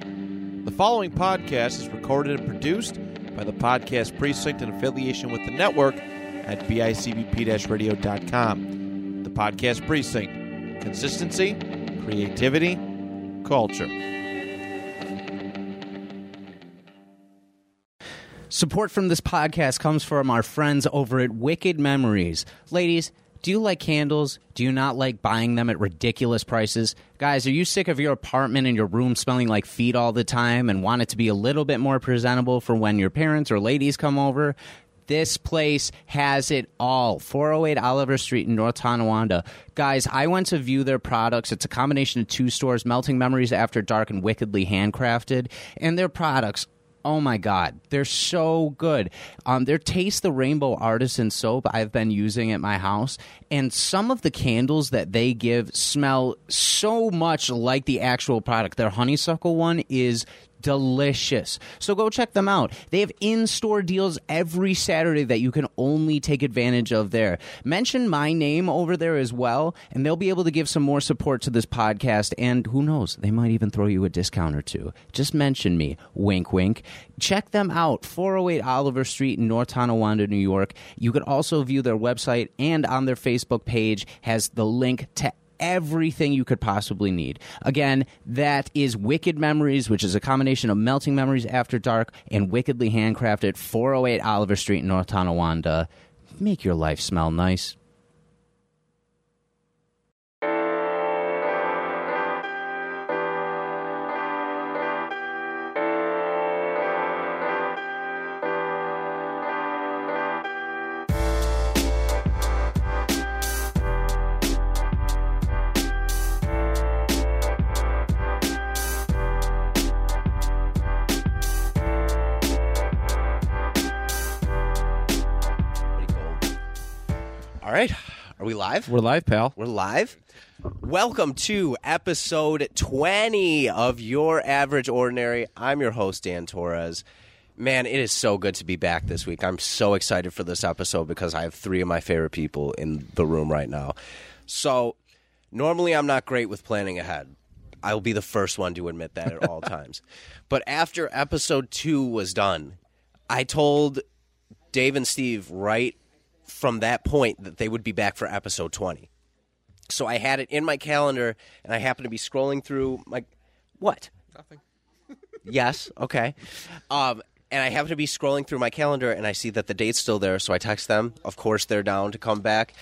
The following podcast is recorded and produced by the Podcast Precinct in affiliation with the network at bicbp radio.com. The Podcast Precinct Consistency, Creativity, Culture. Support from this podcast comes from our friends over at Wicked Memories. Ladies, do you like candles? Do you not like buying them at ridiculous prices? Guys, are you sick of your apartment and your room smelling like feet all the time and want it to be a little bit more presentable for when your parents or ladies come over? This place has it all. 408 Oliver Street in North Tonawanda. Guys, I went to view their products. It's a combination of two stores, Melting Memories After Dark and Wickedly Handcrafted. And their products Oh my God, they're so good. Um, their Taste the Rainbow Artisan Soap I've been using at my house, and some of the candles that they give smell so much like the actual product. Their honeysuckle one is delicious. So go check them out. They have in-store deals every Saturday that you can only take advantage of there. Mention my name over there as well and they'll be able to give some more support to this podcast and who knows, they might even throw you a discount or two. Just mention me. Wink wink. Check them out. 408 Oliver Street in North Tonawanda, New York. You could also view their website and on their Facebook page has the link to everything you could possibly need. Again, that is Wicked Memories, which is a combination of Melting Memories After Dark and Wickedly Handcrafted 408 Oliver Street in North Tonawanda. Make your life smell nice. All right. Are we live? We're live, pal. We're live. Welcome to episode 20 of Your Average Ordinary. I'm your host, Dan Torres. Man, it is so good to be back this week. I'm so excited for this episode because I have three of my favorite people in the room right now. So, normally I'm not great with planning ahead. I'll be the first one to admit that at all times. But after episode two was done, I told Dave and Steve right from that point that they would be back for episode 20. So I had it in my calendar, and I happened to be scrolling through my what? Nothing. yes. Okay. Um, and I happen to be scrolling through my calendar, and I see that the date's still there. So I text them. Of course, they're down to come back.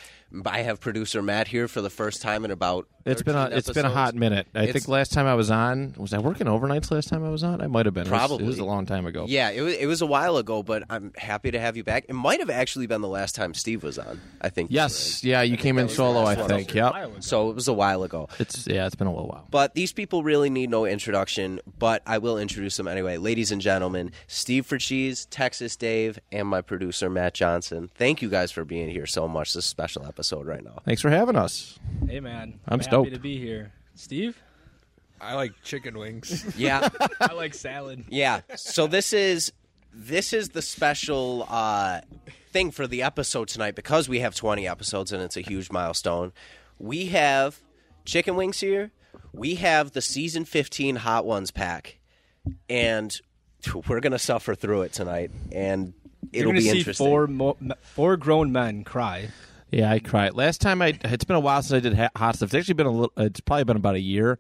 I have producer Matt here for the first time in about. It's been a 13 it's been a hot episodes. minute. I It's- think last time I was on was I working overnights last time I was on? I might have been. It was- Probably. it was, a long time ago. Yeah, it was, it was a while ago, but I'm happy to have you back. It might have actually been the last time Steve was on. I think. you Yes. Yeah. You came in solo. I think. Yep. were in. So it was a while ago. It's yeah. It's been a little while. But these people really need no introduction, but I will introduce them anyway. Ladies and gentlemen, Steve for Cheese, Texas Dave, and my producer, Matt Johnson. Thank you guys for being here so much. This is a special episode right now. Thanks for having us. Hey man, I'm happy stoked. to be here. Steve, I like chicken wings. Yeah. I like salad. yeah. So this is this is the special uh, thing for the episode tonight because we have 20 episodes and it's a huge milestone. We have chicken wings here. We have the season 15 hot ones pack, and we're gonna suffer through it tonight. And You're it'll gonna be see interesting. four mo- m- four grown men cry. Yeah. I cried last time. I it's been a while since I did ha- hot stuff. It's actually been a little. It's probably been about a year.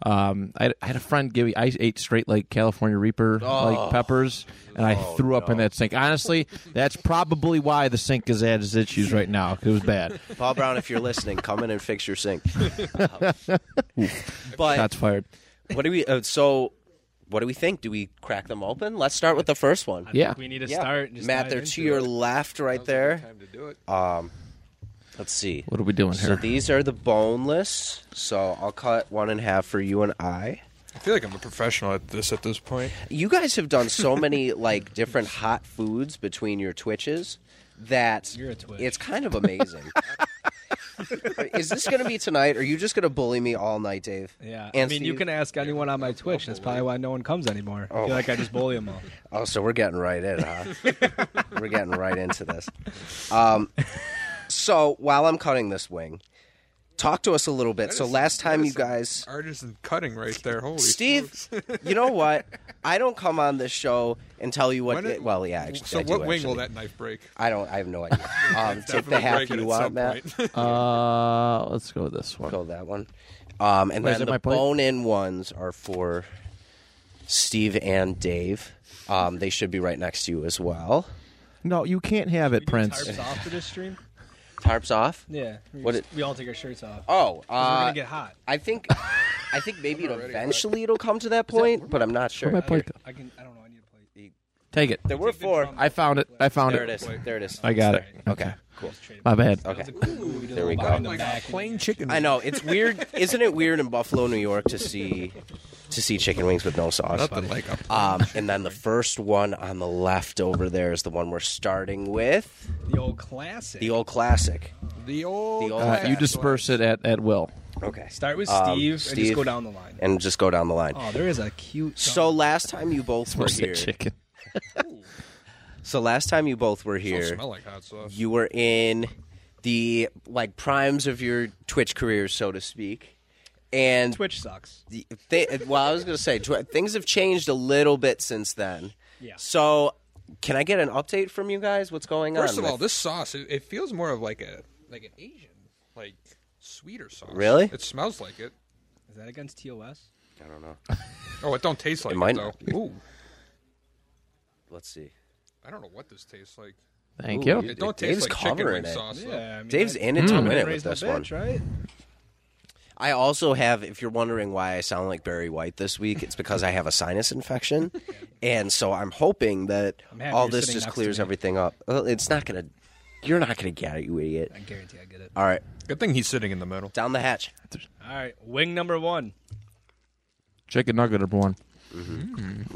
Um, I, I had a friend give me. I ate straight like California Reaper like peppers, and I threw up in that sink. Honestly, that's probably why the sink is at its issues right now. 'cause It was bad. Paul Brown, if you're listening, come in and fix your sink. but Shots fired. what do we? Uh, so, what do we think? Do we crack them open? Let's start with the first one. Yeah. Like, we need to start. and just Matt, dive they're into to your it. left right there. Time to do it. Let's see. What are we doing So here? these are the boneless. So I'll cut one in half for you and I. I feel like I'm a professional at this at this point. You guys have done so many like different hot foods between your twitches that You're a twitch. it's kind of amazing. Is this going to be tonight? Or are you just going to bully me all night, Dave? Yeah, I And mean, you Steve? can ask anyone on my Twitch. That's probably why no one comes anymore. I feel like I just bully them all. Oh, so we're getting right in, huh? we're getting right into this. Um, so while I'm cutting this wing, talk to us a little bit. So last time you guys Artisan cutting right there. Holy Steve, smokes. you know what? I don't come on this show and tell you what. When it- well, yeah. Actually, so I do, what wing will actually. that knife break? I don't. I have no idea. Um, take the Definitely half break it you at want, some Matt. point. Uh, let's go with this one. Go that one. Um, and Wait, is then that my the plate? bone-in ones are for Steve and Dave. Um, they should be right next to you as well. No, you can't have it, Prince. Tarps off for this stream? Tarps off. Yeah. We, What just- we all take our shirts off. 'Cause Oh, we're uh, gonna get hot. I think. I think maybe it eventually it'll come to that point, but I'm not sure. My plate. I can. I don't know. I need a plate. Take it. There were four. I found it. I found There it. it is. There it is. I got it. Okay. My bad. Okay. There we go. The back and- chicken. I know it's weird. Isn't it weird in Buffalo, New York, to see to see chicken wings with no sauce? Nothing like a Um, and then the first one on the left over there is the one we're starting with, the old classic. the old classic. the old. oh, The old- Uh, you disperse it at, at will. Okay, Start with Steve, Um, and Steve. just go down the line. and just go down the line. oh, there is a cute. So last time you both were Mostly here, chicken. so last time you both were Don't here, smell like hot sauce. you were in the like primes of your Twitch career, so to speak. And Twitch sucks. the- they, well, I was going to say tw- things have changed a little bit since then. Yeah. So, can I get an update from you guys? What's going on? First of all, with- this sauce it, it feels more of like a like an Asian like sweeter sauce. Really? It smells like it. Is that against TOS? I don't know. Oh, it don't taste like it, might though. not be. Ooh, Let's see. I don't know what this tastes like. Thank Ooh, you. It don't Dave's taste like chicken covering wing it. sauce. though. Yeah. I mean, Dave's I- in it to win it with Raise my this one. bitch, right? I also have, if you're wondering why I sound like Barry White this week, it's because I have a sinus infection, and so I'm hoping that happy all you're this sitting just next to clears me. everything up. Uh, It's not gonna. You're not gonna get it, you idiot. I guarantee I get it. All right, Good thing he's sitting in the middle. down the hatch. All right, wing number one. Chicken nugget number one.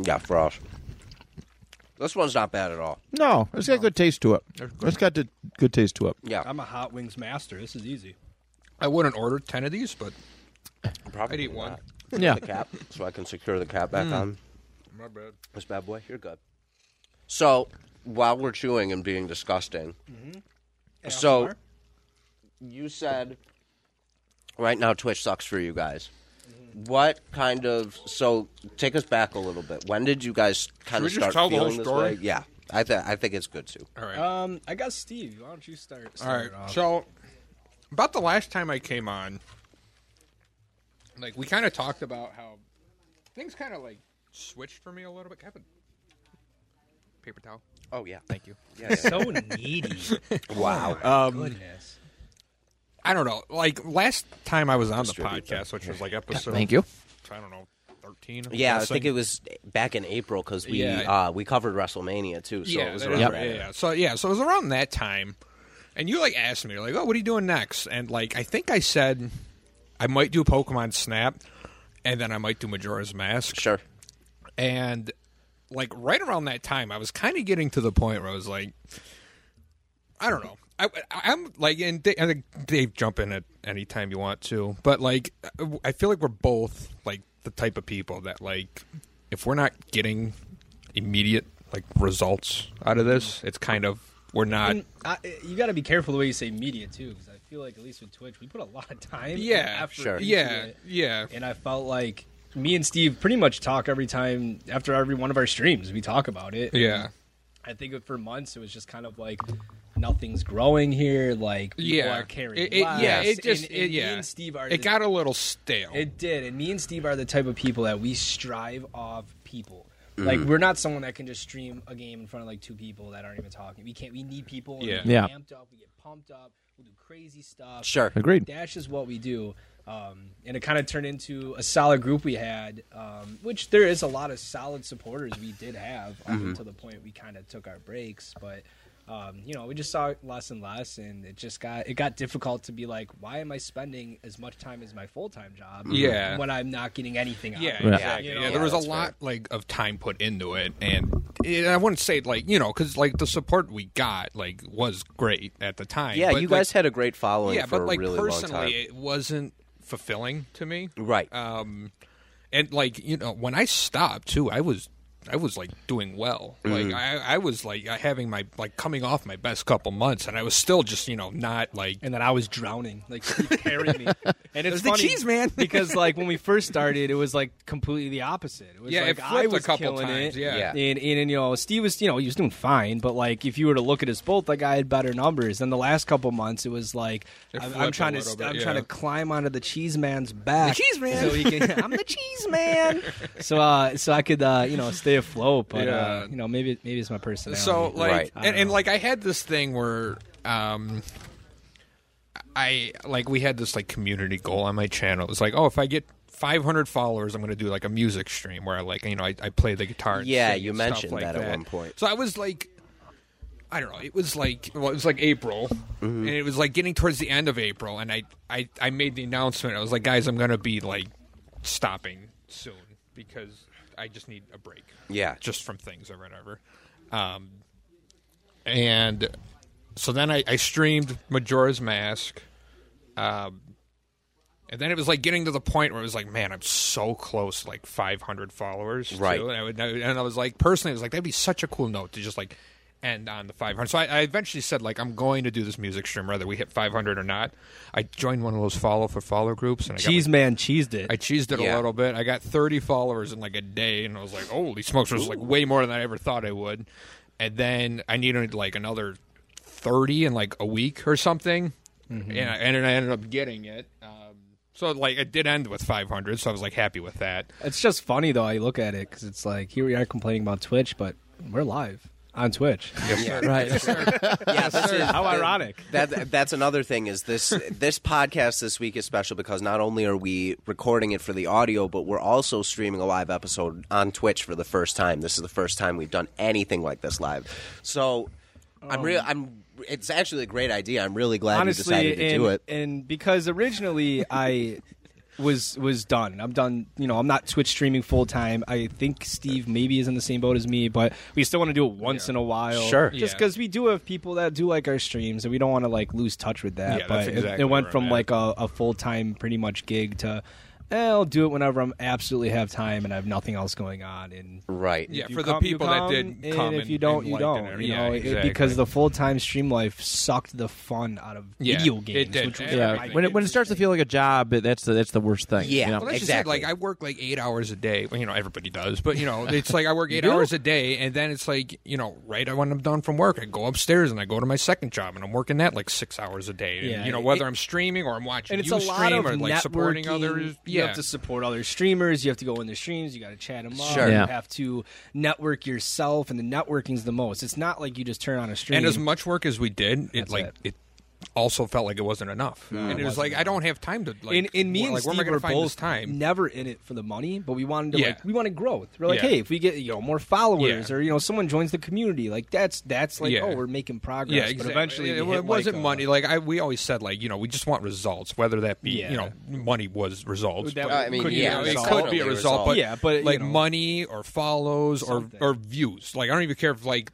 Yeah, frost. This one's not bad at all. No, it's got good taste to it. It's got the good taste to it. Yeah, I'm a hot wings master. This is easy. I wouldn't order ten of these, but probably I'd eat one. Yeah. the cap, so I can secure the cap Mm. back on. My bad. This bad boy, you're good. So while we're chewing and being disgusting, Mm-hmm. so ASMR? you said right now Twitch sucks for you guys. Mm-hmm. What kind of so take us back a little bit. When did you guys kind Should we of just start tell the feeling whole this story? way? Yeah, I think I think it's good too. All right. Um, I got Steve. Why don't you start? All right. So, about the last time I came on, like we kind of talked about how things kind of like switched for me a little bit. Can I have a paper towel. Oh yeah, Thank you. Um, so needy. wow. Goodness. I don't know. Like last time I was on the podcast, which was like episode. Thank you. I don't know, thirteen. yeah, I guessing. think it was back in April because we Yeah. uh, we covered WrestleMania too. So yeah, it was that around is that. right, yeah, yeah. So yeah, so it was around that time, and you like asked me like, "Oh, what are you doing next?" And like, I think I said I might do Pokemon Snap, and then I might do Majora's Mask. Sure. and like right around that time i was kind of getting to the point where i was like i don't know I, I'm like, and Dave, I think Dave, jump in at any time you want to, but like, I feel like we're both like the type of people that like, if we're not getting immediate like results out of this, it's kind of we're not. And I, you got to be careful the way you say media too, because I feel like at least with Twitch, we put a lot of time. and yeah, effort sure. into yeah, it. yeah. And I felt like me and Steve pretty much talk every time after every one of our streams. We talk about it. Yeah. I think for months it was just kind of like nothing's growing here. Like people Yeah. are carrying. It- it- yeah, lives, it just and, it, and yeah. Me and Steve are. it the- got a little stale. It did, and me and Steve are the type of people that we strive off people. Like we're not someone that can just stream a game in front of like two people that aren't even talking. We can't. We need people. and Yeah. We get Yeah. Amped up. We get pumped up. We'll do crazy stuff. Sure. Agreed. Dash is what we do. Um, and it kind of turned into a solid group we had, um, which there is a lot of solid supporters we did have up Mm-hmm. until the point we kind of took our breaks. But um, you know, we just saw less and less, and it just got it got difficult to be like, why am I spending as much time as my full time job? Yeah. when I'm not getting anything. out Yeah, of it? exactly. You know, yeah, there was a lot like of time put into it, and it, I wouldn't say like you know because like the support we got like was great at the time. Yeah, but, you like, guys had a great following yeah, for but like a really personally, long time. it uh, wasn't fulfilling to me. Right. Um, and like you know when I stopped too, I was I was like doing well. Mm-hmm. Like I, I was like having my like coming off my best couple months, and I was still just you know not like and then I was drowning. Like Steve carried me, and it's the funny cheese, man. because like when we first started, it was like completely the opposite. It was Yeah, like it I flipped a was couple killing times, it, yeah. Yeah. And, and and, you know Steve was you know he was doing fine, but like if you were to look at us both, like I had better numbers. Then the last couple months, it was like It I'm, I'm flipped a trying to little st- bit, I'm yeah. trying to climb onto the cheese man's back, cheese so man. he can, I'm the cheese man, so uh, so I could uh, you know stay afloat. But Yeah. uh, you know maybe maybe it's my personality. So like, Right. and, and like I had this thing where, um, I like we had this like community goal on my channel. It was like, oh, if I get 500 followers, I'm going to do like a music stream where I like, you know, I, I play the guitar. And Yeah, sing you and stuff mentioned like that at one point. So I was like, I don't know. It was like well, it was like April, Mm-hmm. and it was like getting towards the end of April, and I I I made the announcement. I was like, guys, I'm gonna be like stopping soon because I just need a break. Yeah. just from things or whatever. Um, and so then I, I streamed Majora's Mask. Um, and then it was like getting to the point where it was like, man, I'm so close, to like 500 followers, Right. Too. And I, would, and I was like, personally, I was like, that'd be such a cool note to just like end on the 500. So I, I eventually said, like, I'm going to do this music stream, whether we hit 500 or not. I joined one of those follow for follow groups, and I got cheese man cheesed it. I cheesed it Yeah. a little bit. I got 30 followers in like a day, and I was like, holy smokes, it was like way more than I ever thought I would. And then I needed like another 30 in like a week or something, and, I, and I ended up getting it. Um, so like it did end with 500, so I was like happy with that. It's just funny though. I look at it because it's like here we are complaining about Twitch, but we're live on Twitch. Right. yeah, this is- How ironic! that that's another thing is this this podcast this week is special because not only are we recording it for the audio but we're also streaming a live episode on Twitch for the first time. This is the first time we've done anything like this live. So I'm Um, real I'm it's actually a great idea. I'm really glad you Honestly, decided to and, do it. and because originally I was was done. I'm done. You know, I'm not Twitch streaming full time. I think Steve maybe is in the same boat as me, but we still want to do it once in a while. Sure. just Yeah. because we do have people that do like our streams, and we don't want to like lose touch with that. Yeah, but that's it- it, exactly went where I'm from at. like a, a full time pretty much gig to. eh, I'll do it whenever I'm absolutely have time and I have nothing else going on. And right. Yeah, you for the come- you people that come, did and come if and- you don't, and you liked don't. and you everything. know, Yeah, it- exactly. because the full time stream life sucked the fun out of Yeah, video it games. did. Which was Yeah, my When it, when it starts to feel like a job, it- that's the that's the worst thing. Yeah. you know? Well, that's Exactly. just it. Like I work like eight hours a day. Well, you know, everybody does, but you know, it's like I work eight hours a day, and then it's like you know, right when I'm done from work, I go upstairs and I go to my second job, and I'm working that like six hours a day. And, Yeah. you know, whether I'm streaming or I'm watching, and it's you a lot stream of or like supporting networking. others. You Yeah, have to support other streamers. You have to go in the streams. You got to chat them up. Sure. Yeah. You have to network yourself, and the networking's the most. It's not like you just turn on a stream. and as much work as we did, it like it. it. also felt like it wasn't enough, and it was like I don't have time to like. and, and me and like, where Steve am I gonna were find both this time? never in it for the money, but we wanted to Yeah. like we wanted growth. We're like, Yeah. hey, if we get you know more followers Yeah. or you know someone joins the community, like that's that's like Yeah. oh we're making progress. Yeah, exactly. But eventually it, we it hit, like, uh, wasn't a- money. Like uh, I, we always said, like you know, we just want results, whether that be Yeah. you know, money was results. That but I mean, could yeah, be, it result. could be a Totally result, but Yeah, but, you like know. money or follows or Something. or views. Like I don't even care if like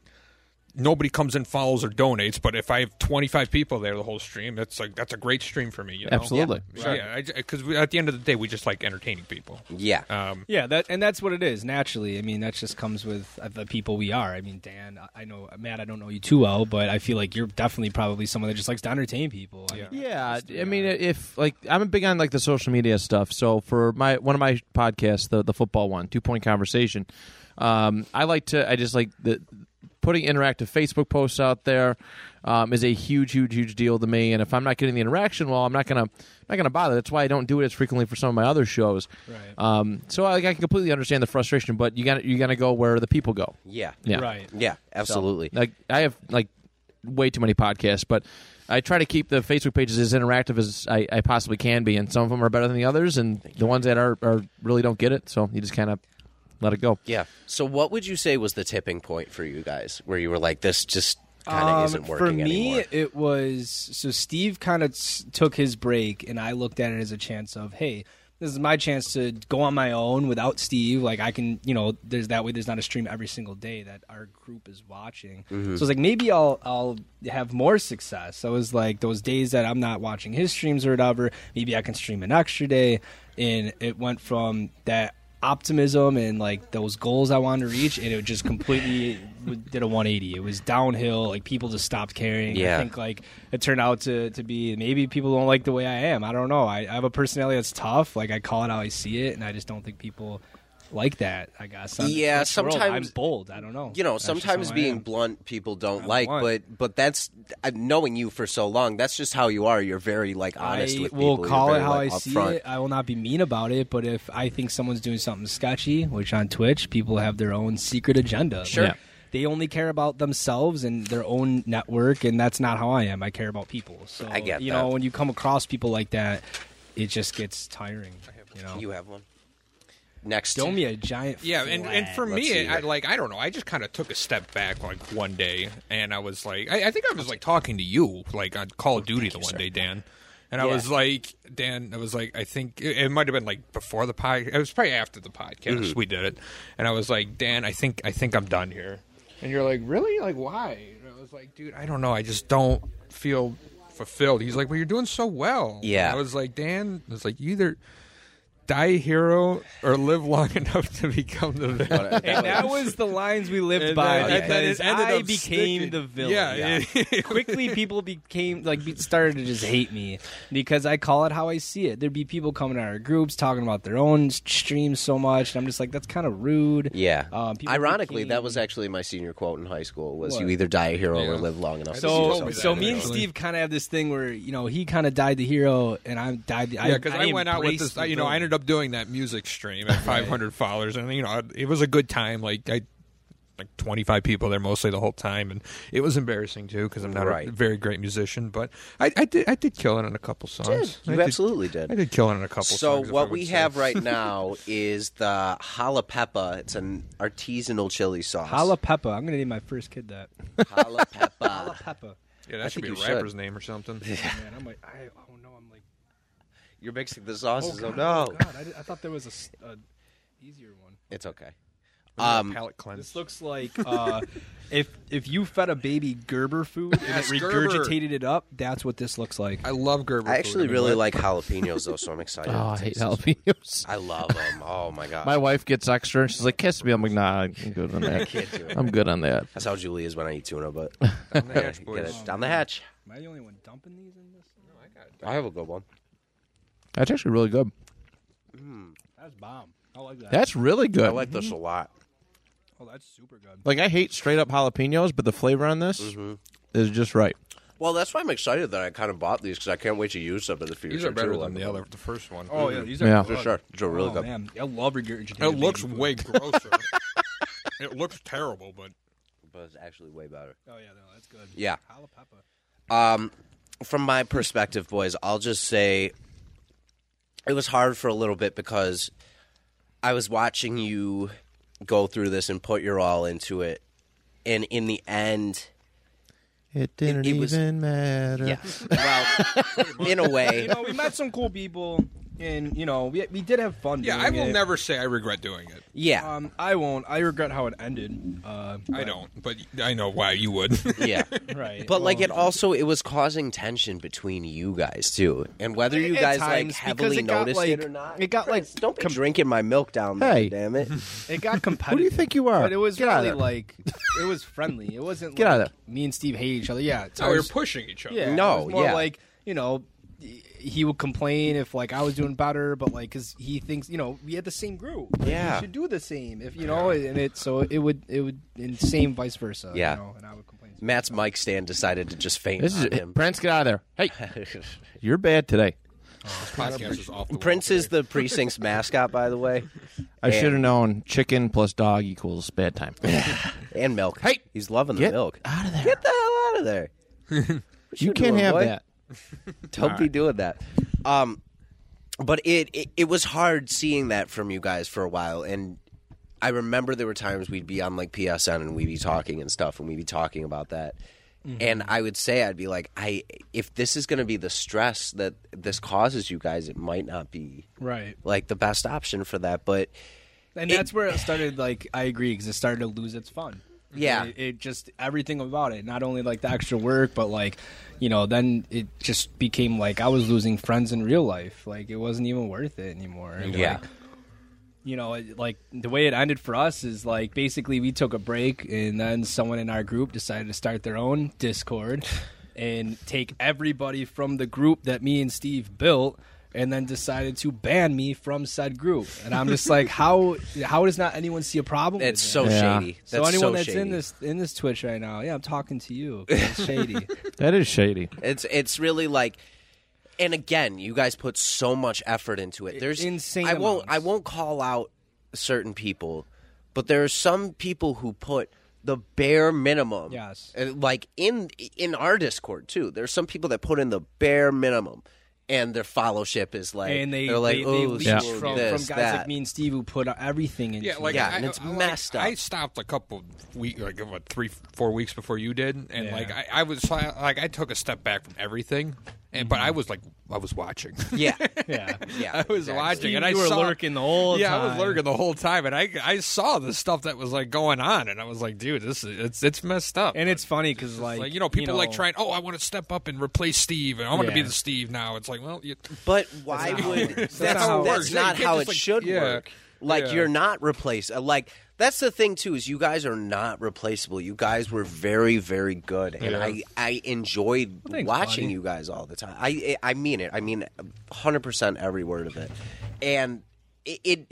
nobody comes and follows or donates, but if I have twenty five people there the whole stream, that's like that's a great stream for me. You know? Absolutely. So, yeah, because at the end of the day, we just like entertaining people. Yeah. Um, Yeah, that and that's what it is naturally. I mean, that just comes with uh, the people we are. I mean, Dan, I- I know Matt. I don't know you too well, but I feel like you're definitely probably someone that just likes to entertain people. I mean, Yeah, I mean, if like I'm big on like the social media stuff. So for my one of my podcasts, the the football one, two point conversation, um, I like to. I just like the putting interactive Facebook posts out there um, is a huge, huge, huge deal to me. And if I'm not getting the interaction, well, I'm not gonna not gonna bother. That's why I don't do it as frequently for some of my other shows. Right. Um, so I, I can completely understand the frustration, but you got to you got to go where the people go. Yeah. Yeah. right. Yeah, absolutely. Like I have like way too many podcasts, but I try to keep the Facebook pages as interactive as I, I possibly can be, and some of them are better than the others, and the ones that are, are really don't get it, so you just kind of let it go. yeah. So what would you say was the tipping point for you guys where you were like this just kind of Um, isn't working for me, anymore? it was so Steve kind of s- took his break, and I looked at it as a chance of, hey, this is my chance to go on my own without Steve. Like I can, you know, there's that way. There's not a stream every single day that our group is watching. So I was like, maybe I'll I'll have more success. I was like, those days that I'm not watching his streams or whatever, maybe I can stream an extra day. And it went from that optimism and like those goals I wanted to reach, and it just completely would- did a 180. It was downhill. Like people just stopped caring. Yeah. I think like it turned out to to be maybe people don't like the way I am. I don't know. I, I have a personality that's tough. Like I call it how I see it, and I just don't think people like that. I guess. I'm- Yeah, that's the world. sometimes- I'm bold. I don't know. you know That's just sometimes how I being am. blunt people don't like blunt. but but that's uh, knowing you for so long that's just how you are you're very like honest I with will people You're call it very, how like, I see upfront. it. I will not be mean about it, but if I think someone's doing something sketchy, which on Twitch people have their own secret agenda. Sure. Yeah. They only care about themselves and their own network, and that's not how I am. I care about people. So I get you that. know when you come across people like that, it just gets tiring. You know, you have one next don't be a giant. Yeah, and, and flag. for Let's me, see I, here. like I don't know, I just kind of took a step back like one day, and I was like, I, I think I was like talking to you like on Call of Duty the one day, Dan, and I was like, Dan, I was like, I think it, it might have been like before the podcast. It was probably after the podcast we did it, and I was like, Dan, I think I think I'm done here, and you're like, really? Like why? And I was like, dude, I don't know, I just don't feel fulfilled. He's like, well, you're doing so well. Yeah. And I was like, Dan, I was like, you either. Die a hero or live long enough to become the villain. And that was the lines we lived And by then- and then it because ended I up became sticking. the villain. Yeah, it- Quickly, people became like be- started to just hate me because I call it how I see it. There'd be people coming out of our groups talking about their own s- streams so much, and I'm just like, that's kind of rude. yeah Um, people ironically that became- was actually my senior quote in high school was What? you either die a hero Yeah. or live long enough to see So, yourself so die a me and hero. Steve kind of have this thing where you know he kind of died the hero and I died. The, yeah, because I, I went out with embraced this. the You know, I villain. ended up doing that music stream at 500 followers, and you know, I- it was a good time. Like I, like 25 people there mostly the whole time, and it was embarrassing too because I'm not Right. a very great musician, but I, I did I did kill it on a couple songs. you I did- absolutely did. I did kill it on a couple. so songs, if I what would we say. have right now is the jalapepa. It's an artisanal chili sauce. Jalapepa. I'm gonna name my first kid that Jalapepa. Jalapepa. yeah, that I should think be a you should. rapper's name or something. Man, I'm like, I, oh no, I'm like. You're mixing the sauces. Oh, God, no, God, I, did- I thought there was a s- a, easier one. it's okay. Um, Um, palate cleanse. This looks like uh, if if you fed a baby Gerber food Yes, and it Gerber. regurgitated it up, that's what this looks like. I love Gerber. I food. actually mean, really what- like jalapenos though, so I'm excited. Oh, I hate jalapenos. I love them. Oh my god. My wife gets extra, and she's like, "Kiss me." I'm like, "Nah, I'm good on that. can't do it. I'm good on that." That's how Julie is when I eat tuna, but Down the hatch, get boys. it down the hatch. Am I the only one dumping these in this? I have a good one. That's actually really good. That's bomb. I like that. That's really good. I like this a lot. oh, that's super good. Like, I hate straight up jalapenos, but the flavor on this Mm-hmm. is just right. Well, that's why I'm excited that I kind of bought these because I can't wait to use them in the future. These are better too. than the other, the first one. Oh yeah, these are Yeah. good. For sure. These are really oh, good. Man. I love regurgitated. It looks baby food. way grosser. it looks terrible, but But it's actually way better. Oh yeah, no, that's good. Yeah. Jalapepa. Um, from my perspective, boys, I'll just say it was hard for a little bit because I was watching you go through this and put your all into it, and in the end, It didn't didn't it was- even matter. well, in a way, You know, we met some cool people, and you know, we we did have fun. Mm-hmm. yeah, doing I will it. never say I regret doing it. yeah, Um, I won't. I regret how it ended. Uh, I but- don't, but I know why you would. yeah. Right. But like Well, it also it was causing tension between you guys too, and whether you At guys like times, because heavily it got, noticed like- it or not. it got, Chris, like, don't be drinking my milk down there, Hey. damn it. It got competitive. Who do you think you are? But it was Get out of really there. like it was friendly. It wasn't Get like out of me and Steve hate each other. Yeah, it's so we were pushing each other. yeah, No, it was more yeah. like you know, he- he would complain if like I was doing better, but like because he thinks you know we had the same group. Like, Yeah. we should do the same if you know, and it so it would it would and same vice versa. Yeah. you know, and I would complain. Matt's mic stand decided to just faint This is on him. Prince. Get out of there. Hey, you're bad today. This podcast is off the Prince wall is the precinct's mascot, by the way, I should have known. Chicken plus dog equals bad time. and milk. Hey, he's loving the Get milk. out of there. Get the hell out of there! What you can't doing, have boy? that. Don't be doing that. Um, but it, it it was hard seeing that from you guys for a while, and I remember there were times we'd be on like PSN and we'd be talking and stuff, and we'd be talking about that. Mm-hmm. And I would say I'd be like, I if this is going to be the stress that this causes you guys, it might not be Right, like the best option for that. But and It- that's where it started. Like I agree, because it started to lose its fun. Yeah. it, it just everything about it. Not only like the extra work, but like you know, then it just became like I was losing friends in real life. Like it wasn't even worth it anymore. And, Yeah. like, you know, it- like the way it ended for us is like basically we took a break and then someone in our group decided to start their own Discord and take everybody from the group that me and Steve built and then decided to ban me from said group. And I'm just like, how how does not anyone see a problem? with It's that? so Yeah. shady. That's so anyone that's shady. in this in this Twitch right now, yeah, I'm talking to you. 'cause It's shady. That is shady. It's it's really like, and again, you guys put so much effort into it. There's Insane I won't amounts. I won't call out certain people, but there are some people who put the bare minimum. Yes. Uh, Like in in our Discord too. There's some people that put in the bare minimum. And their followership is like, and they are like, they, they oh, leech yeah. from, from this, guys that. like me and Steve who put everything into Yeah, like Yeah, I, and it's I- like, messed up. I stopped a couple week, like what three, four weeks before you did, and Yeah. like I, I was like I took a step back from everything, and but I was like I was watching. yeah, it. yeah. yeah. I was exactly. watching, and I you were saw, lurking the whole yeah, time. I was lurking the whole time, and I I saw the stuff that was like going on, and I was like, dude, this is it's it's messed up. And it's funny because It's like, like you know people like trying. Oh, I want to step up and replace Steve, and I want to be Yeah. the Steve now. It's like, well, you, But why not how it would that's works. That's not how it that's works. Yeah, you not can't how just, it like- should yeah. work? Like Yeah. you're not replace uh, like that's the thing too is you guys are not replaceable. You guys were very very good, and I I enjoyed thanks, watching buddy. you guys all the time. I I I mean it. I mean hundred percent every word of it, and it, it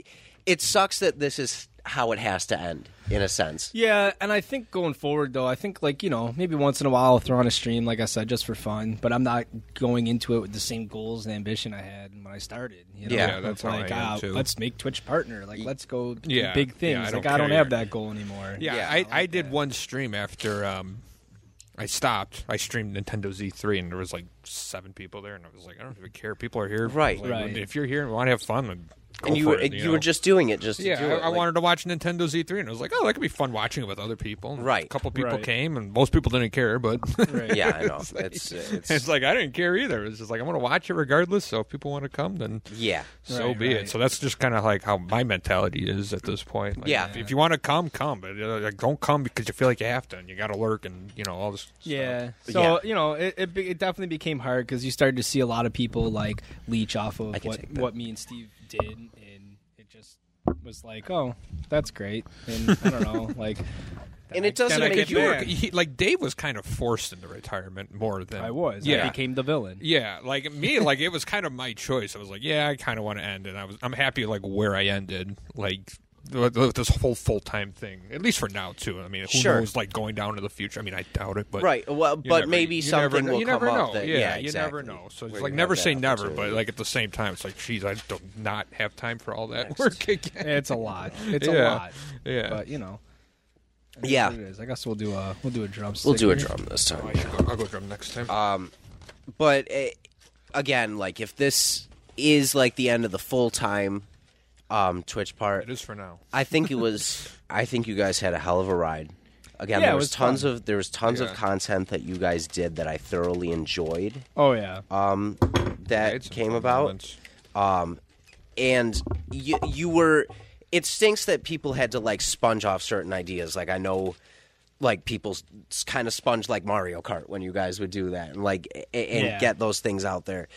it sucks that this is how it has to end in a sense. Yeah, and I think going forward though, I think like you know maybe once in a while I'll throw on a stream, like I said, just for fun. But I'm not going into it with the same goals and ambition I had when I started. You know? Yeah, Yeah, that's Of how I like am, ah, too. let's make Twitch partner. Like let's go do Yeah, big things. yeah, I like don't I don't care. have that goal anymore. Yeah, Yeah, I, I, did one stream after um, I stopped. I streamed Nintendo Z3, and there was like seven people there, and I was like, I don't even care. People are here, Right. Like, Right. If you're here and want to have fun, then go And you for were it, you, know? were just doing it just to yeah. do I, it. I Like, wanted to watch Nintendo Z3, and I was like, oh, that could be fun watching it with other people. And Right. A couple people Right. came, and most people didn't care, but Right. Yeah, I know. it's, it's, it's like I didn't care either. It's just like I'm going to watch it regardless. So if people want to come, then yeah. so Right, be right. it. So that's just kind of like how my mentality is at this point. Like, Yeah. If, if you want to come, come, but uh, like, don't come because you feel like you have to and you got to lurk and you know all this. Yeah. But So you know, it, it, be- it definitely became hard because you started to see a lot of people like leech off of can what take that. what me and Steve did, and it just was like, oh, that's great, and I don't know, like. And it doesn't Then I Like, make if get you were, back. he, like Dave was kind of forced into retirement more than I was. Yeah. I became the villain. yeah, like me, like it was kind of my choice. I was like, yeah, I kind of want to end, and I was, I'm happy like where I ended, like with with this whole full time thing, at least for now too. I mean, who Sure. knows, like going down to the future? I mean, I doubt it, but right. Well, You but never- maybe you something never, know- will you come never up know. that yeah, you exactly. never know. So Where it's you like have never that say never, but opportunity. like at the same time, it's like, geez, I do not have time for all that work again. It's a lot. It's a Yeah. lot. Yeah. But you know. it is Yeah. what it is. I guess we'll do a we'll do a drum. We'll do a sticker. drum this time. I'll go drum next time. But eh, again, like if this is like the end of the full time um, Twitch part, it is for now. I think it was. I think you guys had a hell of a ride. Again, Yeah, there it was, was tons fun. of there was tons Yeah. of content that you guys did that I thoroughly enjoyed. Oh yeah. Um, I that had some came fun about. moments. and you you were it stinks that people had to like sponge off certain ideas like i know like people kind of sponge like mario kart when you guys would do that and like a- and Yeah. get those things out there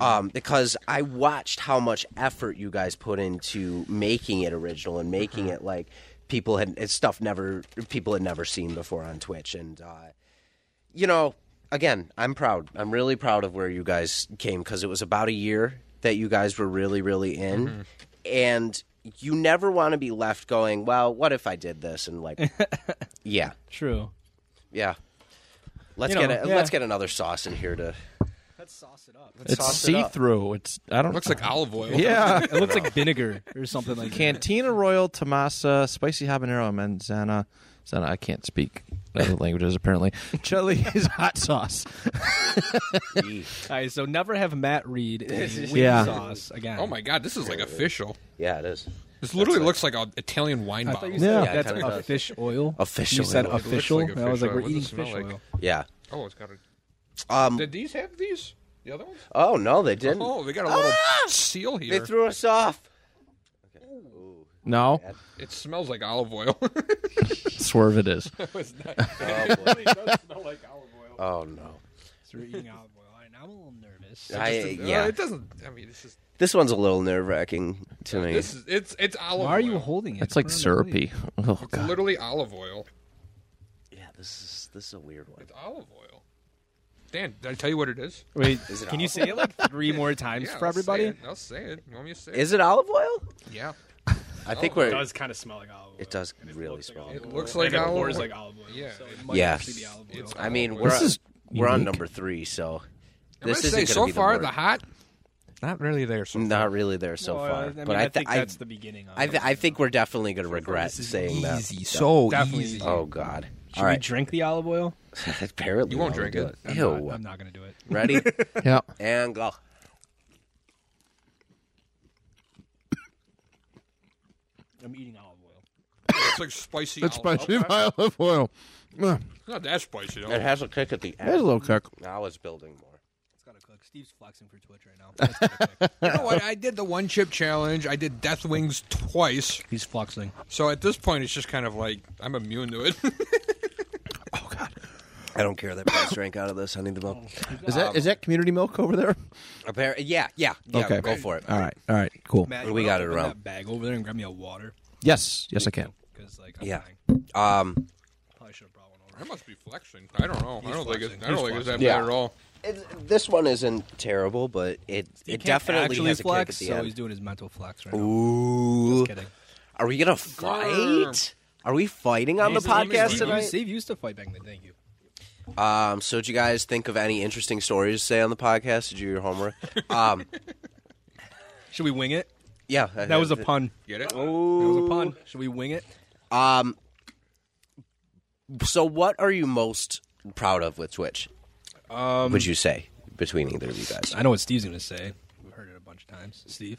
um, because i watched how much effort you guys put into making it original and making it like people had it's stuff never people had never seen before on twitch and uh, you know, again, I'm proud. I'm really proud of where you guys came because it was about a year that you guys were really, really in. And you never want to be left going, well, what if I did this? And like, yeah, True. yeah. Let's You know, get a, yeah. let's get another sauce in here to Let's sauce it up. It's sauce it see up. through. It's I don't. Looks like olive oil. yeah. It looks like vinegar or something like that. Cantina Royal Tomasa, spicy habanero manzana. Zana, I can't speak other languages apparently. Chili is hot sauce. All right, so never have Matt Reed in wing Yeah. sauce again. Oh my god, this is like official. yeah, it is This literally looks like an Italian wine I bottle. thought you said Yeah, it that's kinda a does. fish oil. Official You said oil. It looks like official. a and I was fish like, oil. we're What does eating it smell fish like? oil. yeah. oh, it's got a. Um, Did these have these? The other ones? oh no, they didn't. Oh, we got a little seal they here. threw us off. No, it smells like olive oil. swerve it is. Oh no, So we're eating olive oil. All right, now I'm a little nervous. I, Just Oh, a- yeah. uh, it doesn't. I mean, it's just. This one's a little nerve wracking to me. This is it's it's olive. Why are you oil. holding it? It's like Put it on the plate. syrupy. Oh It's god. literally olive oil. yeah, this is this is a weird one. It's olive oil. Dan, did I tell you what it is? Wait, Is it can you olive say it like three more times Yeah, for I'll say everybody? it. I'll say it. You want me to say it? Is it olive oil? Yeah. I think It we're. does kind of smell like olive oil. It does And really looks smell Like like olive oil. It looks like and olive It pours oil. like olive oil. Yeah. So it might Yeah. actually be olive oil. It's I mean, This we're is we're on unique. number three, so I'm this gonna isn't say gonna so be far the, the worst. hot, not really there. So far. Not really there so Well, far, I mean, but I, th- think I, that's the beginning. Of I, it. th- I think we're definitely going to regret saying that. easy, so Definitely easy. easy. Oh God! Should All we right, drink the olive oil? apparently You won't I would drink do it. I'm Ew! not- I'm not gonna do it. Ready Yeah. and go. I'm eating olive oil. It's like spicy. It's olive- spicy olive oil. Ugh. It's not that spicy. It Though. has a kick at the There's a end. little cook. Now it's building more. It's gotta cook. Steve's flexing for Twitch right now. That's gotta cook. You know what? I did the one chip challenge. I did Death Wings twice. He's flexing. So at this point, it's just kind of like I'm immune to it. I don't care that Bryce drank out of this. I need the milk. Is that is that community milk over there? Appar- yeah, yeah, yeah. Okay. Go for it. All right. All right. Cool. Matt, We you wanna got it open around. That bag over there and grab me a water. Yes. Yes, I can. Because like, I'm Yeah. dying. Um, Probably should have brought one I over. must be flexing. I don't know. I don't think it's. I don't He's think it's that flexing. bad at all. it's, this one isn't terrible, but it it definitely actually has a kick flex. at the so end. he's doing his mental flex right now. Ooh. Kidding. Are we gonna fight? Are we fighting on the Steve, podcast you- tonight? Steve used to fight back then. Thank you. Um, so did you guys think of any interesting stories to say on the podcast? Did you do your homework? Um, Should we wing it? yeah, Uh, That was a pun. Get it? Oh. That was a pun. Should we wing it? Um, so what are you most proud of with Twitch? Um, would you say between either of you guys? I know what Steve's gonna say. We've heard it a bunch of times. Steve,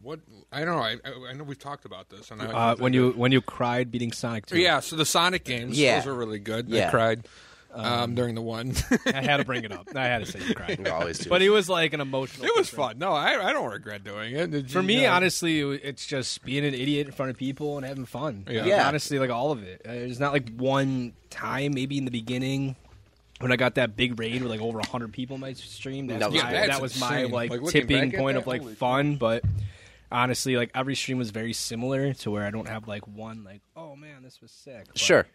What? I don't know. I, I, I know we've talked about this. And I uh, when you when you cried beating Sonic Two, Yeah, so the Sonic games, Yeah. those were really good. Yeah. I cried um, during the one. it I had to bring it up. I had to say you cried. You always do. But it was like an emotional. was thing. fun. No, I, I don't regret doing it. Did For you, me, uh, honestly, it- it's just being an idiot in front of people and having fun. Yeah. Like, Yeah. honestly, like all of it. Uh, There's not like one time, maybe in the beginning, when I got that big raid with like over hundred people in my stream. That's That was my, great. that was my insane. like, Like, looking tipping back at point that, of like holy fun. But honestly, like every stream was very similar to where I don't have like one like, oh man, this was sick. But, sure.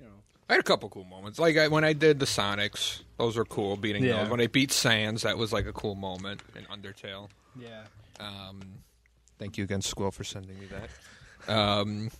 You know, I had a couple cool moments. Like I, when I did the Sonics, those were cool, beating Yeah. those. When I beat Sans, that was like a cool moment in Undertale. yeah. Um, thank you again, Squill, for sending me that. Um,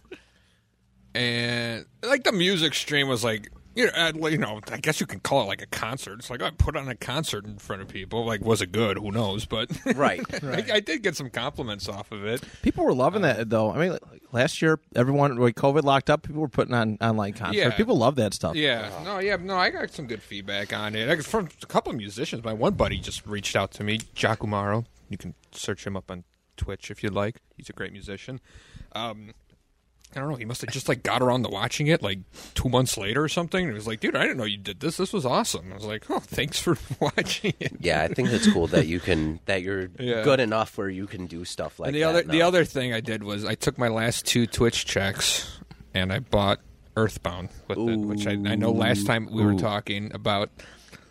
and like the music stream was like, you know, uh, well, you know, I guess you can call it like a concert. It's like oh, I put on a concert in front of people. Like, was it good? Who knows? But Right. I, I did get some compliments off of it. People were loving that though. I mean, like, last year everyone when COVID locked up, people were putting on online concerts. Yeah. People love that stuff. Yeah. No, yeah, no, I got some good feedback on it. Like, From a couple of musicians. My one buddy just reached out to me, Giacomaro. You can search him up on Twitch if you'd like. He's a great musician. Um, I don't know. He must have just like got around to watching it like two months later or something. And he was like, "Dude, I didn't know you did this. This was awesome." I was like, "Oh, thanks for watching it." Yeah, I think that's cool that you can that you're Yeah. good enough where you can do stuff like and the that. other the now. other thing I did was I took my last two Twitch checks and I bought Earthbound with it, which I, I know last time we were talking about,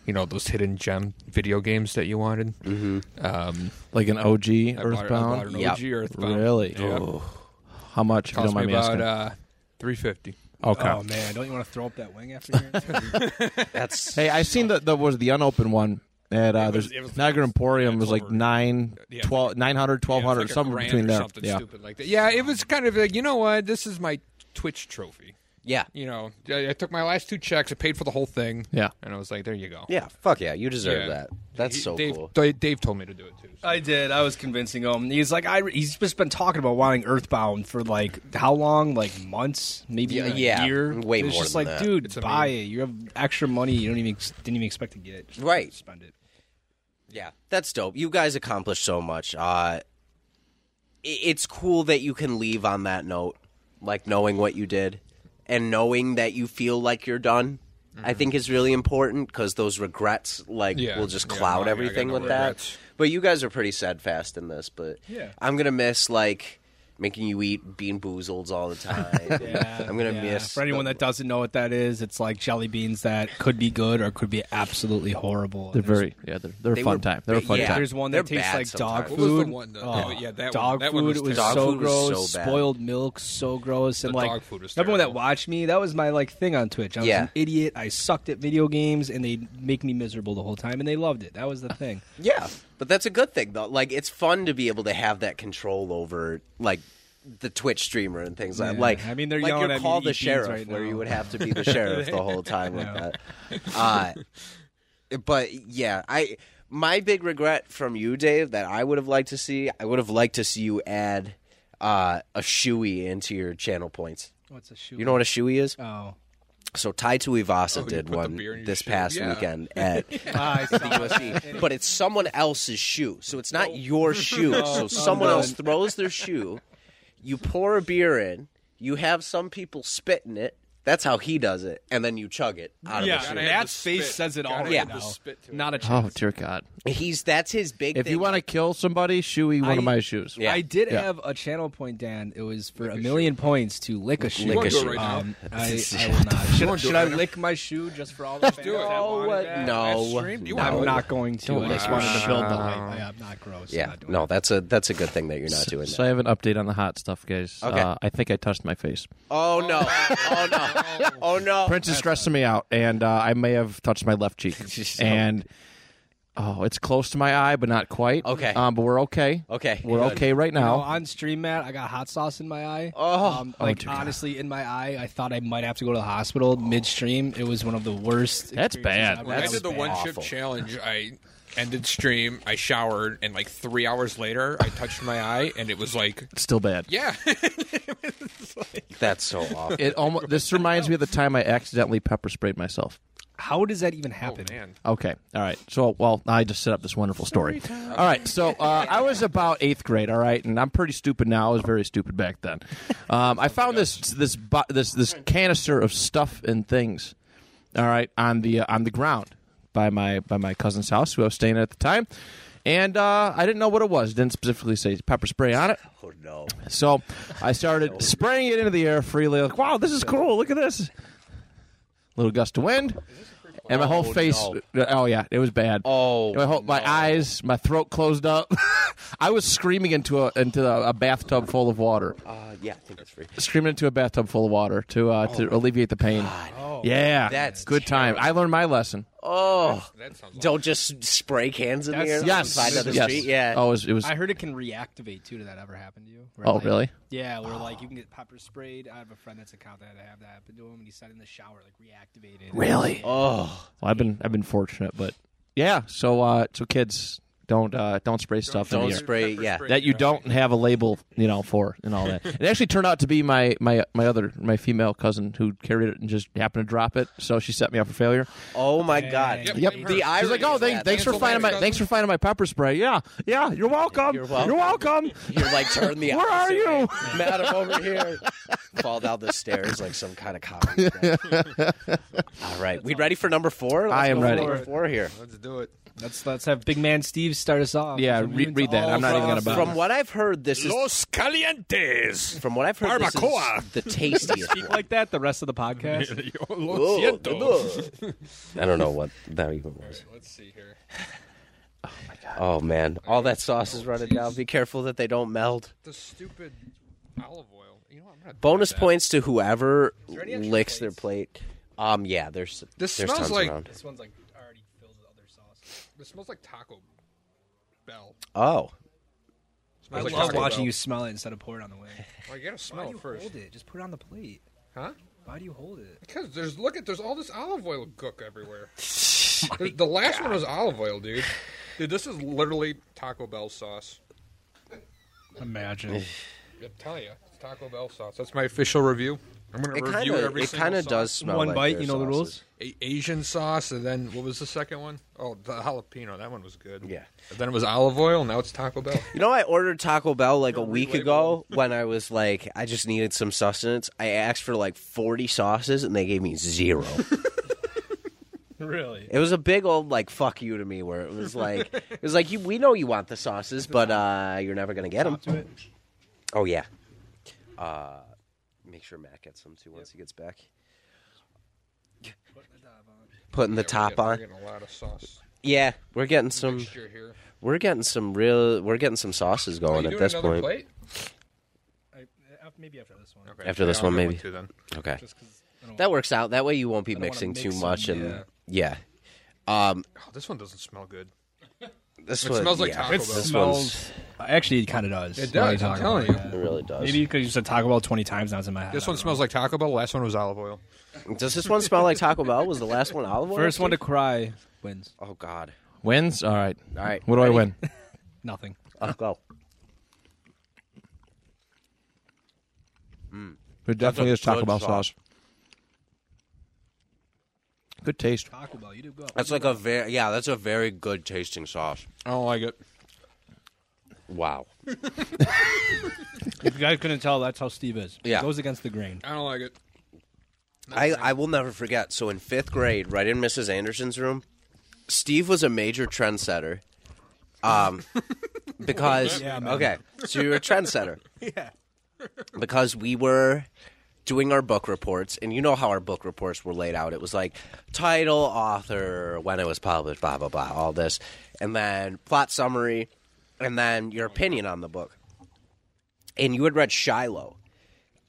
you know, those hidden gem video games that you wanted. Mm-hmm. Um, Like an OG I bought- I bought Earthbound. an Yep. OG Earthbound. Really? Yeah. How much? If you Cost don't mind me me asking. about uh, three fifty. okay. Oh man, don't you want to throw up that wing after here? that's Hey, I seen the, the was the unopened one at uh, was- there's it was- Niagara Emporium was like over. nine, Yeah. twelve, nine hundred, twelve hundred, It's like a somewhere grand between or there. Something Yeah. stupid like that. Yeah, it was kind of like you know what? This is my Twitch trophy. yeah. You know, I, I took my last two checks. I paid for the whole thing. Yeah. and I was like, there you go. Yeah, fuck yeah, you deserve Yeah. that. That's He- so Dave, cool. Da- Dave told me to do it too. so- I did. I was convincing him. He's like, I. He's just been talking about wanting Earthbound for like how long? Like months, maybe Yeah, a yeah, year. way it's more just than like, that. dude, It's a buy meme. it. You have extra money. You don't even ex- didn't even expect to get. Just Right. Spend it. Yeah, that's dope. You guys accomplished so much. Uh, i- it's cool that you can leave on that note, like knowing what you did and knowing that you feel like you're done. I think is really important because those regrets, like, Mm-hmm. Yeah, will just yeah, cloud no, I- I everything got no with regrets. that. But you guys are pretty steadfast in this. But Yeah. I'm gonna miss like making you eat Bean Boozles all the time. I'm gonna Yeah. miss For anyone the- that doesn't know what that is, it's like jelly beans that could be good or could be absolutely horrible. They're And there's- very yeah. They're, they're They a fun were- time. They're a fun yeah. time. There's one They're that tastes bad like dog sometimes. food. What was the one, though? Oh, Yeah, that one- dog that food one was was terrible. so Dog food was gross. so bad. Spoiled milk, so gross. And The like, dog food was everyone that terrible. watched me, that was my like thing on Twitch. I was Yeah. an idiot. I sucked at video games, and they make me miserable the whole time, and they loved it. That was the thing. Yeah, but that's a good thing though. Like it's fun to be able to have that control over like the Twitch streamer and things like Yeah, like I mean, they're like yelling you're at me to called eat the beans sheriff right where now. you would have to be the sheriff the whole time like that. Uh, but yeah, I my big regret from you, Dave, that I would have liked to see, I would have liked to see you add uh, a shoey into your channel points. What's a shoe? You know what a shoey is? Oh, So Tai Tuivasa you did put the one beer in your this shoe. past Yeah. weekend at the UFC, but it's someone else's shoe. So it's not your shoe. so someone else throws their shoe. You pour a beer in. You have some people spit in it. That's how he does it, and then you chug it out Yeah, of the and shoe. that face says it all right now. not a. Oh dear God! He's that's his big. If thing. you want to kill somebody, shoey one I- of my shoes. Yeah. I did Yeah. have a channel point, Dan. It was for a million points to lick a shoe. Lick a shoe. Um, I, I will not. Should, should I lick my shoe just for all the fans? Do it. that want it? No, You no. I'm not going to. I just lick wanted my to shoe. build the hype. Uh, Yeah, I'm not gross. I'm yeah, not doing no, it. that's a that's a good thing that you're not doing So that. I have an update on the hot stuff, guys. Okay. Uh, I think I touched my face. Oh no! Oh no! Oh no! Prince is stressing me out, and uh, I may have touched my left cheek. and oh, it's close to my eye, but not quite. Okay. um, but we're okay. Okay. we're okay right You know, now. on stream, Matt, I got hot sauce in my eye. Oh. um, like honestly, in my eye, I thought I might have to go to the hospital midstream. It was one of the worst. That's bad. experiences I've ever When I That's had. did the bad. one Awful. chip challenge. I ended stream. I showered, and like three hours later, I touched my eye, and it was like, It's Still bad. yeah, That's so awful. It almost. This reminds me of the time I accidentally pepper sprayed myself. How does that even happen? man. Okay. All right. So, well, I just set up this wonderful story. All right. So, uh, I was about eighth grade. All right, and I'm pretty stupid now. I was very stupid back then. Um, I found this this bo- this this canister of stuff and things. All right, on the uh, on the ground by my by my cousin's house, who I was staying at at the time, and uh, I didn't know what it was. Didn't specifically say pepper spray on it. Oh no! So I started spraying it into the air freely. Like, wow, this is cool. Look at this. Little gust of wind. And my whole Oh, face. Oh, yeah. It was bad. Oh, My, whole, my eyes, my throat closed up. I was screaming into a into a, a bathtub full of water. Uh, yeah, I think that's free. Screaming into a bathtub full of water to uh, to alleviate the pain. yeah. Oh, That's good time. I learned my lesson. Oh, That sounds don't just spray cans in That's- the air. Yes. on the side of the yes. street. Yeah. Oh, it was. It was I heard it can reactivate too. Did that ever happen to you? Where, Oh, like- really? Yeah, where like you can get pepper sprayed. I have a friend that's a cop that had to have that happen to him, and he sat in the shower like reactivated. Really? Oh, Well, I've been I've been fortunate, but yeah. So uh, so kids don't uh, don't spray stuff in don't the air. spray. Pepper Yeah. spray. that you don't have a label, you know, for and all that. It actually turned out to be my my my other my female cousin who carried it and just happened to drop it, so she set me up for failure. Oh my God. Yep. Yep. Blame her. The She's I was like, irony "Oh, of thank, that. thanks for Cancel my finding my cousin. thanks for finding my pepper spray." Yeah, yeah, you're welcome. You're welcome. You're welcome. You're like turn the. Where are opposite you? way. Madam over here? Fall down the stairs like some kind of cop. All right, we ready for number four? Let's I am go for ready. Number four here. Let's do it. Let's let's have Big Man Steve start us off. Yeah, So we read- went read to that. all I'm not even across gonna the- bother. From what I've heard, this is Los Calientes. from what I've heard, this is Barbacoa. the tastiest one. like that. The rest of the podcast. Lo Oh, siento. ugh. I don't know what that even was. Let's see here. Oh man, all that sauce is running down. Be careful that they don't melt. The stupid olive oil. You know, what, I'm gonna Bonus try that. points to whoever any extra licks their plate. Um, yeah, there's This there's smells tons like- around. this one's like already filled with other sauce. This smells like Taco Bell. Oh, I Smells like love Taco watching Bell. you smell it instead of pour it on the way. Well, you gotta Why smell do it you first, hold it? Just put it on the plate. huh? Why do you hold it? Because there's look at there's all this olive oil gook everywhere. the, the last one was olive oil, dude. Dude, this is literally Taco Bell sauce. Imagine. I tell you, it's Taco Bell sauce. That's my official review. I'm gonna it kind review of every it single kind of sauce. does smell One like bite, their you know the sauces. A- Asian sauce, and then what was the second one? Oh, the jalapeno. That one was good. Yeah. And then it was olive oil. Now it's Taco Bell. You know, I ordered Taco Bell like a week ago oh. when I was like, I just needed some sustenance. I asked for like 40 sauces and they gave me zero. really? it was a big old like fuck you to me where it was like, it was like you, we know you want the sauces, but uh, you're never gonna get them. Oh yeah, Uh, make sure Matt gets some too once he gets back. Putting the top on. Um, We're getting a lot of sauce Yeah, we're getting some. mixture here. We're getting some real. We're getting some sauces Are going oh, at you doing this another point. plate? I, uh, maybe after this one. Okay. After this I'll one, get maybe. too, then. Okay, Just 'cause I don't that wanna- works out. That way you won't be don't wanna mixing too mix much, them, and yeah, um, Oh, this one doesn't smell good. this It one smells like yeah, Taco Bell. This one's, Smells. Actually, it kind of does. It Now does, I'm talk telling about it, it yeah. really does. Maybe because you said Taco Bell twenty times now it's in my head. This I one don't smells like Taco Bell. Last one was olive oil. Does this one smell like Taco Bell? Was the last one olive oil? know. First one to cry wins. Oh God! Wins? All right. All right, What do I ready? win? Nothing. I'll go. It definitely is Taco good Bell sauce. sauce. Good taste. Taco Bell, you do go. That's like a very yeah. That's a very good tasting sauce. I don't like it. Wow. If you guys couldn't tell, that's how Steve is. Yeah. Goes against the grain. I don't like it. I, I will never forget. So in fifth grade, right in Mrs. Anderson's room, Steve was a major trendsetter. Um, because okay, so you're a trendsetter. yeah. Because we were doing our book reports, and you know how our book reports were laid out. It was like title, author, when it was published, blah blah blah, all this, and then plot summary, and then your opinion on the book. And you had read Shiloh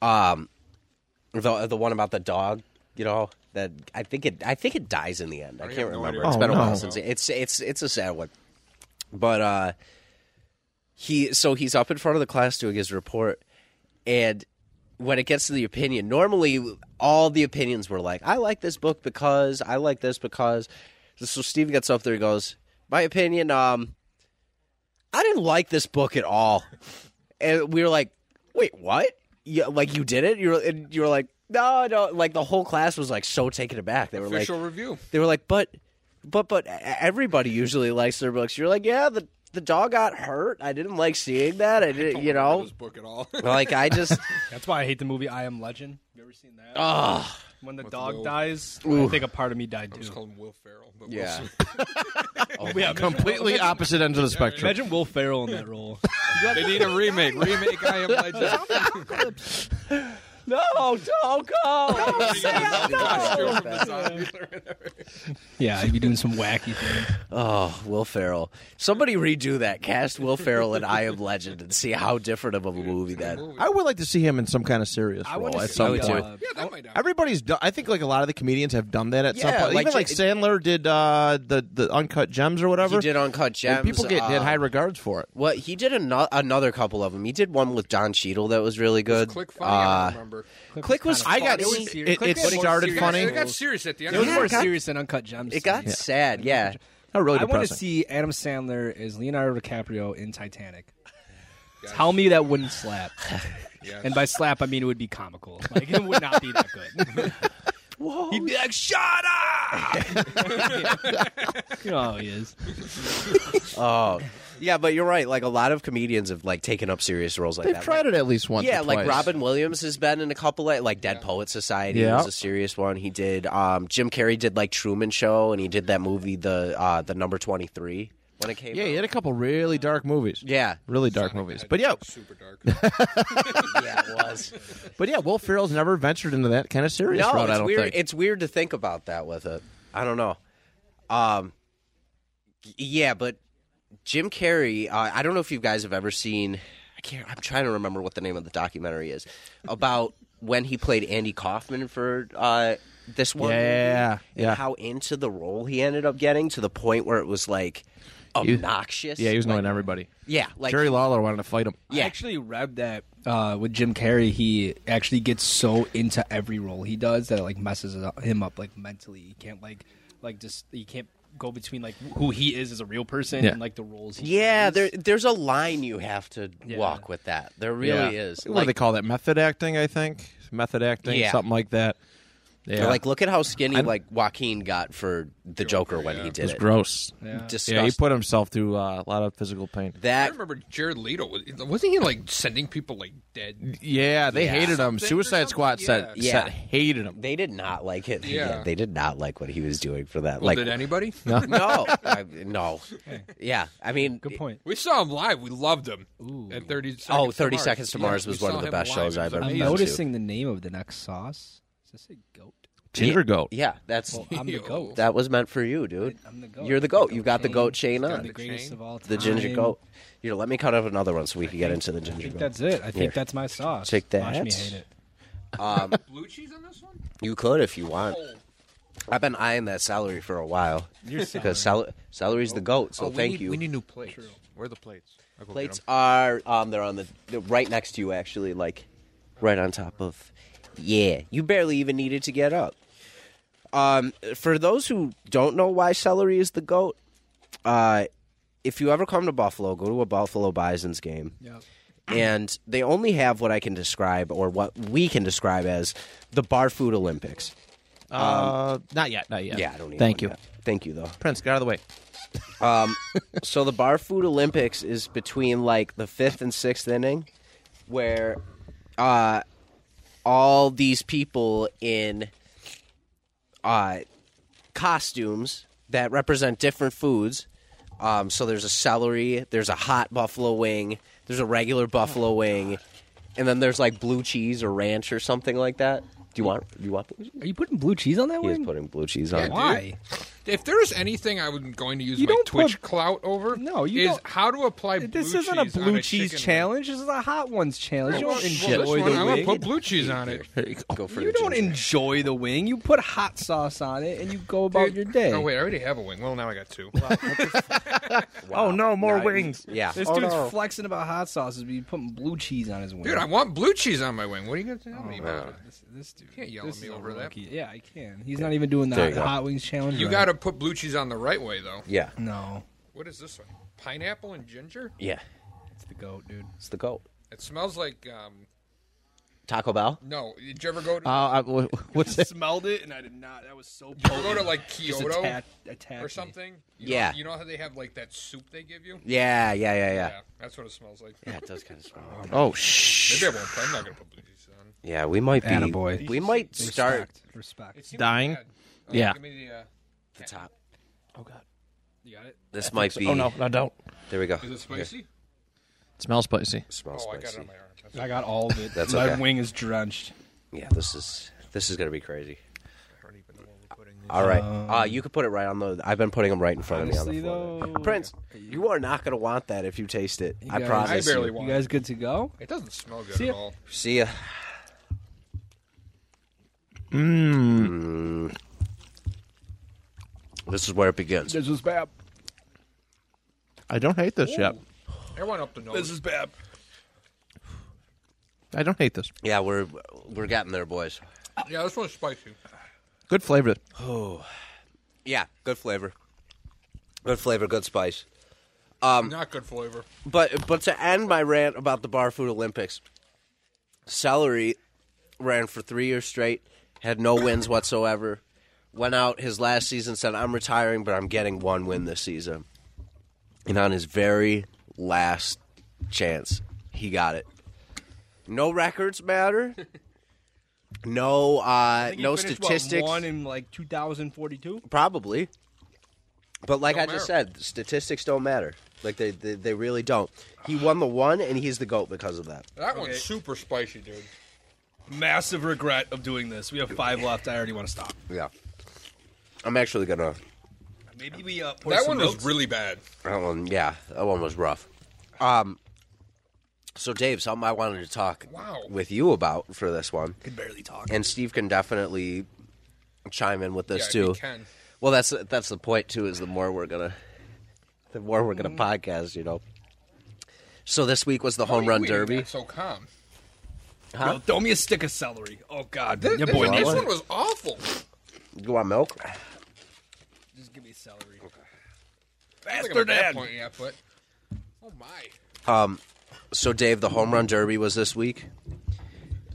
um, the the one about the dog, you know, that I think it I think it dies in the end. I, can't have no remember. idea. It's Oh, been a while no. since it- it's it's it's a sad one. But uh he so he's up in front of the class doing his report and when it gets to the opinion, normally all the opinions were like, I like this book because I like this because so Steve gets up there and goes, My opinion, um I didn't like this book at all. And we were like, wait, what? Yeah, like you did it? You were, and you were like, no, no. Like the whole class was like so taken aback. They were like, Official review. they were like, but, but, but e, everybody usually likes their books. You're like, yeah, the the dog got hurt. I didn't like seeing that. I didn't, you I don't like know, this book at all. like I just, That's why I hate the movie I Am Legend. You ever seen that? oh, when the With dog Will. dies, I think a part of me died I just too. Oh, call him Will Ferrell. But Will yeah. Smith. Completely opposite ends of the spectrum. Imagine Will Ferrell in that role. they need a remake. Remake I Am Legend. No, don't go. Costume from the zombie. yeah, I'd be doing some wacky thing. oh, Will Ferrell. Somebody redo that. Cast Will Ferrell and I Am Legend and see how different of a movie that. I would like to see him in some kind of serious I role want to at see. some would point. uh, Yeah, that might happen. Everybody's done. I think like a lot of the comedians have done that at some Yeah, point. like Even like J- Sandler did uh, the the uncut gems or whatever. He did Uncut Gems. And people get uh, had high regards for it. Well, he did ano- another couple of them. He did one with Don Cheadle that was really good. Click funny. I don't Uh, remember. Click was. I got It, it, was, it, Click was more started serious. funny. It got serious at the end. it was Yeah, more it got- serious than Uncut Gems. it got sad. Yeah. Not really I want to depressing. see Adam Sandler as Leonardo DiCaprio in Titanic. Tell me that wouldn't slap. Yes. And by slap, I mean it would be comical. Like it would not be that good. He'd be like, "Shut up!" you know how he is. oh, yeah, but you're right. Like a lot of comedians have like taken up serious roles like They've that. tried it at least once. Yeah, or like twice. Robin Williams has been in a couple of like Dead Poet Society Yeah. was a serious one. He did um Jim Carrey did like Truman Show and he did that movie the uh the number 23 when it came Yeah, out. he had a couple really dark movies. yeah. Really dark movies. But yeah, super dark. Yeah, it was. but yeah, Will Ferrell's never ventured into that kind of serious no, road. it's I don't weird. think. It's weird to think about that with it. I don't know. Um, y- yeah, but Jim Carrey. Uh, I don't know if you guys have ever seen. I can't. I'm trying to remember what the name of the documentary is about when he played Andy Kaufman for uh, this one. movie Yeah, and yeah. How into the role he ended up getting to the point where it was like obnoxious. yeah, he was like, knowing everybody. Yeah, like Jerry Lawler wanted to fight him. Yeah. I actually read that uh, with Jim Carrey, he actually gets so into every role he does that it like messes it up- him up like mentally. He can't like like just he can't go between like who he is as a real person Yeah. and like the roles. He Yeah, plays. there, there's a line you have to walk with that. There really Yeah. is. What do Like- they call that? Method acting, I think. Method acting, Yeah. something like that. Yeah. Like, look at how skinny like Joaquin got for the Joker, when he did it. Gross. Disgusting. Yeah, he put himself through uh, a lot of physical pain. I that remember Jared Leto was wasn't he like sending people like dead? Yeah, they hated him. Something or Suicide Squad something? set, Yeah. set hated him. they did not like it. Yeah. they did not like what he was doing for that. Well, like did anybody? no, I, no. Yeah, I mean, Good point. We saw him live. We loved him. At 30 seconds Oh, to 30 Mars. Seconds to Yeah, Mars we was one saw of the him best live. shows It was I've ever I'm been amazing. to. noticing the name of the next sauce. Is this a goat? Ginger goat. Yeah, that's Well, I'm the Yo. goat. that was meant for you, dude. I'm the goat. You're the goat. You've got the goat chain Got on. The greatest of all time. The ginger goat. Here, let me cut up another one so we can get into the I ginger think goat. that's it. I think Here. that's my sauce. Take that. Watch me hate it. Blue cheese on this one? You could if you want. I've been eyeing that celery for a while because cel- celery's the goat. So Oh, we thank need- you. We need new plates. Where are the plates? I'll go get Plates 'em. are um, they're on the they're right next to you actually, like right on top of. Yeah, you barely even needed to get up. Um, for those who don't know why celery is the goat, uh, if you ever come to Buffalo, go to a Buffalo Bison's game, and they only have what I can describe or what we can describe as the bar food Olympics. Uh, not yet. Not yet. Yeah, I don't need. Thank one you, yet. Thank you though. Prince. Get out of the way. So the bar food Olympics is between like the fifth and sixth inning, where uh, all these people in uh, costumes that represent different foods. Um, so there's a celery, there's a hot buffalo wing, there's a regular buffalo wing, and then there's like blue cheese or ranch or something like that. Do you want? Do you want? Blue cheese? Are you putting blue cheese on that He is one? putting blue cheese on. it. Why? If there is anything I was going to use You my don't Twitch put- clout over, No, you is don't- how to apply blue This cheese isn't a on blue cheese chicken challenge. This is a hot ones challenge. You Well, don't well, this enjoy one, the I'm wing. gonna put blue cheese on it. Go for you the don't ginger. enjoy the wing. You put hot sauce on it and you go about your day. Oh wait, I already have a wing. Well, now I got two. Oh no, more wings. Yeah. This dude's flexing about hot sauces, but you putting blue cheese on his wing. Dude, I want blue cheese on my wing. What are you going to tell Oh, me about? it? This, this dude. Can't yell this at me is a over that. rookie. Yeah, I can. He's not even doing the There hot, you go. hot wings challenge. You right. got to put blue cheese on the right way, though. Yeah. No, What is this one? Pineapple and ginger? Yeah. it's the goat, dude. It's the goat. It smells like um. Taco Bell. No, did you ever go to? Uh, I- wha- what's I it? smelled it and I did not. That was so you ever potent. go to like Just Kyoto attack- attack or me. something? You Yeah. Know, you know how they have like that soup they give you? Yeah, yeah, yeah, yeah. Yeah, that's what it smells like. Yeah, it does kind of smell. Oh shh. Maybe I won't. Play. I'm not gonna put blue cheese on. Yeah, we might be. Attaboy. We might start Respect. Respect. seems Dying? bad. Uh, Yeah. Give me the. Uh, the top. you got it. This might be. Oh no, no, don't. There we go. Is it spicy? It smells spicy. Smells Oh, I got it spicy. on my arm. That's- I got all of it. That's My okay. wing is drenched. Yeah, this is this is gonna be crazy. All right, uh, you could put it right on the. I've been putting them right in front Honestly, of me on the floor. though, Prince, you are not gonna want that if you taste it. I guys- I promise. barely you. You want. guys good to go? It doesn't smell good See at ya. all. See ya. Mmm. Mm. This is where it begins. This was bad. I don't hate this yet. Everyone up the nose. This is bad. I don't hate this. Yeah, we're we're getting there, boys. Yeah, this one's spicy. Good flavor. Yeah, good flavor. Good flavor, good spice. Um, Not good flavor. But but to end my rant about the bar food Olympics, celery ran for three years straight, had no wins whatsoever. Went out his last season, said I'm retiring, but I'm getting one win this season. And on his very last chance, he got it. No records matter. No, uh, no statistics. One in like 2042. Probably. But like Don't I just matter. said, statistics don't matter. Like they, they they really don't. He won the one, and he's the goat because of that. That one's super spicy, dude. Massive regret of doing this. We have five left. I already want to stop. Yeah. I'm actually gonna. Maybe we uh, pour That some one milk. was really bad. That one, yeah, that one was rough. Um. So Dave, something I wanted to talk Wow. with you about for this one, I can barely talk. and Steve can definitely chime in with this yeah, too. You can. Well, that's that's the point too. Is the more we're gonna, the more we're Mm-hmm. gonna podcast, you know. So this week was the home run We didn't derby. get So calm. Bro, throw me a stick of celery. Oh God, This, yeah, this- boy, this needs one it. was awful. You want milk? Just give me celery. I don't think Faster, I'm at that Dad. point yet, but oh my. So, Dave, the home run derby was this week,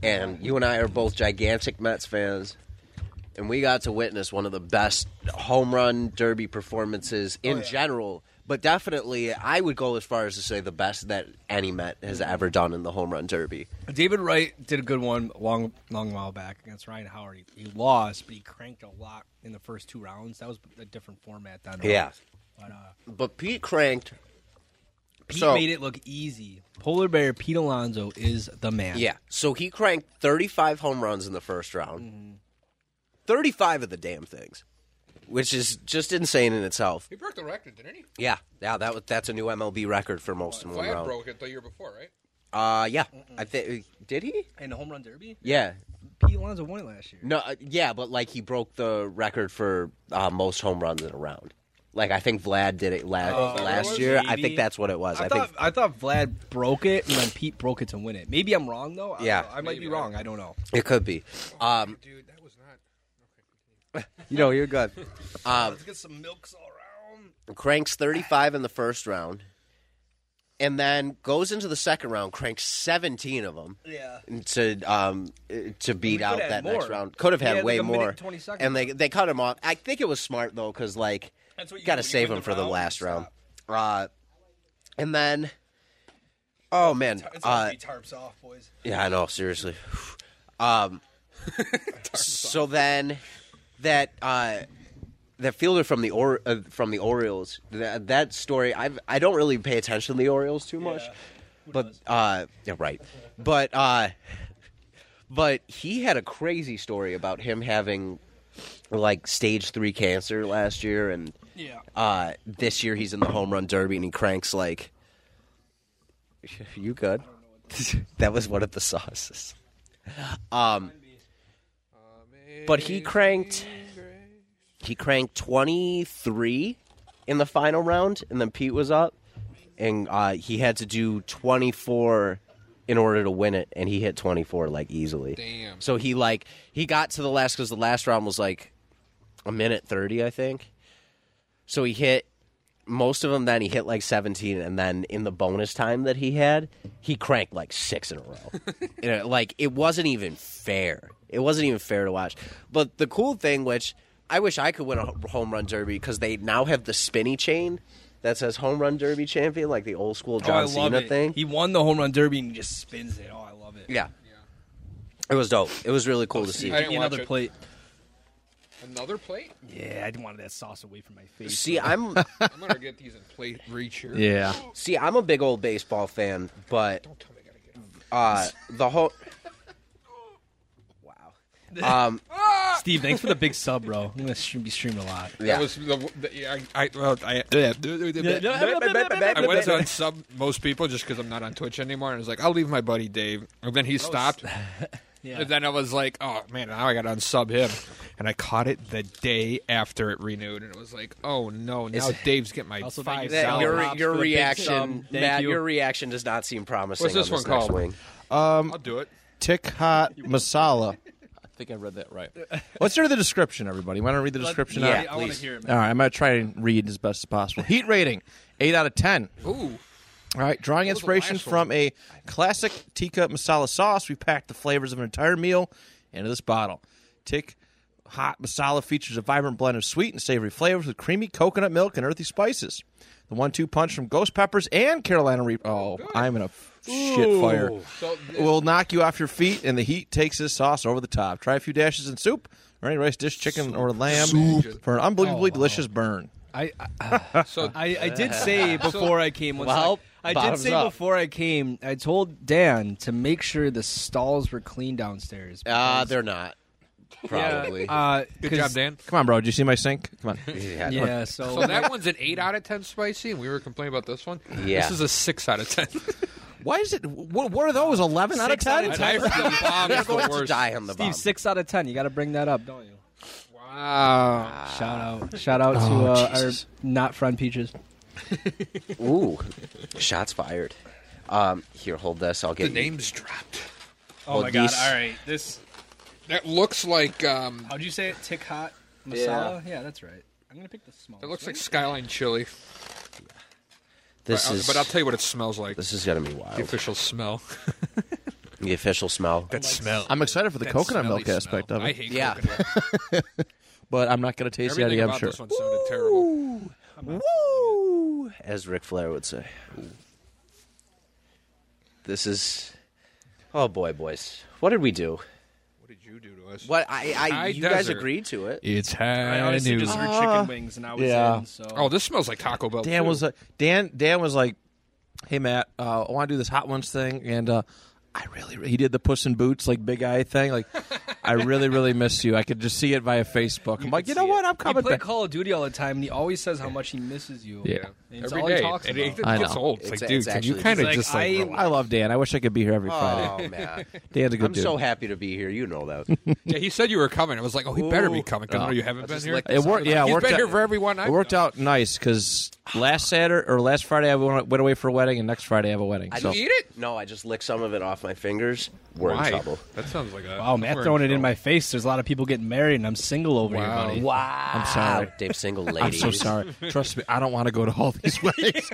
and you and I are both gigantic Mets fans. and we got to witness one of the best home run derby performances in general. But definitely, I would go as far as to say the best that any Met has ever done in the home run derby. David Wright did a good one a long, long while back against Ryan Howard. He, he lost, but he cranked a lot in the first two rounds. That was a different format than it Yeah. was. But uh, But Pete cranked. Pete So- made it look easy. Polar Bear Pete Alonso is the man. Yeah. So he cranked 35 home runs in the first round. 35 of the damn things, which is just insane in itself. He broke the record, didn't he? Yeah. Yeah, that was that's a new MLB record for most in one Oh, Vlad round. broke it the year before, right? Uh yeah. I think did he? And the home run derby, Yeah. Pete Alonso won it last year. No, uh, yeah, but like he broke the record for uh, most home runs in a round. Like I think Vlad did it la- Oh, that last was year. I maybe. think that's what it was. I, I, thought think I thought Vlad broke it and then Pete broke it to win it. Maybe I'm wrong though. I, Yeah. don't know. I might be wrong. I don't know. it could be. Um, Dude, that was not. you know, you're good. Let's get some milks all around. cranks 35 in the first round and then goes into the second round cranks 17 of them Yeah. to um to beat could out have that had next more. round could have He had had, way like, a minute more and 20 seconds and they they cut him off i think it was smart though cuz like That's what you got to do when you save win him the for the round, last you round uh and then oh man It's uh, uh, tarps off, boys. yeah, I know. Seriously. Um, so then, that uh, that fielder from the or- uh, from the Orioles. That, that story. I I don't really pay attention to the Orioles too much, but uh, yeah, right. But uh, but he had a crazy story about him having like stage three cancer last year, and Yeah. uh, this year he's in the home run derby and he cranks like. You good? that was one of the sauces. Um, but he cranked. He cranked twenty three in the final round, and then Pete was up, and uh, he had to do twenty four in order to win it, and he hit twenty four like easily. Damn. So he like he got to the last because the last round was like a minute thirty, I think. So he hit most of them. Then he hit like seventeen, and then in the bonus time that he had, he cranked like six in a row. And it- like it wasn't even fair. It wasn't even fair to watch. But the cool thing, which I wish I could win a ho- home run derby because they now have the spinny chain that says home run derby champion, like the old school oh, I John love Cena it. thing. He won the home run derby and he just spins it. Oh, I love it. yeah. It was dope. It was really Oh, cool to see. I didn't Give me watch another it. plate. Another plate? Yeah, I didn't want that sauce away from my face. See, I'm I'm gonna get these in plate reach here. Yeah. See, I'm a big old baseball fan, but Don't tell me I gotta get. uh, the whole wow, um, Steve, thanks for the big sub, bro. I'm gonna stream, be streamed a lot. yeah, That was the, the yeah, I I, well, I, I went to unsub most people just because I'm not on Twitch anymore, and I was like, I'll leave my buddy Dave, and Oh, then he stopped, Yeah. and then I was like, oh man, now I got to unsub him, and I caught it the day after it renewed, and it was like, oh no, now Dave's getting my Also, thank you five for that. That- dollars. your Pops your for the big reaction, sub. Thank Matt, you. your reaction does not seem promising. What's this on this one next called? Wing. I'll do it. Tick hot masala. I think I read that right. Let's start with the description, everybody. Want to read the description? yeah, out? I want to hear it, man. All right, I'm going to try and read as best as possible. Heat rating, 8 out of 10. Ooh, All right, drawing What was the inspiration last from one? a classic tikka masala sauce, we packed the flavors of an entire meal into this bottle. Tick hot masala features a vibrant blend of sweet and savory flavors with creamy coconut milk and earthy spices. The one-two punch from ghost peppers and Carolina Reaper. Oh, I'm in a shit fire. so It will knock you off your feet, and the heat takes this sauce over the top. Try a few dashes in soup or any rice dish, chicken or lamb for an unbelievably Oh. delicious burn. I, I so I, I did say before I came. one Well, sec. I did bottoms say up. before I came. I told Dan to make sure the stalls were clean downstairs. Uh, they're not probably. Uh, good job, Dan. Come on, bro. Did you see my sink? Come on. Yeah, Yeah, so, So that one's an eight out of ten spicy, and we were complaining about this one. Yeah. this is a six out of ten. Why is it? What, what are those? Eleven out of Six out ten. of I heard the bomb is the Going to worst. die on the bomb. Steve, six out of ten. You got to bring that up, don't you? Wow. Ah. Shout out, shout out to Oh, uh, our not friend peaches. Ooh, shots fired. Um, here, hold this. I'll The get you. name's dropped. Oh my God, all right, this That looks like um, How'd you say it? Tick hot masala. Yeah, that's right. I'm gonna pick the small. that looks like skyline chili. This but, I'll, is but I'll tell you what it smells like. this is gonna be the wild. official smell. The official smell. That smell. I'm excited for the That coconut smelly milk aspect smell. of it, I hate Yeah. coconut. but I'm not going to taste Everything it. I'm about sure. this one sounded terrible. Woo! As Ric Flair would say. This is. Oh boy, boys. What did we do? What did you do to us? What I, I High you guys desert. agreed to it. It's I high honestly news. just threw chicken wings and I was yeah. in. So Oh, this smells like Taco Bell. Dan too. was like, Dan. Dan was like, "Hey Matt, uh, I want to do this hot ones thing," and uh, I really, he did the Puss in Boots like big eye thing. Like, I really, really miss you. I could just see it via Facebook. I'm like, you know what? I'm he coming played back. Call of Duty all the time, and he always says how much he misses you. Yeah. and it's Every all day. he talks And about. it, I gets know. old. It's, It's- like, it's dude, can you actually- kind of He's like, just like, I- relax? I love Dan. I wish I could be here every Friday. Oh man, Dan's a good I'm dude. so happy to be here. You know that. yeah, he said you were coming. I was like, oh, he better be Ooh. coming. 'cause Uh, I know you haven't been just here. licked it worked. Yeah, it He's worked been out, here for everyone. I It worked out nice because last Saturday or last Friday I went went away for a wedding, and next Friday I have a wedding. I so Eat it. no, I just licked some of it off my fingers. We're Why? in trouble. That sounds like a. Wow, Matt we're throwing it in trouble. my face. There's a lot of people getting married, and I'm single over Wow. here, buddy. Wow. I'm sorry. Dave Single lady. I'm so sorry. Trust me, I don't want to go to all these weddings.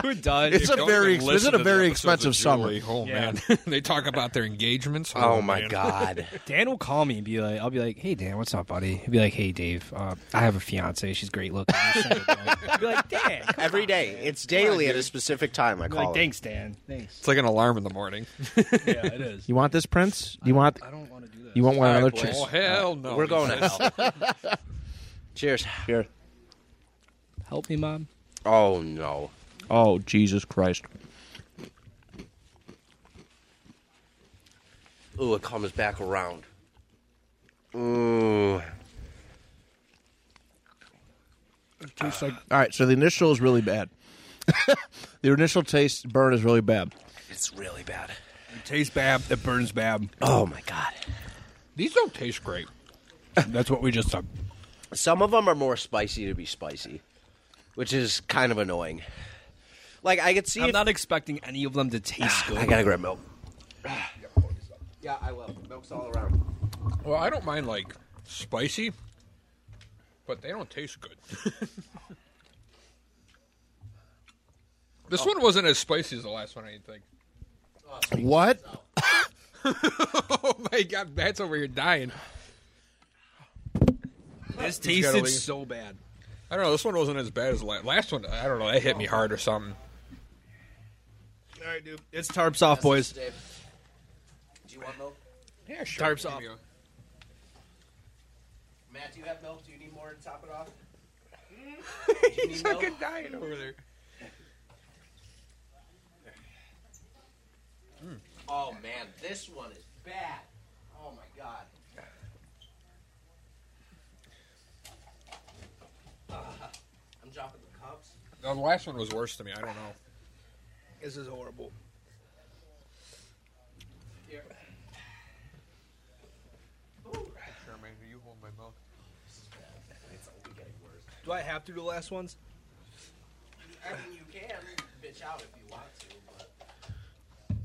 Who does? It's a Don't very even ex- listen this is to a the very episodes expensive with summer. Julie. Oh Yeah. man, they talk about their engagements. Oh my man. god. Dan will call me and be like, I'll be like, hey, Dan, what's up, buddy? He'll be like, hey, Dave, uh, I have a fiance. She's great looking. I'm single, bro." I'll be like, Dan. come on." Every day. It's daily at a specific time. I I'll be call like, it. thanks, Dan. Thanks. It's like an alarm in the morning. Yeah, it is. You want this, Prince? You want? I don't want to do this. You want one All right, another? boys. chick? Oh hell no! We're going to hell. Cheers. help me, mom? Oh no. Oh Jesus Christ! Ooh, it comes back around. Ooh. All right, so the initial is really bad. the initial taste burn is really bad. It's really bad. It tastes bad. It burns bad. Oh my god. These don't taste great. That's what we just said. Some of them are more spicy to be spicy, which is kind of annoying. Like I could see I'm if- not expecting any of them to taste good. I gotta grab milk. Yeah, I will. Milk's all around. Well, I don't mind like spicy, but they don't taste good. this Oh. one wasn't as spicy as the last one. I didn't think. What? Oh my god, Matt's over here dying. This gotta tasted leave. so bad. I don't know. This one wasn't as bad as the la- last one. I don't know. That Oh. hit me hard or something. All right, dude. It's tarps off, boys. Do you want milk? Yeah, sure. Tarps off. Matt, do you have milk? Do you need more to top it off? He's fucking dying over there. Oh man, this one is bad. Oh my god. I'm dropping the cups. The last one was worse to me. I don't know. This is horrible. Sherman, do you hold my milk? Do I have to do the last ones? I mean, you can bitch out if you want to, but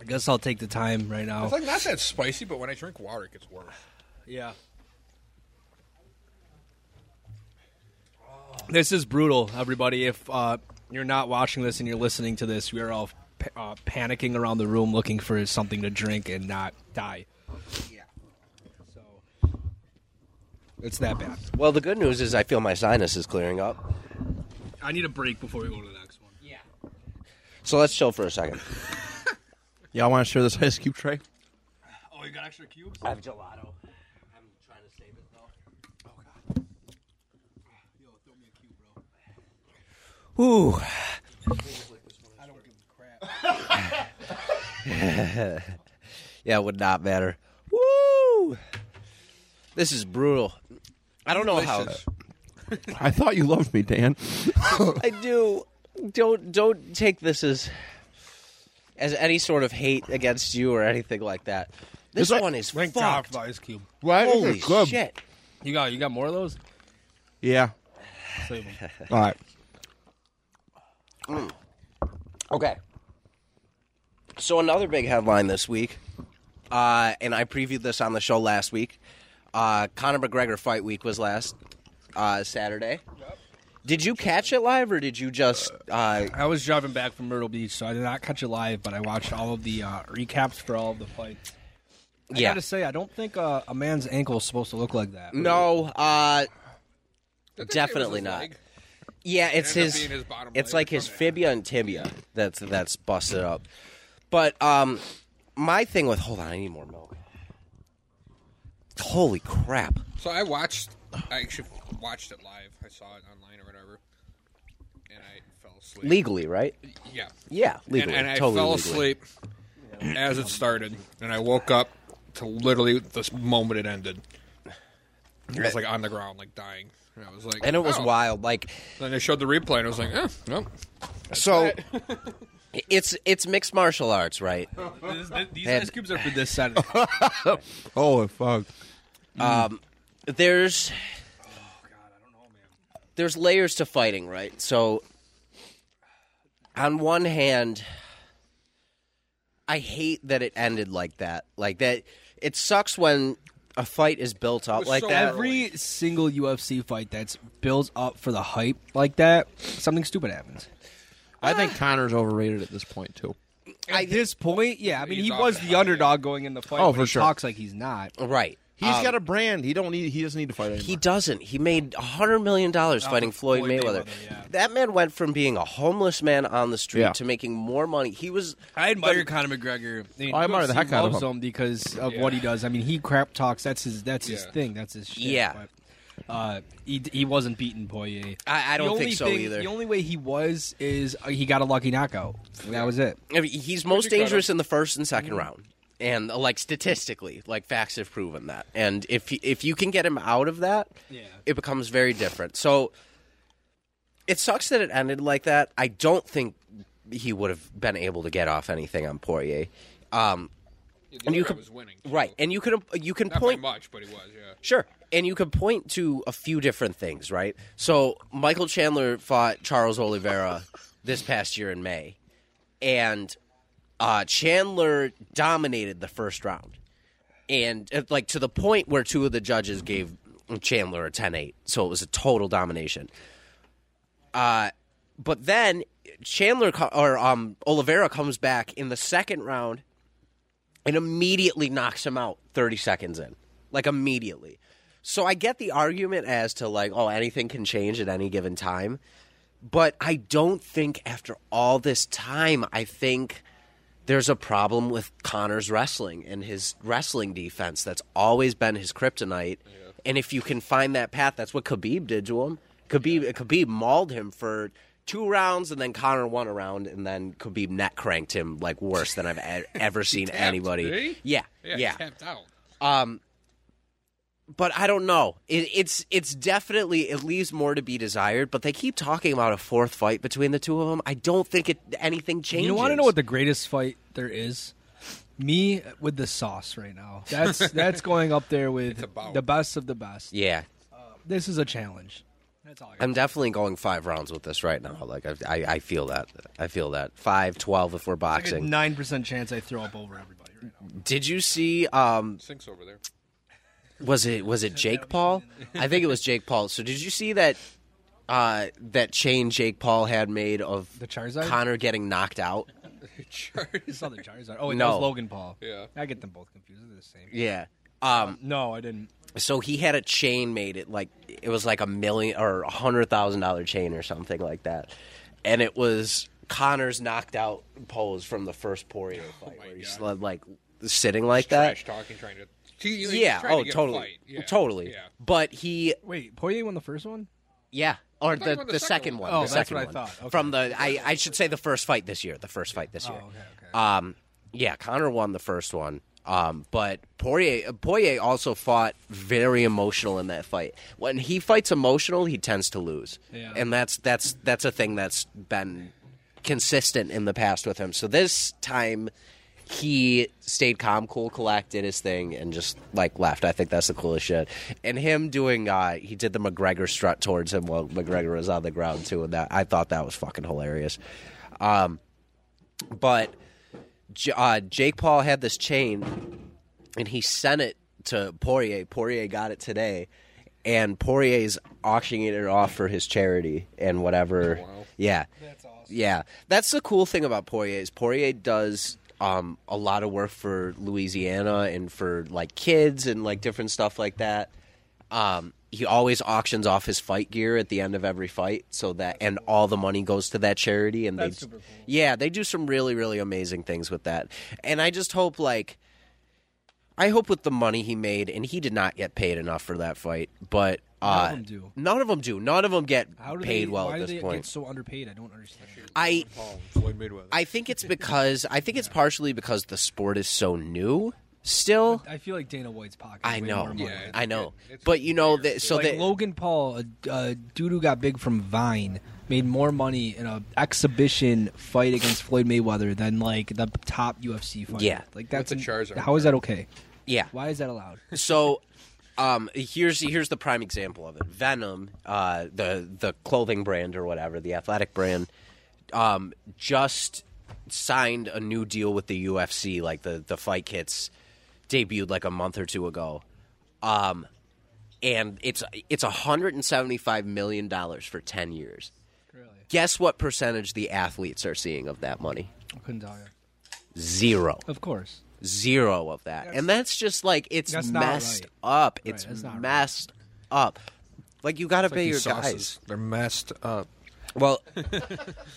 I guess I'll take the time right Oh. now. It's like not that spicy, but when I drink water, it gets worse. Yeah. This is brutal, everybody. If uh, you're not watching this and you're listening to this, we are all pa- uh, panicking around the room looking for something to drink and not die. Yeah. So it's that bad. Well, the good news is I feel my sinus is clearing up. I need a break before we go to the next one. Yeah. So let's chill for a second. Y'all want to share this ice cube tray? Oh, you got extra cubes? I have gelato. I'm trying to save it though. Yo, throw me a cube, bro. Ooh. I don't give a crap. Yeah, it would not matter. Woo! This is brutal. I don't know how Delicious. I thought you loved me, Dan. I do. Don't don't take this as as any sort of hate against you or anything like that. This It's like- one is Thank God fucked. for the ice cube. Why is Holy it good? shit! You got you got more of those? Yeah. Save 'em. All right. Okay. So another big headline this week, uh, and I previewed this on the show last week. Uh, Conor McGregor fight week was last uh, Saturday, Did you catch it live or did you just? Uh, I was driving back from Myrtle Beach, so I did not catch it live, but I watched all of the uh, recaps for all of the fights. I yeah. gotta say, I don't think uh, a man's ankle is supposed to look like that. No, uh, Did they say it was definitely his not. leg? Yeah, it's ended up his. being his bottom it's leg like his from it. fibia and tibia that's that's busted up. But um, my thing with hold on, I need more milk. Holy crap! So I watched. I actually watched it live. I saw it online or whatever, and I fell asleep. Legally, right? yeah, Yeah, And- legally. And, I totally fell legally. asleep as it started, and I woke up to literally this moment it ended. I was like on the ground, like dying. And I was like, and it was oh. wild. Like Then they showed the replay, and I was like, eh, no. so, it's it's mixed martial arts, right? This- these And- ice cubes are for this side. Of the- Oh fuck! there's there's layers to fighting, right? So on one hand, I hate that it ended like that. Like that it sucks when a fight is built up was like so that. early. Every single UFC fight that's built up for the hype like that, something stupid happens. I think Connor's overrated at this point too. At this point, yeah, I mean, He's he off was the the hype, underdog going in the fight. Oh, but for he sure. Talks like he's not. right. He's got a brand. He don't need. Um, He doesn't need to fight anymore. He doesn't. He made hundred million dollars fighting Floyd, Oh, Floyd Mayweather. Mayweather, yeah. That man went from being a homeless man on the street Yeah. to making more money. He was I admire Conor McGregor. mean, Oh, I admire the UFC heck out of loves him. because of Yeah. what he does. I mean, he crap talks. That's his. That's his Yeah. thing. That's his shit. Yeah. But, uh, he he wasn't beating Poirier. I- I don't The think only so thing- either. The only way he was is uh, he got a lucky knockout. That was it. Mm-hmm. I mean, he's most dangerous in the first and 2nd round, and uh, like statistically, like facts have proven that. And if he- if you can get him out of that, Yeah. it becomes very different. So it sucks that it ended like that. I don't think he would have been able to get off anything on Poirier. Um, and you you could- was winning, too. right, and you can you can Not by point much, but he was. Yeah. Sure. And you could point to a few different things, right? So Michael Chandler fought Charles Oliveira this past year in May, and uh, Chandler dominated the first round, and uh, like to the point where two of the judges gave Chandler a 10-8, so it was a total domination. Uh, but then Chandler co- or um, Oliveira comes back in the second round and immediately knocks him out 30 seconds in. Like immediately. So I get the argument as to like, oh, anything can change at any given time. But I don't think after all this time, I think there's a problem with Connor's wrestling and his wrestling defense. That's always been his kryptonite. And if you can find that path, that's what Khabib did to him. Khabib Khabib mauled him for two rounds, and then Connor won a round, and then Khabib net cranked him like worse than I've e- ever seen anybody. did he? Yeah, Yeah. yeah. he Tapped out. But I don't know. It, it's it's definitely it leaves more to be desired. But they keep talking about a fourth fight between the two of them. I don't think it anything changes. You want to know what the greatest fight there is? Me with the sauce right now. That's that's going up there with about. the best of the best. Yeah, This is a challenge. That's all. I got. I'm definitely going five rounds with this right now. Like I, I, I feel that. I feel that. Five, 12 if we're Like a boxing. nine percent chance I throw up over everybody right now. Did you see? Um, Sinks over there. was it was it Jake Paul? I think it was Jake Paul. So did you see that? Uh, that chain Jake Paul had made of The Charizard? Connor getting knocked out. I saw the Charizard. Oh, wait, No. that was Logan Paul. Yeah. I get them both confused. They're the same. Yeah. Um, No, I didn't. so he had a chain made it like it was like a million or a hundred thousand dollar chain or something like that, and it was Connor's knocked out pose from the first Poirier Oh fight where he's like sitting like that. Trash talking, trying to. He- he's Yeah. trying to Oh, get a totally. fight. Yeah. Totally. Yeah. But he, Wait, Poirier won the first one. yeah, or thought he the, won the, second one. Oh, the that's second what I one. thought. Okay. Oh, From the, I, I should say the first fight this year. The first fight this year. okay, okay. Um, yeah, Connor won the first one. Um, but Poirier, Poirier also fought very emotional in that fight. When he fights emotional, he tends to lose, Yeah. and that's that's that's a thing that's been consistent in the past with him. So this time, he stayed calm, cool, collect, did his thing, and just like left. I think that's the coolest shit. And him doing, uh, he did the McGregor strut towards him while McGregor was on the ground too, and that I thought that was fucking hilarious. Um, but J- uh, Jake Paul had this chain, and he sent it to Poirier. Poirier got it today, and Poirier's auctioning it off for his charity and whatever. Yeah. That's awesome. Yeah. That's the cool thing about Poirier is Poirier does um, a lot of work for Louisiana and for like kids and like different stuff like that. Um, he always auctions off his fight gear at the end of every fight so that and all the money goes to that charity and That's they super cool. yeah, they do some really, really amazing things with that. And I just hope, like, I hope with the money he made, and he did not get paid enough for that fight, but. None of Uh, them do. None of them do. None of them get How do paid they, well why at do this they point. get so underpaid? I don't understand. I Floyd Mayweather. I think it's because I think it's partially because the sport is so new. Still, I feel like Dana White's pocket. I know, money. I know. But you know, that so like that Logan Paul, a, a dude who got big from Vine, made more money in an exhibition fight against Floyd Mayweather than like the top UFC fighter. Yeah. like that's With the Charizard How is that okay? yeah. Why is that allowed? so um, here's here's the prime example of it. Venom, uh, the the clothing brand or whatever, the athletic brand, um, just signed a new deal with the UFC. Like the the fight kits debuted like a month or two ago, um, and it's it's 175 million dollars for 10 years. really, Guess what percentage the athletes are seeing of that money? I couldn't tell you. Zero Of course, zero of that. and that's just like it's That's not messed right. up. It's that's not right. messed up. Like you got to pay your These sauces, guys. They're messed up. Well,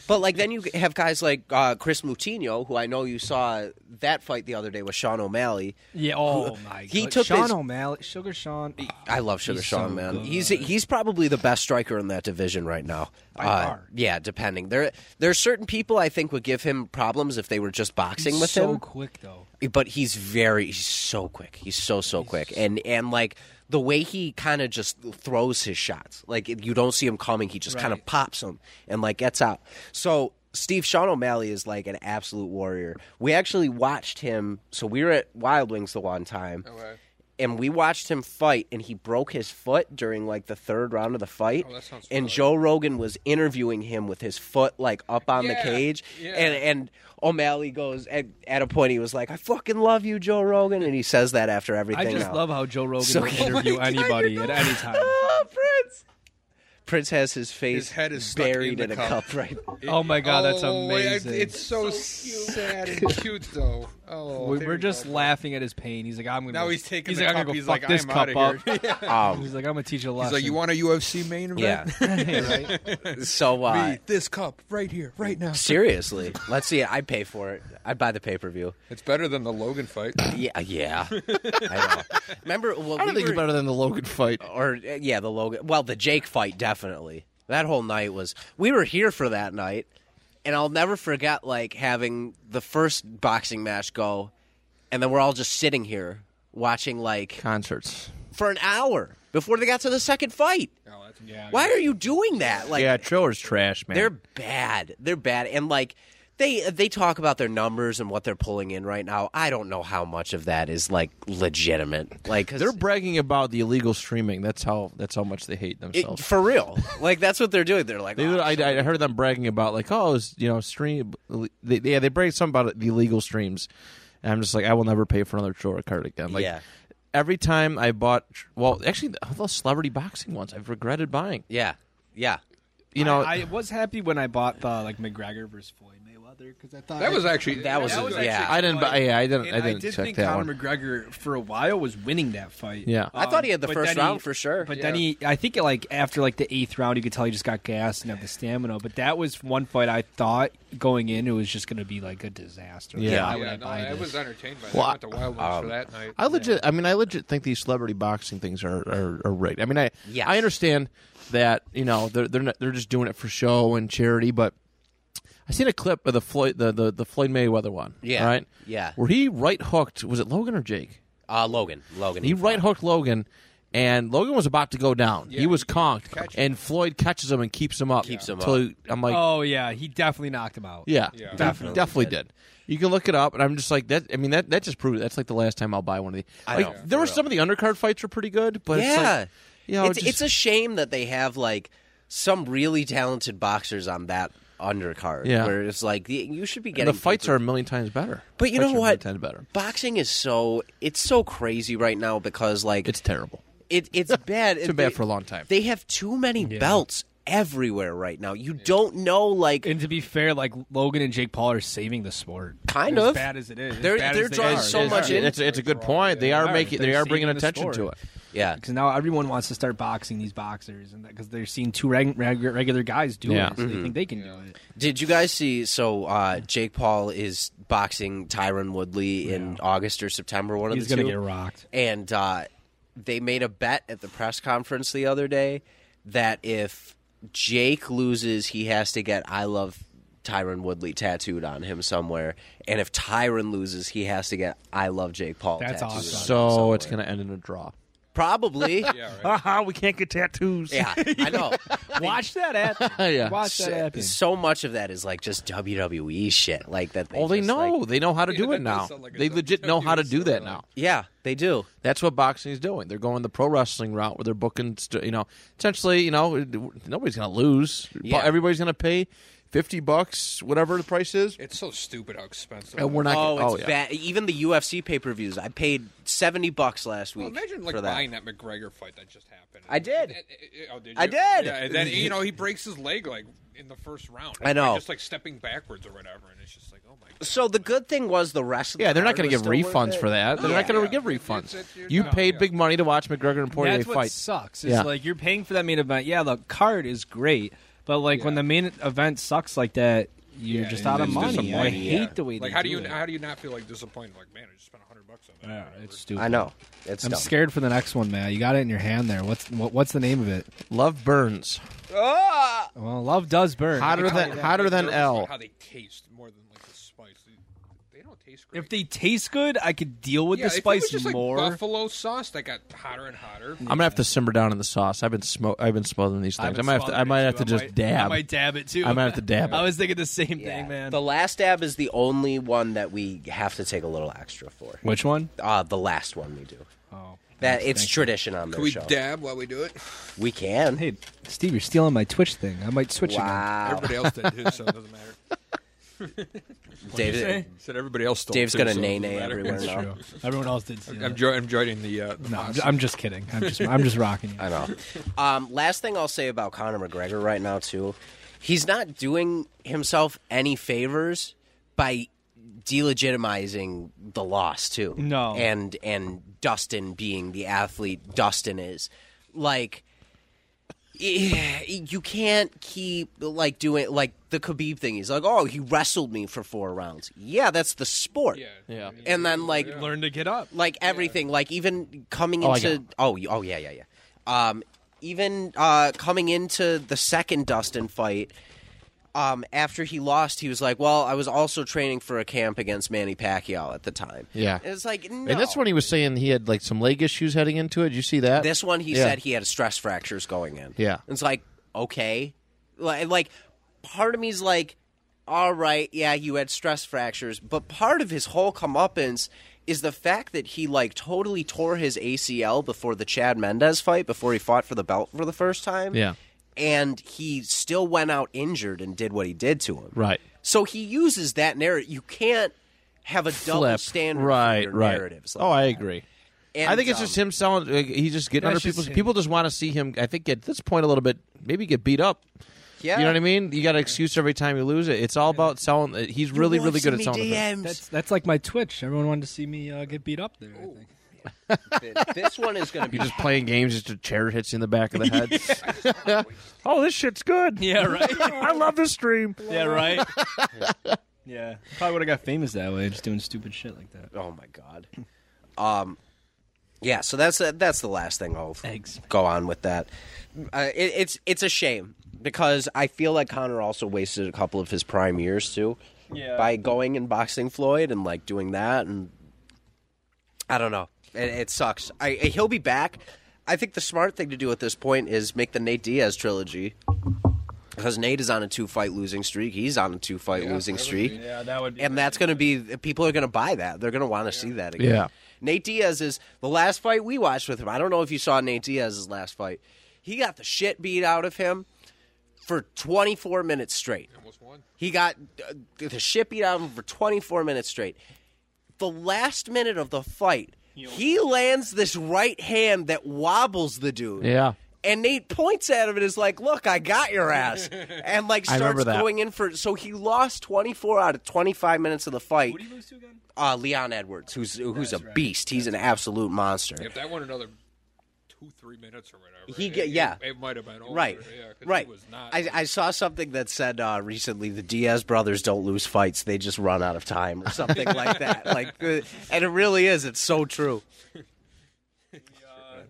but like then you have guys like uh, Chris Moutinho, who I know you saw that fight the other day with Sean O'Malley. yeah. Oh my He took Sean his- O'Malley, Sugar Sean. I love Sugar Ah, He's Sean, so man. good. He's he's probably the best striker in that division right now. By far. yeah. Depending there, there are certain people I think would give him problems if they were just boxing with so him. quick though. but he's very he's so quick he's so so quick and and like the way he kind of just throws his shots like if you don't see him coming he just kind of Right. pops him and like gets out so steve sean o'malley is like an absolute warrior we actually watched him so we were at wild wings the one time and we watched him fight and he broke his foot during like the third round of the fight Oh, that sounds and familiar. joe rogan was interviewing him with his foot like up on the Yeah, cage yeah. and and O'Malley goes at, at a point he was like, "I fucking love you, Joe Rogan," and he says that after everything. I just now. love how Joe Rogan So- will interview anybody at any time. Ah, Prince. Prince has his face His head is stuck buried in in, the a cup. cup right. Oh my god, that's Oh, wait, I- amazing. It's so, sad and cute, though. Oh, We- there We're you just go. laughing at his pain. He's like, I'm gonna. Now he's taking He's the like, I'm cup. gonna go He's fuck like, this I'm cup outta up. here. Um, He's like, I'm gonna teach you a He's lesson. like, you want a UFC main event? Yeah. so uh, Me, this cup right here, right now. seriously, let's see. I pay for it. I buy the pay per view. It's better than the Logan fight. Yeah, yeah. I know. Remember? Well, I don't we think were, it's better than the Logan fight. or uh, yeah, the Logan. Well, the Jake fight definitely. That whole night was. We were here for that night, and I'll never forget like having the first boxing match go, and then we're all just sitting here watching like Concerts. for an hour before they got to the second fight. Why are you doing that? Like yeah, Triller's trash, man. they're bad. They're bad, and like. They, they talk about their numbers and what they're pulling in right now. I don't know how much of that is like legitimate. Like 'cause- They're bragging about the illegal streaming. That's how. That's how much they hate it, themselves. for real. Like that's what they're doing. They're like, They "Oh, literally- I, I heard them bragging about like, oh, it's, you know, stream. They, yeah, they brag something about the illegal streams, and I'm just like, I will never pay for another Chora card again. Like, Yeah. every time I bought, well, actually, all those celebrity boxing ones, I've regretted buying. Yeah, yeah. You know, I was happy when I bought the like McGregor versus Floyd Mayweather because I thought That was actually That was- actually- yeah. I didn't buy- yeah, I didn't- And I didn't did check think that Conor one. McGregor for a while was winning that fight. Um, Yeah. I thought he had the but first then round for sure. But then he, I think, like after like the eighth round, you could tell he just got gassed and didn't have the stamina. But that was one fight I thought going in it was just going to be like a disaster. Like, Yeah. why would Yeah, I no, buy I this? was entertained by that. Well, I went to Wild Wings for that night. I legit. I mean, I legit think these celebrity boxing things are are, are rigged. I mean, I Yes. I understand that you know they're they're not, they're just doing it for show and charity, but I seen a clip of the Floyd the the, the Floyd Mayweather one. Yeah. right. Yeah. where he right hooked. Was it Logan or Jake? Uh, Logan, Logan. He right hooked Logan, and Logan was about to go down. he was conked, catch him. and Floyd catches him and keeps him up. Keeps him till up. he- I'm like, Oh yeah, he definitely knocked him out. yeah, Yeah. he Definitely definitely, did. You can look it up, and I'm just like that. I mean, that that just proves that's like the last time I'll buy one of these. I Like, know, for there were real. some of the undercard fights were pretty good, but it's Yeah, like, you know, it's just- it's a shame that they have like some really talented boxers on that undercard. Yeah. where it's like y- you should be and getting the fights people- are a million times better. But you Fights know are a million what? times better. Boxing is so it's so crazy right now because like It's terrible. it, it's bad. It's been bad for a long time. They have too many belts everywhere right now. You don't know, like, And to be fair, like Logan and Jake Paul are saving the sport. kind as of. bad as it is, as They're- bad they're as they drawing are, so they much are. in. It's, it's a good point. They are making. They They're are bringing saving the attention to sport. it. Yeah. Because now everyone wants to start boxing these boxers, and because they're seeing two reg- reg- regular guys do Yeah. it, so Mm-hmm. they think they can do it. Did you guys see? So uh, Jake Paul is boxing Tyron Woodley in August or September. One He's of the gonna two. get rocked. And uh, they made a bet at the press conference the other day that if Jake loses, he has to get "I love Tyron Woodley" tattooed on him somewhere, and if Tyron loses, he has to get "I love Jake Paul." That's tattooed on awesome. him So somewhere. it's going to end in a draw. probably. Haha, we can't get tattoos. yeah, I know. Watch that app. yeah. Watch that happen. So much of that is like just WWE shit, like that. They Oh, they just, like- know. they know how to do it Yeah, that does now. sound like a they legit know how to do that WWE now. yeah, they do. That's what boxing is doing. They're going the pro wrestling route where they're booking. St- you know, essentially, you know, nobody's going to lose. Yeah. Everybody's going to pay fifty bucks, whatever the price is, It's so stupid how expensive. and we're not. Oh, gonna, it's bad. Even the UFC pay per views, I paid seventy bucks last week. Well, imagine like for that. buying that McGregor fight that just happened. I did. And- and- and- oh, did I you? did. Yeah, and then you know he breaks his leg like in the first round. I know. just like stepping backwards or whatever, and it's just like, oh my. God. So the good thing was the rest. Of the Yeah, they're not card going was to give still worth refunds it. for that. They're not going to give It's- refunds. it's- you're you not- paid yeah. big money to watch McGregor and Poirier That's what fight. sucks. It's Yeah. like you're paying for that main event. Yeah, the card is great, but like when the main event sucks like that, you're Yeah, just it's out of just money. I disappointing, hate yeah. the way. Like, they how do you it. how do you not feel like disappointed? Like, man, I just spent hundred bucks on that. Yeah, or whatever. it's stupid. I know. It's I'm dumb. scared for the next one, Matt. You got it in your hand there. What's what, what's the name of it? Love burns Well, love does burn. hotter than hotter than Nervous about L. How they taste more than like the spice. They, they don't taste great. If they taste good, I could deal with yeah, the if it spice was just, like, more. buffalo sauce that got hotter and hotter. I'm gonna have to simmer down in the sauce. I've been smo- I've been smothering these things. I might have to. I might have to just dab. I might dab it too. I might have to dab it. I was thinking the same Yeah. thing, man. The last dab is the only one that we have to take a little extra for. Which one? Uh, the last one we do. Oh, That it's tradition on Can this we show. dab while we do it? we can. Hey, Steve, you're stealing my Twitch thing. I might switch again. wow, Everybody else did too, so it doesn't matter. David. Said everybody else stole. Dave's too, gonna so it nay doesn't nay matter. everywhere now. True. Everyone else did. Steal I'm, it. jo- I'm joining the. Uh, the no, I'm, posse. ju- I'm just kidding. I'm just I'm just rocking you. I know. Um, last thing I'll say about Conor McGregor right now too, he's not doing himself any favors by delegitimizing the loss too. No. and and Dustin being the athlete Dustin is, like. eh, You can't keep like doing like the Khabib thing. He's like, "Oh, he wrestled me for four rounds." Yeah, that's the sport. Yeah. Yeah. And then like Learn to get up. like everything like even coming I into got oh y- oh yeah yeah yeah um even uh coming into the second dustin fight um after he lost he was like well i was also training for a camp against manny pacquiao at the time Yeah. and it's like no. And that's when he was saying he had like some leg issues heading into it. Did you see that? this one he Yeah. said he had stress fractures going in Yeah. And it's like okay like, like part of me's like all right yeah you had stress fractures but part of his whole comeuppance is the fact that he like totally tore his acl before the chad mendez fight before he fought for the belt for the first time Yeah. and he still went out injured and did what he did to him Right. so he uses that narrative you can't have a double Flip. standard for Right. your Right. narratives like oh, I that. agree. And, I think it's um, just him selling. Like, he's just getting under That's just people's. him. People just want to see him. I think at this point a little bit, maybe get beat up. yeah You know what I mean? You got an excuse every time you lose it. It's all about selling. uh, He's really, really good at E selling. the thing. DMs. That's that's like my Twitch. Everyone wanted to see me uh, get beat up there. I think. this one is going to be You're just playing games. Just a chair hits you in the back of the head. oh, this shit's good. Yeah, right. I love this stream. yeah, right. yeah, probably would have got famous that way, just doing stupid shit like that. Oh my god. Um, yeah. So that's that's the last thing I'll Eggs. go on with that. Uh, it, it's it's a shame because I feel like Connor also wasted a couple of his prime years too. Yeah. By going and boxing Floyd and like doing that and I don't know. It, it sucks. I he'll be back. I think the smart thing to do at this point is make the Nate Diaz trilogy. Because Nate is on a two fight losing streak. He's on a two fight losing streak Yeah, that would be. and that's going to be people are going to buy that. They're going to want to see that again. Yeah. Nate Diaz is the last fight we watched with him. I don't know if you saw Nate Diaz's last fight. He got the shit beat out of him for 24 minutes straight. Almost won. He got uh, the shit beat out of him for 24 minutes straight. The last minute of the fight, He lands this right hand that wobbles the dude. Yeah. And Nate points at him and is like, "Look, I got your ass," and like I remember starts that. going in for. So he lost twenty four out of twenty five minutes of the fight. What do you lose to again? Uh, Leon Edwards, who's who's a beast. He's an absolute monster. If that went another two, three minutes or whatever, He it- get- it, yeah. it, might have been over. Right, yeah, 'cause he right. was not- I, I saw something that said uh, recently the Diaz brothers don't lose fights; they just run out of time or something like that. Like, uh, and it really is. It's so true.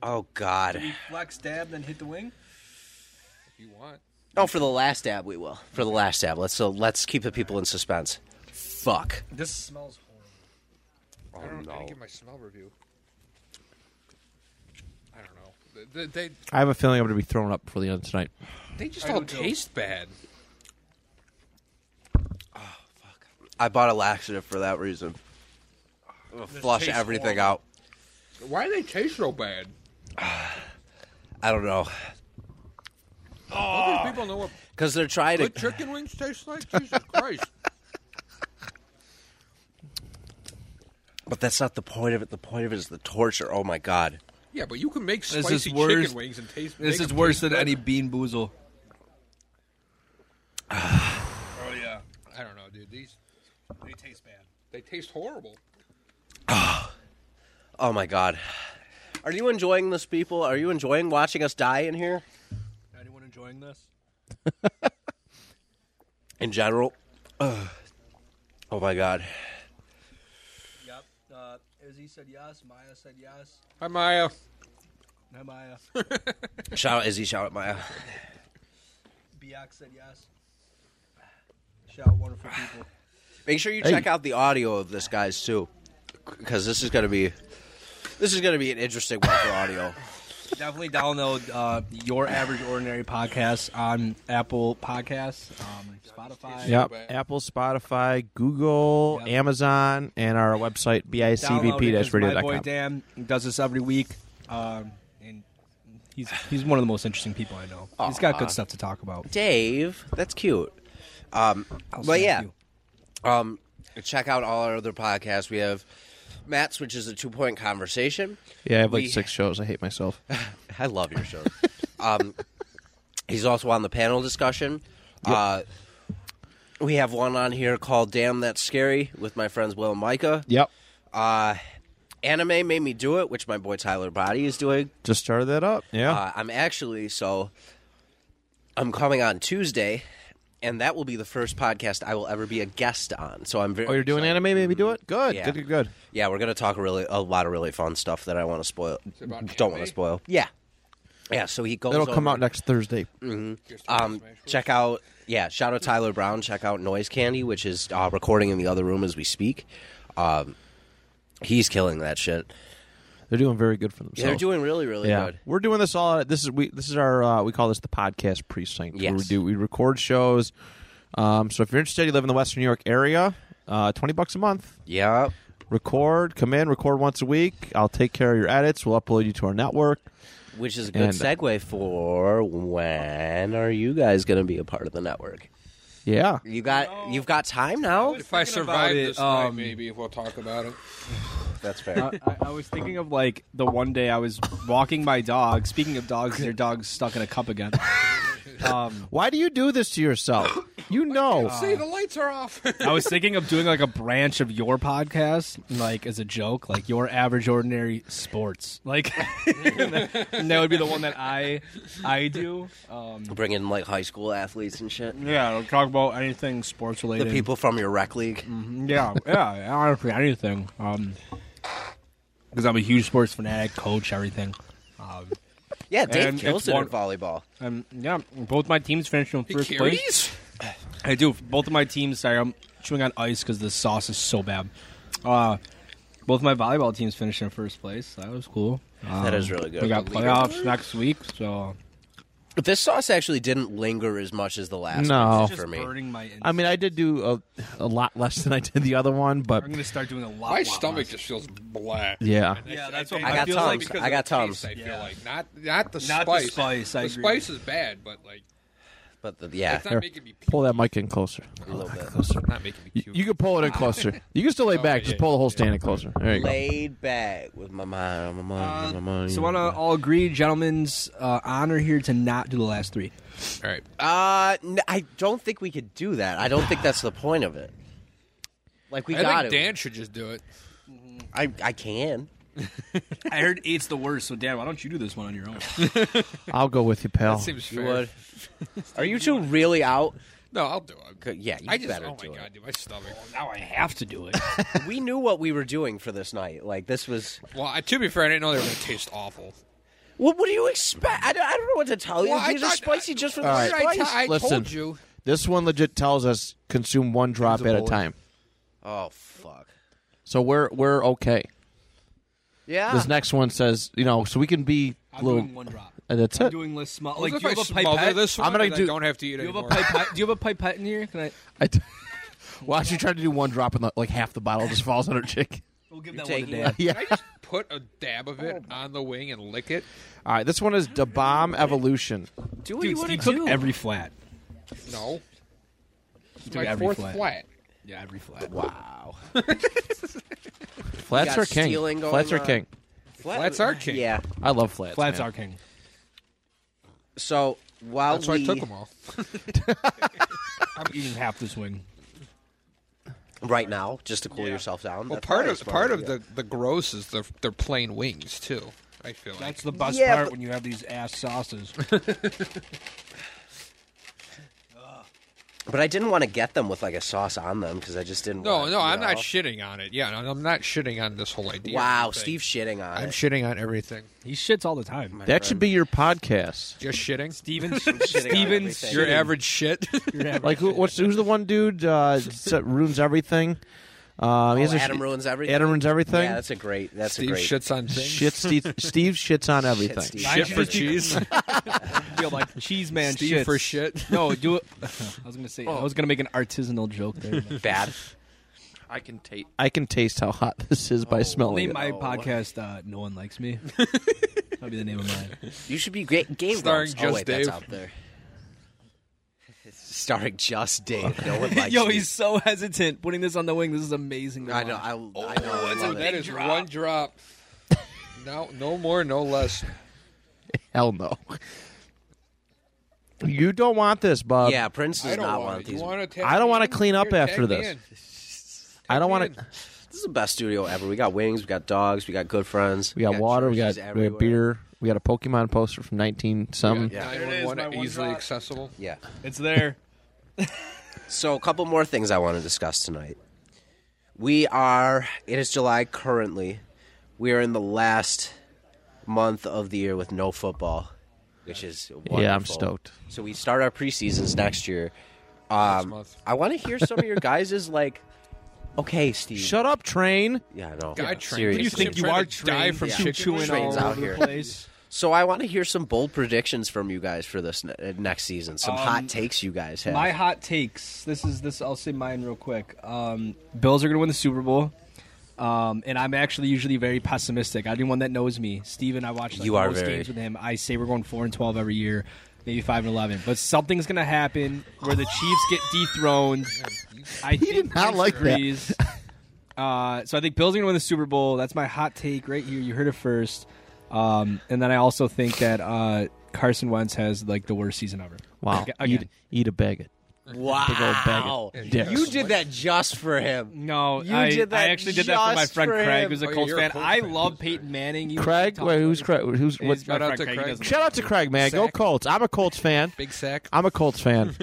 Oh God! We flex dab, then hit the wing. if you want. No, Oh, for the last dab we will. For the last dab, let's so let's keep the people in suspense. Fuck. This smells horrible. I don't know. Give my smell review. I don't know. They they, they- I have a feeling I'm going to be thrown up before the end of tonight. they just all taste bad. I bought a laxative for that reason. Flush tastes everything horrible. out. Why do they taste so bad? I don't know Ah. All these people know what because they're trying to. good chicken wings taste like. Jesus Christ! But that's not the point of it. The point of it is the torture. Oh my god. Yeah, but you can make is spicy worse- chicken wings and taste. This make is them worse taste than better. any Bean Boozle. Oh yeah. I don't know, dude. These They taste bad. they taste horrible. Oh my god. Are you enjoying this, people? Are you enjoying watching us die in here? Anyone enjoying this? In general. Ugh. Oh my god. Yep. Uh, Izzy said yes. Maya said yes. Hi Maya. Hi, Maya. Shout out Izzy, shout out Maya. Biak said yes. Shout out wonderful people. Make sure you check out the audio of this, guys, too, because this is gonna be this is gonna be an interesting one for audio. Definitely download uh, your average ordinary podcast on Apple Podcasts, um, Spotify. Yep. Apple, Spotify, Google, Amazon, and our website, Download it, 'cause My boy bicbp-radio.com. Dan does this every week, um, and he's he's one of the most interesting people I know. He's got good stuff to talk about. Dave, that's cute. Um, but smack yeah, you. um, check out all our other podcasts. We have Matt's, which is a two point conversation. Yeah, I have like We- six shows. I hate myself. I love your show. um, he's also on the panel discussion. Uh, we have one on here called "Damn That's Scary" with my friends Will and Micah. yep. Uh, anime made me do it, which my boy Tyler Body is doing. Just started that up. Yeah. Uh, I'm actually so I'm coming on Tuesday, and that will be the first podcast I will ever be a guest on. So I'm very. oh, you're doing anime? Maybe do it? Good. Yeah. Good, good, good. Yeah, we're gonna talk really a lot of really fun stuff that I want to spoil. about Don't want anime? to spoil. Yeah, yeah. So he goes. It'll come over- Mm. out next Thursday. Um, check out, yeah, shout out Tyler Brown. Check out Noise Candy, which is uh, recording in the other room as we speak. Um, he's killing that shit. They're doing very good for themselves. They're doing really, really yeah. good. We're doing this all. This is we. This is our. Uh, we call this the podcast precinct. where we Yes. do. We record shows. Um, so if you're interested, you live in the Western New York area, uh, twenty bucks a month. Yeah, Record, come in, record once a week. I'll take care of your edits. We'll upload you to our network. which is a good And- segue for when are you guys going to be a part of the network? Yeah. You got, you've got time now. If I survive it, this night, um, maybe we'll talk about it. That's fair. I, I was thinking of like the one day I was walking my dog. Speaking of dogs, your dog's stuck in a cup again. Um, Why do you do this to yourself? You know. See, the lights are off. I was thinking of doing like a branch of your podcast, like as a joke, like your average ordinary sports, like and that would be the one that I I do. Um, Bring in like high school athletes and shit. yeah, we'll talk about anything sports The related. people from your rec league. Mm. Yeah, yeah, honestly, anything. Um, because I'm a huge sports fanatic, coach, everything. Um, Yeah, Dave And kills it's it one- at volleyball. um, yeah, both my teams finished in first place. Curious? I do. Both of my teams. Sorry, I'm chewing on ice because the sauce is so bad. Uh, both my volleyball teams finished in first place. So that was cool. Um, That is really good. We got Leader. playoffs next week, so But this sauce actually didn't linger as much as the last. No. Oh. one for me. my. I mean, I did do a, a lot less than I did the other one, but I'm gonna start doing a lot. My stomach just feels black. yeah. Yeah, I- that's I what think I got feels like Tums. because I of got the taste, Tums. I feel like not not the Not the spice. spice, I the agree. spice is bad, but like But the, yeah, It's not making me puke Pull that mic in closer. a little bit. It's not making me puke. You can pull it in closer. You can still lay back. Just pull the whole stand in closer. There you go. Laid back with my mind, on my mind, Uh, on my mind. uh, So, want to all agree, gentlemen's uh, honor here to not do the last three. All right. Uh, n- I don't think we could do that. I don't think that's the point of it. Like we I got think it. Dan should just do it. I I can. I heard eight's the worst, so Dan, why don't you do this one on your own? I'll go with you, pal. Seems You fair. would. Are you two really out? No, I'll do it. Good- Yeah, you I just. better Oh my do god, dude, my stomach. now I have to do it. it. We knew what we were doing for this night. Like this was. Well, I, to be fair, I didn't know they were going to taste awful. What, what do you expect? I don't, I don't know what to tell you. Well, I These are thought- spicy just for the All right. spice. I, I Listen. told you. This one legit tells us consume one drop at a time. oh fuck. So we're we're okay. Yeah. This next one says, you know, so we can be I'm little. doing one drop. and that's I'm it. doing less small. Like, Like, if do you I have a smother pipette? this one, I'm gonna then do- I don't have to eat do you have a anymore. pipette? Do you have a pipette in here? Can I? I t- well, actually, trying to do one drop and like, like half the bottle just falls on her chick. We'll give You're that one to taking Dan. Yeah. Can I just put a dab of it on the wing and lick it? All right, this one is Da Bomb Evolution. do what Dude, you want to Steve do. took every flat. No. It's took my every fourth flat. flat. Yeah, every flat. wow. Flats got are king. stealing going Flats are on. king. Flats are king. Yeah. I love flats. Flats man. are king. So while That's why I we- took them all. I'm eating half this wing. right now, just to cool yourself down. Well, that's part probably of a smart part of idea. the the gross is they're they're plain wings too. I feel like That's the best Yeah, part but- when you have these ass sauces. But I didn't want to get them with like a sauce on them because I just didn't. no, want, no. you I'm not know? shitting on it. Yeah, no, I'm not shitting on this whole idea. or Wow, anything. Steve's shitting on I'm it. shitting on everything. he shits all the time. That should be your podcast. Just shitting. Steven, shitting on everything. Steven's Your average shit. Like who, what's who's the one dude uh, s- ruins everything? Uh, he has Oh, a sh- Adam ruins everything. Adam ruins everything. Yeah, that's a great. That's Steve a great. shits on things. Shit, Steve, Steve shits on everything. Steve. Shit for cheese. feel like cheese man Steve shits. for shit. No, do it. I was gonna say I was gonna make an artisanal joke there. but- bad. I can taste. I can taste how hot this is by smelling Name it. my podcast. Uh, no one likes me. That'll be the name of mine. You should be great. Game Starring Grumps. oh, Just wait, Dave. That's out there. Starring just Dave. No one likes Yo, me. he's so hesitant putting this on the wing. This is amazing. to I know. watch. I, I Oh, know. I That love it. is one drop. No, no more, no less. Hell no. You don't want this, bub. Yeah, Prince I does don't not want it. You these. wanna tag I don't me wanna in? clean up Here, after tag me this. in. I don't want to. This is the best studio ever. We got wings. We got dogs. We got good friends. We got water. We got, churches we everywhere. got beer. We got a Pokemon poster from nineteen some. Yeah, Yeah. there it is, my one easily drop. accessible. Yeah. it's there. So, a couple more things I want to discuss tonight. We are, it is July currently. We are in the last month of the year with no football, which is wonderful. Yeah, I'm stoked. So, we start our preseasons next year. Um, month. I want to hear some of your guys' like, okay, Steve. Shut up, train. yeah, no. God, yeah, train. seriously. What do you think you are die from Yeah. chicken chewing Trains all out over here. the place. So, I want to hear some bold predictions from you guys for this ne- uh, next season. Some hot takes you guys have. My hot takes. This is this. I'll say mine real quick. Um, Bills are going to win the Super Bowl, um, and I'm actually usually very pessimistic. Anyone that knows me, Steven, I watch like, You the are most very- games with him. I say we're going four and twelve every year, maybe five and eleven. But something's going to happen where the Chiefs get dethroned. I he did not like that. Uh, so I think Bills are going to win the Super Bowl. That's my hot take right here. You heard it first. Um, and then I also think that uh, Carson Wentz has like the worst season ever. Wow. Aga- Eat, again. eat a bag. Wow. bag of dicks. You did that just for him. No, You I, did that I actually did that for my just friend for him. Craig, who's a Oh, yeah, Colts you're a fan. Colts I fan. love Peyton Manning. You Craig, talk wait, about who's it. Craig? Who's He's what? my Shout out friend to He Craig. doesn't Shout out to Craig, man. Go Sack. Colts. I'm a Colts fan. Big sack. I'm a Colts fan.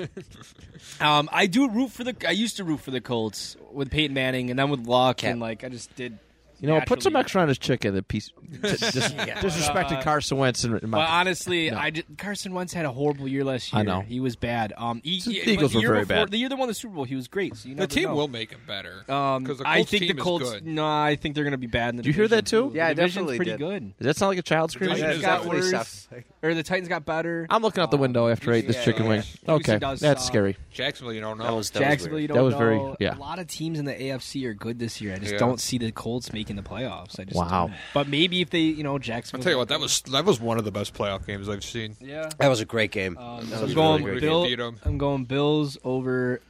Um, I do root for the. I used to root for the Colts with Peyton Manning, and then with Luck, Cap. and like I just did. You know, put some naturally. extra on his chicken. The piece dis- disrespected Carson Wentz. In, in my, But honestly, I did, Carson Wentz had a horrible year last year. I know. he was bad. Um, he, So the he- Eagles but the were year very before- bad. The year they won the Super Bowl, he was great. So you the never team know. will make him better. Um, because the I Colts think team the is Colts. good. No, I think they're going to be bad. In the Did you hear division. that too? The Yeah, I division's definitely pretty did. good. does that sound like a child screaming? Yeah, Yeah, it's it's got definitely worse. stuff. or the Titans got better. I'm looking out the window after I ate this chicken wing. yeah. Okay, UC does that's suck. scary. Jacksonville, you don't know. That was that Jacksonville, was weird. you don't That was know. very- yeah. A lot of teams in the AFC are good this year. I just Yeah. don't see the Colts making the playoffs. I just Wow. don't. But maybe if they, you know, Jacksonville. I'll tell you what, that was that was one of the best playoff games I've seen. Yeah. That was a great game. Um, that was so I'm a going really great Bill- game. Bill, Beat 'em. I'm going Bills over.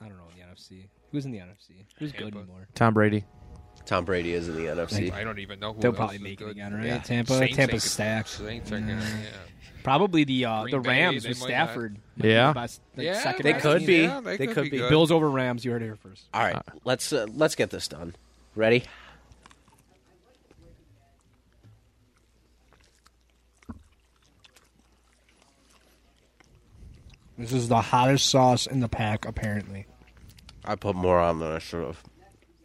I don't know the NFC. Who's in the NFC? Who's good Tampa. anymore? Tom Brady. Tom Brady is in the NFC. I don't even know. Who They'll else probably is make it good. again, right? Yeah. Tampa- Saints Tampa's ain't- stacked. Saints are gonna- yeah. Probably the uh, the Green Bay, Rams they with might Stafford. might be Yeah. the best- the Yeah, second They best could team. be. Yeah, They could be. good. Bills over Rams. You heard it here first. All right, let's uh, let's get this done. Ready? This is the hottest sauce in the pack, apparently. I put more on than I should have.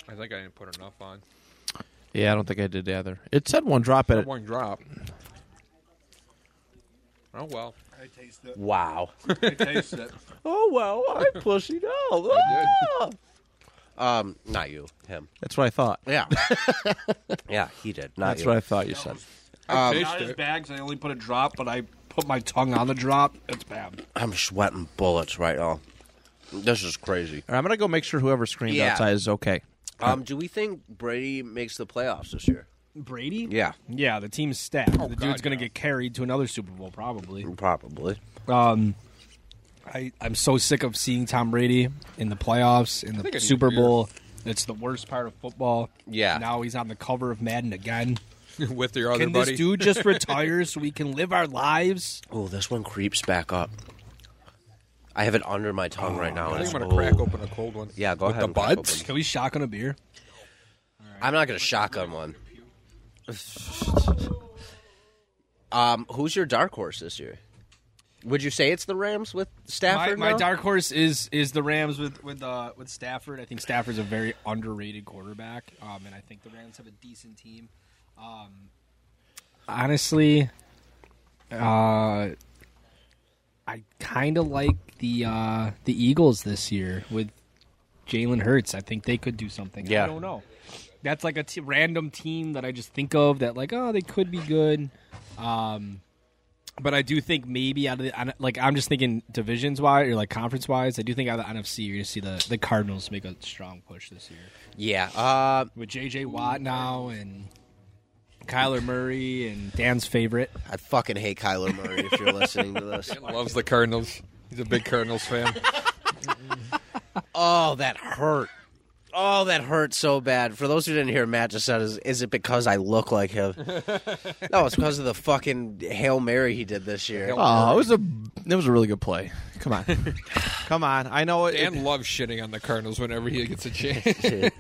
I think I didn't put enough on. Yeah, I don't think I did either. It said one drop at it. One drop. Oh well. I taste it. Wow. I taste it. oh well, I pussied out. Ah! um, not you, him. That's what I thought. Yeah, yeah, he did. Not That's you. what I thought you said. Um, Not as bags. I only put a drop, but I put my tongue on the drop. It's bad. I'm sweating bullets right now. This is crazy. All right, I'm gonna go make sure whoever screamed Yeah. outside is okay. Um, do we think Brady makes the playoffs this year? Brady? Yeah, Yeah, the team's stacked. the Oh, God, dude's going yeah. to get carried to another Super Bowl, probably. probably. Um, I, I'm so sick of seeing Tom Brady in the playoffs, in think I the need a Super beer. Bowl. It's the worst part of football. Yeah. Now he's on the cover of Madden again. With your other Can buddy. this dude just retire so we can live our lives? Oh, this one creeps back up. I have it under my tongue right now. I and think I'm it's- gonna crack oh. open a cold one. Yeah, go With ahead The and crack buds. open. Can we shotgun a beer? I'm not gonna shotgun one. um, who's your dark horse this year? Would you say it's the Rams with My, Stafford? my now? dark horse is is the Rams with with uh, with Stafford. I think Stafford's a very underrated quarterback, um, and I think the Rams have a decent team. Um, honestly, uh, I kind of like the uh, the Eagles this year with Jalen Hurts. I think they could do something. Yeah. I don't know. That's like a t- random team that I just think of that like oh they could be good. Um, But I do think maybe out of the like I'm just thinking divisions wise or like conference wise, I do think out of the NFC you're gonna see the the Cardinals make a strong push this year yeah. Uh, with J.J. Watt now and Kyler Murray and Dan's favorite. I fucking hate Kyler Murray. if you're listening to this, Loves the Cardinals. He's a big Cardinals fan. oh, that hurt. Oh, that hurt so bad. For those who didn't hear, Matt just said, "Is, is it because I look like him?" no, it's because of the fucking hail mary he did this year. Oh, it was a it was a really good play. Come on, come on. I know. It, Dan loves shitting on the Cardinals whenever he gets a chance. is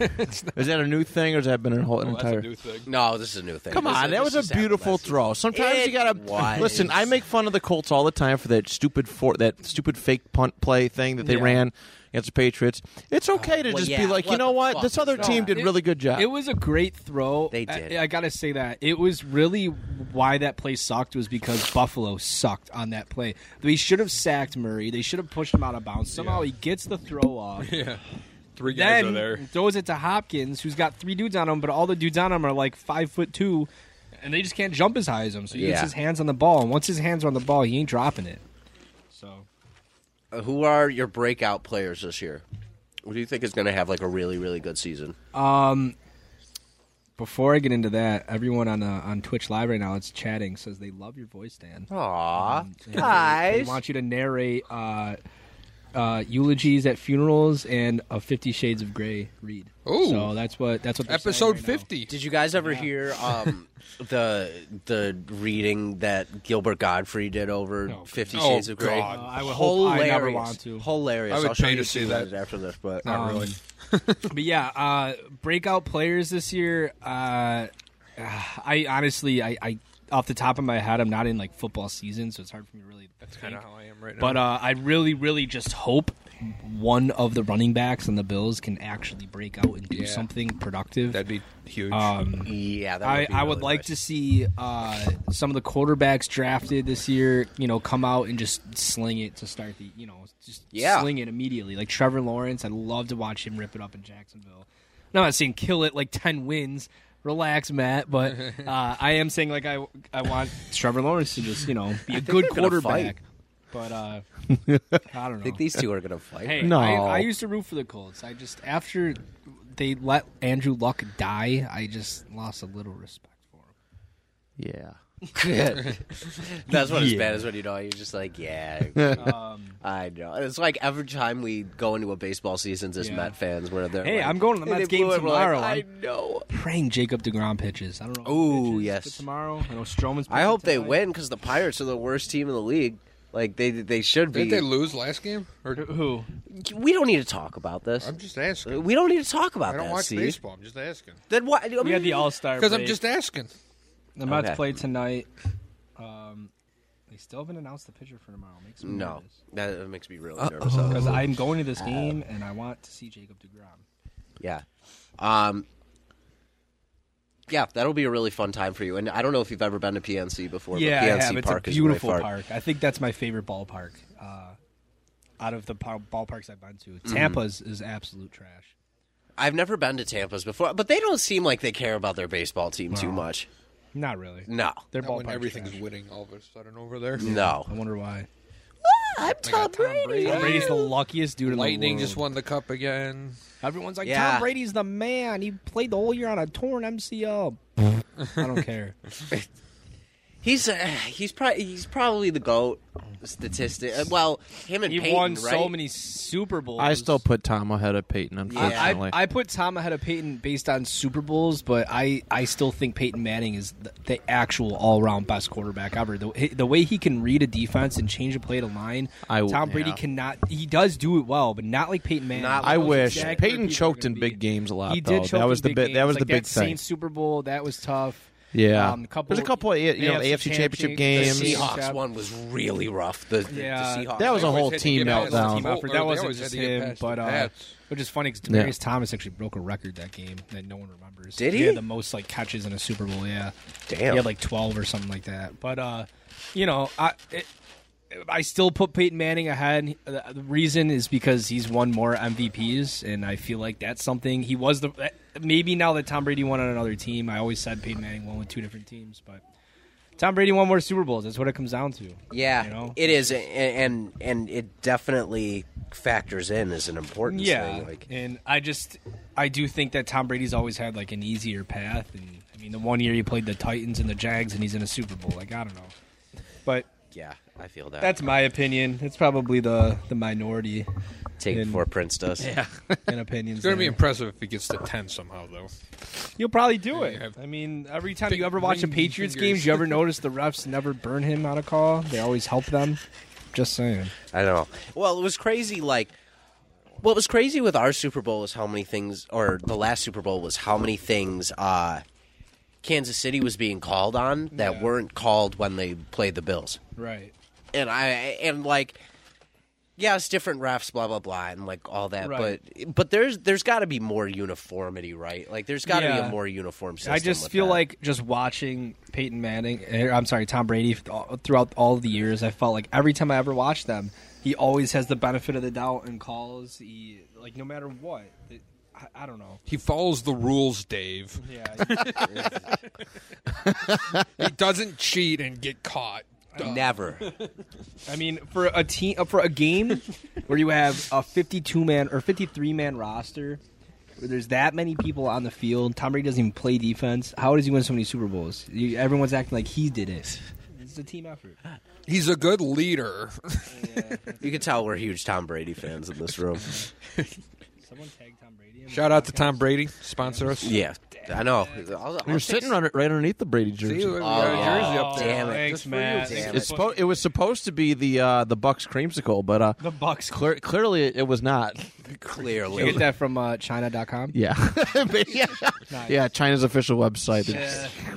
that a new thing or has that been a whole Oh, That's a entire? new thing. No, this is a new thing. Come This- on, that this was a just happened beautiful last season. throw. Sometimes It you gotta was. listen. I make fun of the Colts all the time for that stupid for that stupid fake punt play thing that they Yeah. Oh, ran against the Patriots. It's okay to well, just yeah, be like, you what know the what, fuck this is other that? team did It- really good job. It was a great throw. They did. I, I gotta say that it was really why that play sucked was because Buffalo sucked on that play. They should have sacked Murray. They should have pushed him out of bounds. Somehow he gets the throw off. Three guys then are there. throws it to Hopkins, who's got three dudes on him, but all the dudes on him are like five foot two, and they just can't jump as high as him. So he Yeah. gets his hands on the ball, and once his hands are on the ball, he ain't dropping it. So Uh, Who are your breakout players this year? Who do you think is going to have like a really really good season? before I get into that, everyone on uh, on Twitch Live right now that's chatting says they love your voice, Dan. Aw, And they- They, want you to narrate uh, uh, eulogies at funerals and a Fifty Shades of Grey read. Ooh. So that's what that's what they're saying Episode right now. fifty. Did you guys ever hear um, the the reading that Gilbert Godfrey did over Fifty God. Shades of Oh, Grey? God. Uh, I would hope- I never want to. Hilarious. I would I'll show pay you to two see that. guys after this, but um, Not really. But yeah, uh, breakout players this year. Uh, I honestly, I, I off the top of my head, I'm not in like football season, so it's hard for me to really. That's Kind of how I am right now. But uh, I really, really just hope one of the running backs on the Bills can actually break out and do Yeah. something productive. Um, that'd be huge. uh, yeah, that would I, be I would really like nice. to see uh, some of the quarterbacks drafted this year, you know, come out and just sling it to start the, you know, just Yeah. sling it immediately. Like Trevor Lawrence, I'd love to watch him rip it up in Jacksonville. I'm not saying kill it like 10 wins, relax, Matt. But uh, I am saying like I I want Trevor Lawrence to just you know be a good quarterback. But uh, I don't know. These two are gonna fight. Hey, No. I, I used to root for the Colts. I just after they let Andrew Luck die, I just lost a little respect for him. Yeah. Good. That's what it's bad is when you know you're just like, yeah, Um, I know. And It's like every time we go into a baseball season as Yeah. Met fans, where they're Hey, like, I'm going to the "Hey, they Mets game blew it." We're like, tomorrow. I I'm- know. Praying Jacob Degrom pitches. I don't know. if he Ooh, pitches, yes. but tomorrow. I know Stroman's. I hope they pitching win because the Pirates are the worst team in the league. Like they they should be. Didn't they lose last game? Or tonight. Who? we don't need to talk about this. I'm just asking. We don't need to talk about I don't that. watch Steve. baseball. I'm just asking. Then why? I mean, We had the All Star Because I'm just asking. The Mets Okay. play tonight. Um, they still haven't announced the pitcher for tomorrow. Makes me no. nervous. That that makes me really nervous. though. because I'm going to this game and I want to see Jacob Degrom. Yeah. Um, yeah, that'll be a really fun time for you. And I don't know if you've ever been to PNC before. Yeah, but I PNC have. It's a Park is beautiful really fun. park. I think that's my favorite ballpark. Uh, out of the par- ballparks I've been to, Tampa's is absolute trash. I've never been to Tampa's before, but they don't seem like they care about their baseball team too much. Not really. No, Their Not when ballpark. everything's winning all of a sudden over there. no. I wonder why. I'm Tom Brady. Tom Brady's the luckiest dude in Lightning the world. just won the cup again. Everyone's like, Yeah. Tom Brady's the man. He played the whole year on a torn MCL. I don't care. He's uh, he's probably he's probably the goat statistic. uh, Well, him and He Peyton, won right? so many Super Bowls. I still put Tom ahead of Peyton, I, unfortunately. I, I put Tom ahead of Peyton based on Super Bowls, but I, I still think Peyton Manning is the, the actual all round best quarterback ever. The, he- the way he can read a defense and change a play to line, I w- Tom Brady yeah. cannot. He does do it well, but not like Peyton Manning. Not I Those wish exact Peyton people are choked in gonna big beat. games a lot. he though. did. that choke was in the big big. That games, was like the big that thing. Saints Super Bowl that was tough. Yeah, Um, couple- there's a couple of you know AFC AFC Championship championship. The games. Damn. Seahawks one was really rough. The, the- the Yeah. Seahawks. That was a They always whole had to team get past the meltdown. team Team effort. over. They That wasn't always just had to get him, past the but uh, Pats. which is funny because Yeah. Demarius Thomas actually broke a record that game that no one remembers. Did he? He had the most like catches in a Super Bowl. Yeah, Damn. He had like twelve or something like that. But uh, you know, I it, I still put Peyton Manning ahead. The the reason is because he's won more MVPs, and I feel like that's something he was the that- maybe now that Tom Brady won on another team. I always said Peyton Manning won with two different teams, but. Tom Brady won more Super Bowls. That's what it comes down to. Yeah, you know? it is, a- and and it definitely factors in as an important Yeah, thing. Like, and I just I do think that Tom Brady's always had like an easier path, and I mean the one year he played the Titans and the Jags, and he's in a Super Bowl. Like I don't know, but yeah, I feel that. that's my opinion. It's probably the the minority Take in- before Prince does. Yeah. in opinions. It's going to be there. impressive if he gets to 10 somehow, though. You'll probably do you it. have I mean, every time big you ever watch a ring Patriots game, fingers. you ever notice the refs never burn him out of call? They always help them. Just saying. I know. Well, it was crazy. Like, what was crazy with our Super Bowl is how many things, or the last Super Bowl was how many things uh, Kansas City was being called on that weren't called when they played the Bills. Right. And I and like, yeah, it's different refs, blah blah blah, and like all that. Right. But but there's there's got to be more uniformity, right? Like, there's got to be Yeah. a more uniform system. I just with feel that. like just watching Peyton Manning, er, I'm sorry, Tom Brady th- all- throughout all the years, I felt like every time I ever watched them, he always has the benefit of the doubt and calls. He like no matter what. It- I, I don't know. He follows the rules, Dave. Yeah, He doesn't cheat and get caught. Duh. never. I mean for a team uh, for a game where you have a 52 man or 53 man roster. Where there's that many people on the field. Tom Brady doesn't even play defense. How does he win so many Super Bowls? You, everyone's acting like he did it. It's a team effort. He's a good leader. You can tell we're huge Tom Brady fans in this room. Someone tagged Tom Brady. in the Shout out to podcast. Tom Brady. Sponsor us. yeah, I know. I'll- We I'll were take sitting right, right underneath the Brady See, jersey. we got a yeah. jersey up there. Damn it. Thanks, Just for you, Matt. Dave. Damn It's suppo- it was supposed to be the uh, the Bucks creamsicle, but uh, The Bucks. clear- clearly it, it was not. clearly. You get that from uh, China.com. Yeah, But yeah. yeah. China's official website.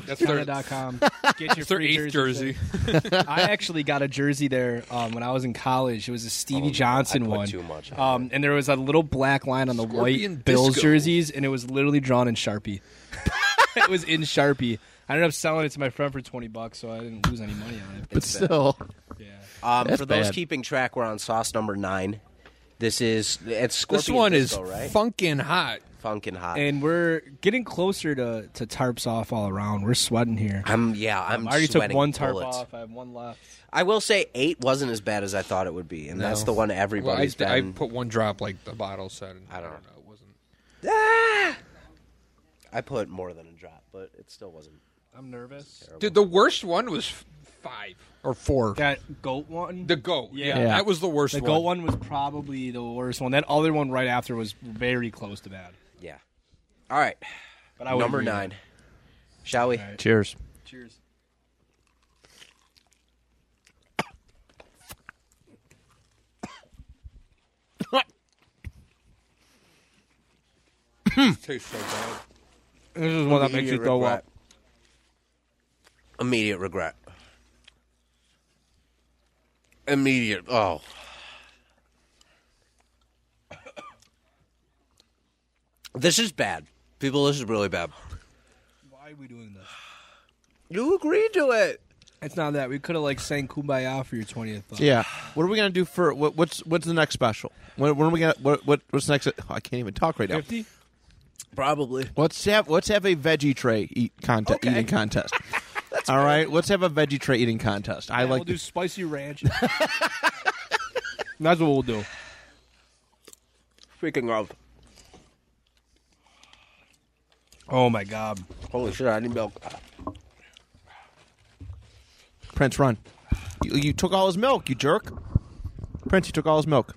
That's their, China.com. Get your that's their free eighth jersey. I actually got a jersey there um, when I was in college. It was a Stevie Johnson Oh, I put one. too much on um, and there was a little black line on the Scorpion white Bills disco. jerseys, and it was literally drawn in Sharpie. it was in Sharpie. I ended up selling it to my friend for twenty bucks, so I didn't lose any money on it. but still, yeah. Um, That's for those bad. keeping track, we're on sauce number nine. This is it's Scorpion This one is Disco, right. funkin' hot. funkin' hot. and we're getting closer to, to tarps off all around. We're sweating here. I'm yeah. I'm I already took sweating one tarp bullets. off. I have one left. I will say eight wasn't as bad as I thought it would be, and that's the one Well, I, everybody's I been. put one drop like the bottle said. and I don't know. It wasn't. Ah! I put more than a drop, but it still wasn't. I'm nervous. Dude, the worst one was f- five or four. That goat one. the goat. Yeah. Yeah. that was the worst The one. goat one was probably the worst one. That other one right after was very close to bad. Yeah. All right. But I would Number agree. nine. Shall we? Cheers. Cheers. Tastes so bad. This is one that makes you Immediate throw regret. up. Immediate regret. Immediate. Oh. This is bad. People, this is really bad. Why are we doing this? You agreed to it. It's not that we could have like sang "Kumbaya" for your twentieth. Yeah. What are we gonna do for what, what's what's the next special? When, when are we gonna what, what what's next? Oh, I can't even talk right now. fifty. Probably. Let's have let's have a veggie tray eat contest eating contest. All right, let's have a veggie tray eating contest. I we'll like do this. spicy ranch. That's what we'll do. Freaking up. Oh my god! Holy shit, I need milk. Prince run. You, you took all his milk, you jerk. Prince, you took all his milk.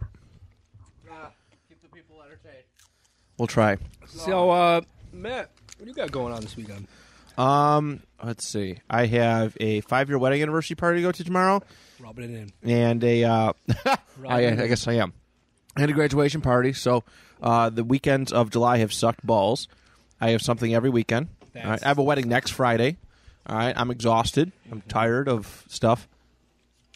We'll try. So, uh, Matt, what do you got going on this weekend? Um, let's see. I have a five-year wedding anniversary party to go to tomorrow, Rubbing it in. and a uh, I, I guess I am, and a graduation party. So, uh, the weekends of July have sucked balls. I have something every weekend. All right, I have a wedding next Friday. All right, I'm exhausted. I'm Mm-hmm. tired of stuff.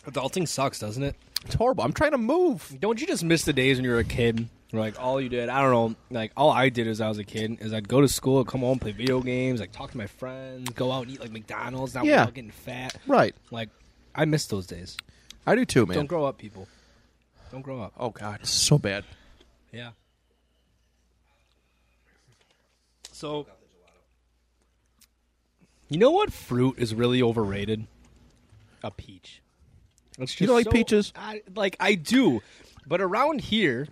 Adulting sucks, doesn't it? It's horrible. I'm trying to move. Don't you just miss the days when you were a kid? Where, Like all you did, I don't know. Like all I did as I was a kid is I'd go to school, come home, play video games, like talk to my friends, go out and eat like McDonald's. Now we're Yeah. all getting fat. Right. Like I miss those days. I do too, man. Don't grow up, people. Don't grow up. oh God, it's so bad. Yeah. So, you know what fruit is really overrated? A peach. It's You just don't like so- peaches? I, like I do, but around here,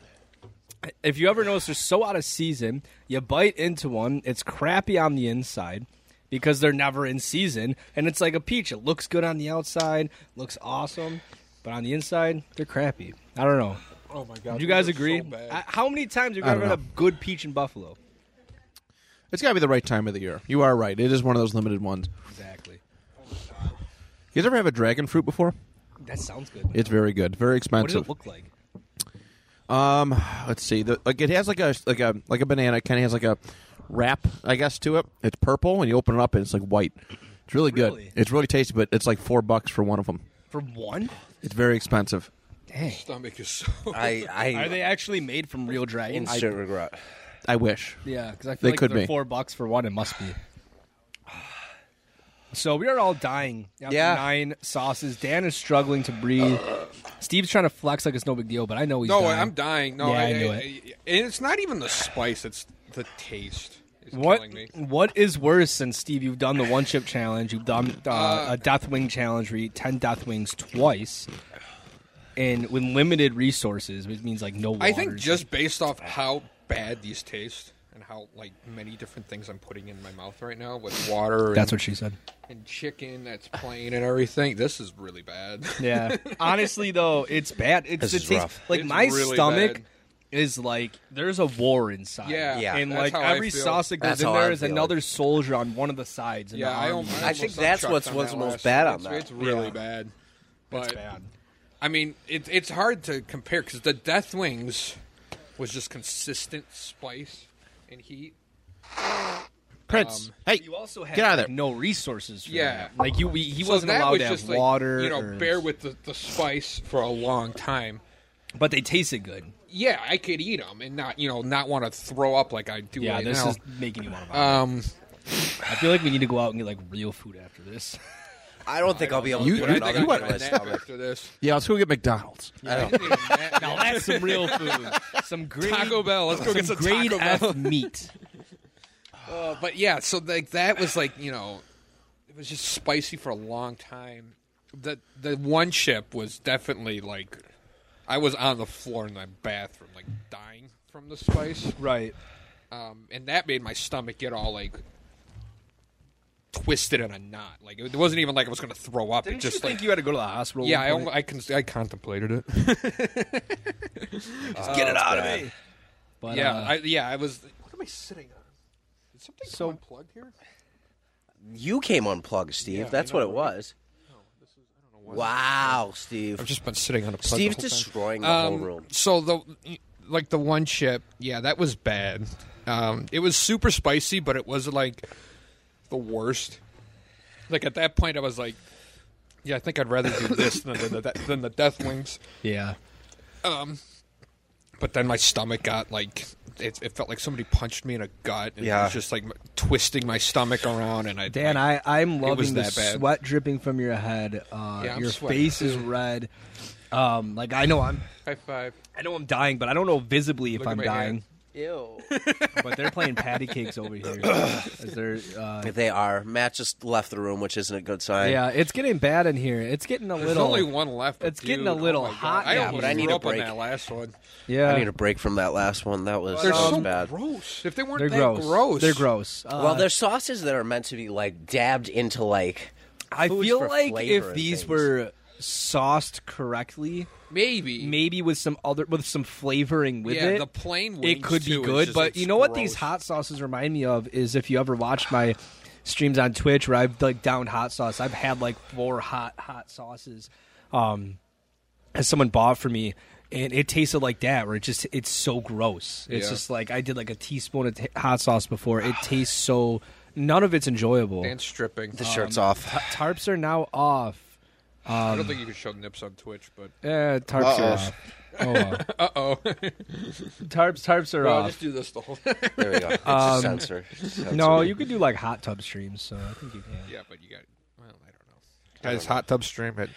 if you ever notice, they're so out of season. You bite into one, it's crappy on the inside because they're never in season, and it's like a peach. It looks good on the outside, looks awesome, but on the inside, they're crappy. I don't know. Oh my god. Do you guys those are agree? So bad. I- how many times have you I ever don't had a good peach in Buffalo? It's got to be the right time of the year. You are right. It is one of those limited ones. Exactly. You guys ever have a dragon fruit before? That sounds good. It's very good. Very what does expensive. it look like? Um, let's see. The, like it has like a like a like a banana. It kind of has like a wrap, I guess, to it. It's purple, and you open it up, and it's like white. It's really, Really? good. It's really tasty, but it's like four bucks for one of them. From one? It's very expensive. Stomach is so. I, I, Are they actually made from real dragons? instant regret. I wish. yeah, because I feel They like could they're be. four bucks for one. It must be. So we are all dying. after Yeah. Nine sauces. Dan is struggling to breathe. Steve's trying to flex like it's no big deal, but I know he's no, dying. I'm dying. No, Yeah, I, I knew I- it. I- and it's not even the spice; it's the taste. Is What killing me. What is worse than Steve? You've done the one chip challenge. You've done uh, a death wing challenge where you eat ten death wings twice, and with limited resources, which means like no. Water. I think just based off how bad these taste and how like many different things I'm putting in my mouth right now with water. that's and, what she said. and chicken that's plain and everything. This is really bad. Yeah. Honestly, though, it's bad. It's This it is tastes- rough. Like It's my really stomach bad. is like there's a war inside. Yeah, Yeah. And that's like how I every feel. sauce that goes That's in how there I'm is feeling. another soldier on one of the sides. In yeah, the I, army. almost, I think that's got what's- chucked on what's that most last bad one. on It's- that. It's really Yeah. bad. That's But bad. I mean, it, it's hard to compare because the Death Wings was just consistent spice and heat. Prince, hey, You also had Get out of like, there. no resources. For Yeah. that. like you, we, he So wasn't that allowed was to just have like, water. You know, or- bear with the, the spice for a long time. but they tasted good. Yeah, I could eat them and not, you know, not want to throw up like I do Yeah, right this now. is making you want to. um, I feel like we need to go out and get like real food after this. I don't think I'll be able to You, put you, another you one want on this stomach. after this? Yeah, let's go get McDonald's. Now that's some real food. Some grade, Taco Bell. Let's go get some grade Taco Bell. F meat. Uh, but yeah, so like that was like you know, it was just spicy for a long time. The the one chip was definitely like, I was on the floor in the bathroom, like dying from the spice, Right. um, and that made my stomach get all like twisted in a knot. Like it wasn't even like I was gonna throw up. Didn't it just you think like you had to go to the hospital? yeah, I, only, only, I, con- I contemplated it. Get it out of me. But, yeah, uh, I, yeah, I was. What am I sitting on? Did something so, unplugged here? You came unplugged, Steve. That's what it was. Wow, Steve. I've just been sitting on a plug. Steve's the whole time. destroying the whole room. Um, So the like the one chip, yeah, that was bad. Um, it was super spicy, but it was like the worst. Like at that point, I was like, yeah, I think I'd rather do this than the, the, than the death wings. yeah. But then my stomach got like. It, it felt like somebody punched me in a gut, and it Yeah. was just like twisting my stomach around. And I Dan, like, I, I'm loving the that bad. sweat dripping from your head. Uh, Yeah, I'm your sweating. face is red. Um, like I know I'm, high five. I know I'm dying, but I don't know visibly if Look at I'm my dying. Ew. But they're playing patty cakes over here. As they're, uh, They are. Matt just left the room, which isn't a good sign. yeah, it's getting bad in here. It's getting a There's little. only one left. but it's getting dude, a little oh my God, hot I now, almost but I need threw a up break. on that last one. yeah, I need a break from that last one. That was, They're that was so bad. gross. If they weren't they're that gross. gross, They're gross. Uh, Well, there's sauces that are meant to be like dabbed into like. Uh, I foods feel for like flavor if and these things. were sauced correctly, Maybe. maybe with some other with some flavoring with yeah, it, the plain wings it could be too, it's good. just- But it's you know what these gross. hot sauces remind me of is if you ever watched my streams on Twitch where I've like downed hot sauce. I've had like four hot hot sauces, um, as someone bought for me. And it tasted like that, where it just—it's so gross. It's Yeah. just like I did like a teaspoon of t- hot sauce before. It tastes so. None of it's enjoyable. and stripping. Um, The shirt's off. tarps are now off. I don't think you can show nips on Twitch, but Eh, tarps are off. Oh, uh Uh-oh. tarps, tarps are I'll off. just do this the whole. uh, yeah, There we go. It's um, a sensor. No, you could do like hot tub streams, so I think you can. but you got. Well, I don't know. Guys, hot tub stream at